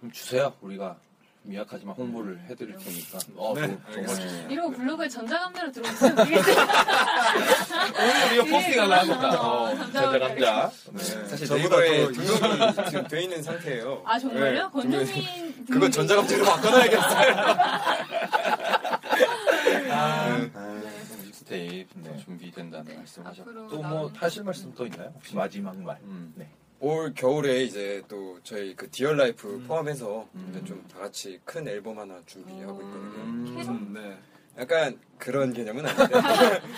F: 그럼 주세요. 우리가 미약하지만 홍보를 해드릴 테니까. 어,
E: 네,
F: 정- 정말
E: 알겠습니다.
D: 이러고 블로그에 전자감자로 네, 들어오세요. 모르겠어요.
E: 오히려 포스팅하려 합니다.
D: 어,
E: 전자 감자.
F: 네.
J: 사실
E: 저보다 더
J: 네이버에 등록이 지금 돼 있는 상태예요.
D: 아 정말요?
J: 네.
D: 권정민
J: 그건 전자감지로 바꿔놔야겠어요.
F: 믹스테이프 네, 준비된다는 말씀하셨고
D: 앞으로
F: 또 뭐
D: 나오는
F: 하실 말씀 또 있나요? 혹시?
E: 마지막 말.
F: 네.
J: 올 겨울에 이제 또 저희 그 디얼 라이프 포함해서 좀 다 같이 큰 앨범 하나 준비하고 있거든요.
B: 음,
J: 네. 약간 그런 개념은 아닌데.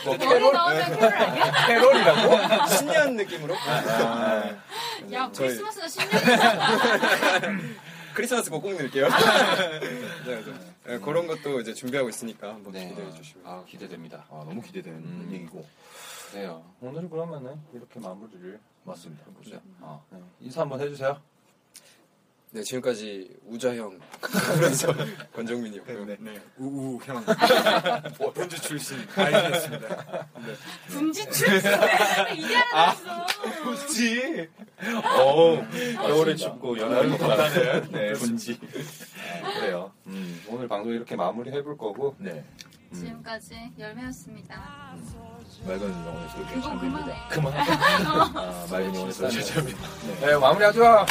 D: 뭐 캐롤? 나오는 캐롤 아니야?
J: 캐롤이라고? 뭐, 신년 느낌으로?
D: 야
J: 저희-
D: 크리스마스가 10년이잖아.
J: <laughs> 크리스마스 곡 꼭 넣을게요. <laughs> 네, 네. 네, 그런 것도 이제 준비하고 있으니까 한번 기대해 주시면.
F: 아, 기대됩니다.
E: 아, 너무 기대되는
B: 음.
E: 얘기고.
F: 그래요. 오늘 그러면은 이렇게 마무리를 맞습니다. 보세요. 어, 네. 인사 한번 해주세요.
J: 네, 지금까지 우자형. <laughs> 그래서 권정민이었고요. 네,
B: <laughs>
J: 우우형.
B: 어,
J: 본주 출신. 알겠습니다.
D: 분지 출신. 이제 알았어.
E: 굳이. 어
F: 아,
E: 겨울에 춥고 연하를 덥다는 네, 분지.
F: 그래요. 음, 오늘 방송 이렇게 마무리 해볼 거고.
E: 네.
D: 지금까지 열매였습니다.
E: 맑은 영혼에서
D: 그건 그만해.
E: 그만. 네.
F: 아, 맑은 영혼에서
E: 죄송합니다.
F: 네, 마무리하죠.
U: 아.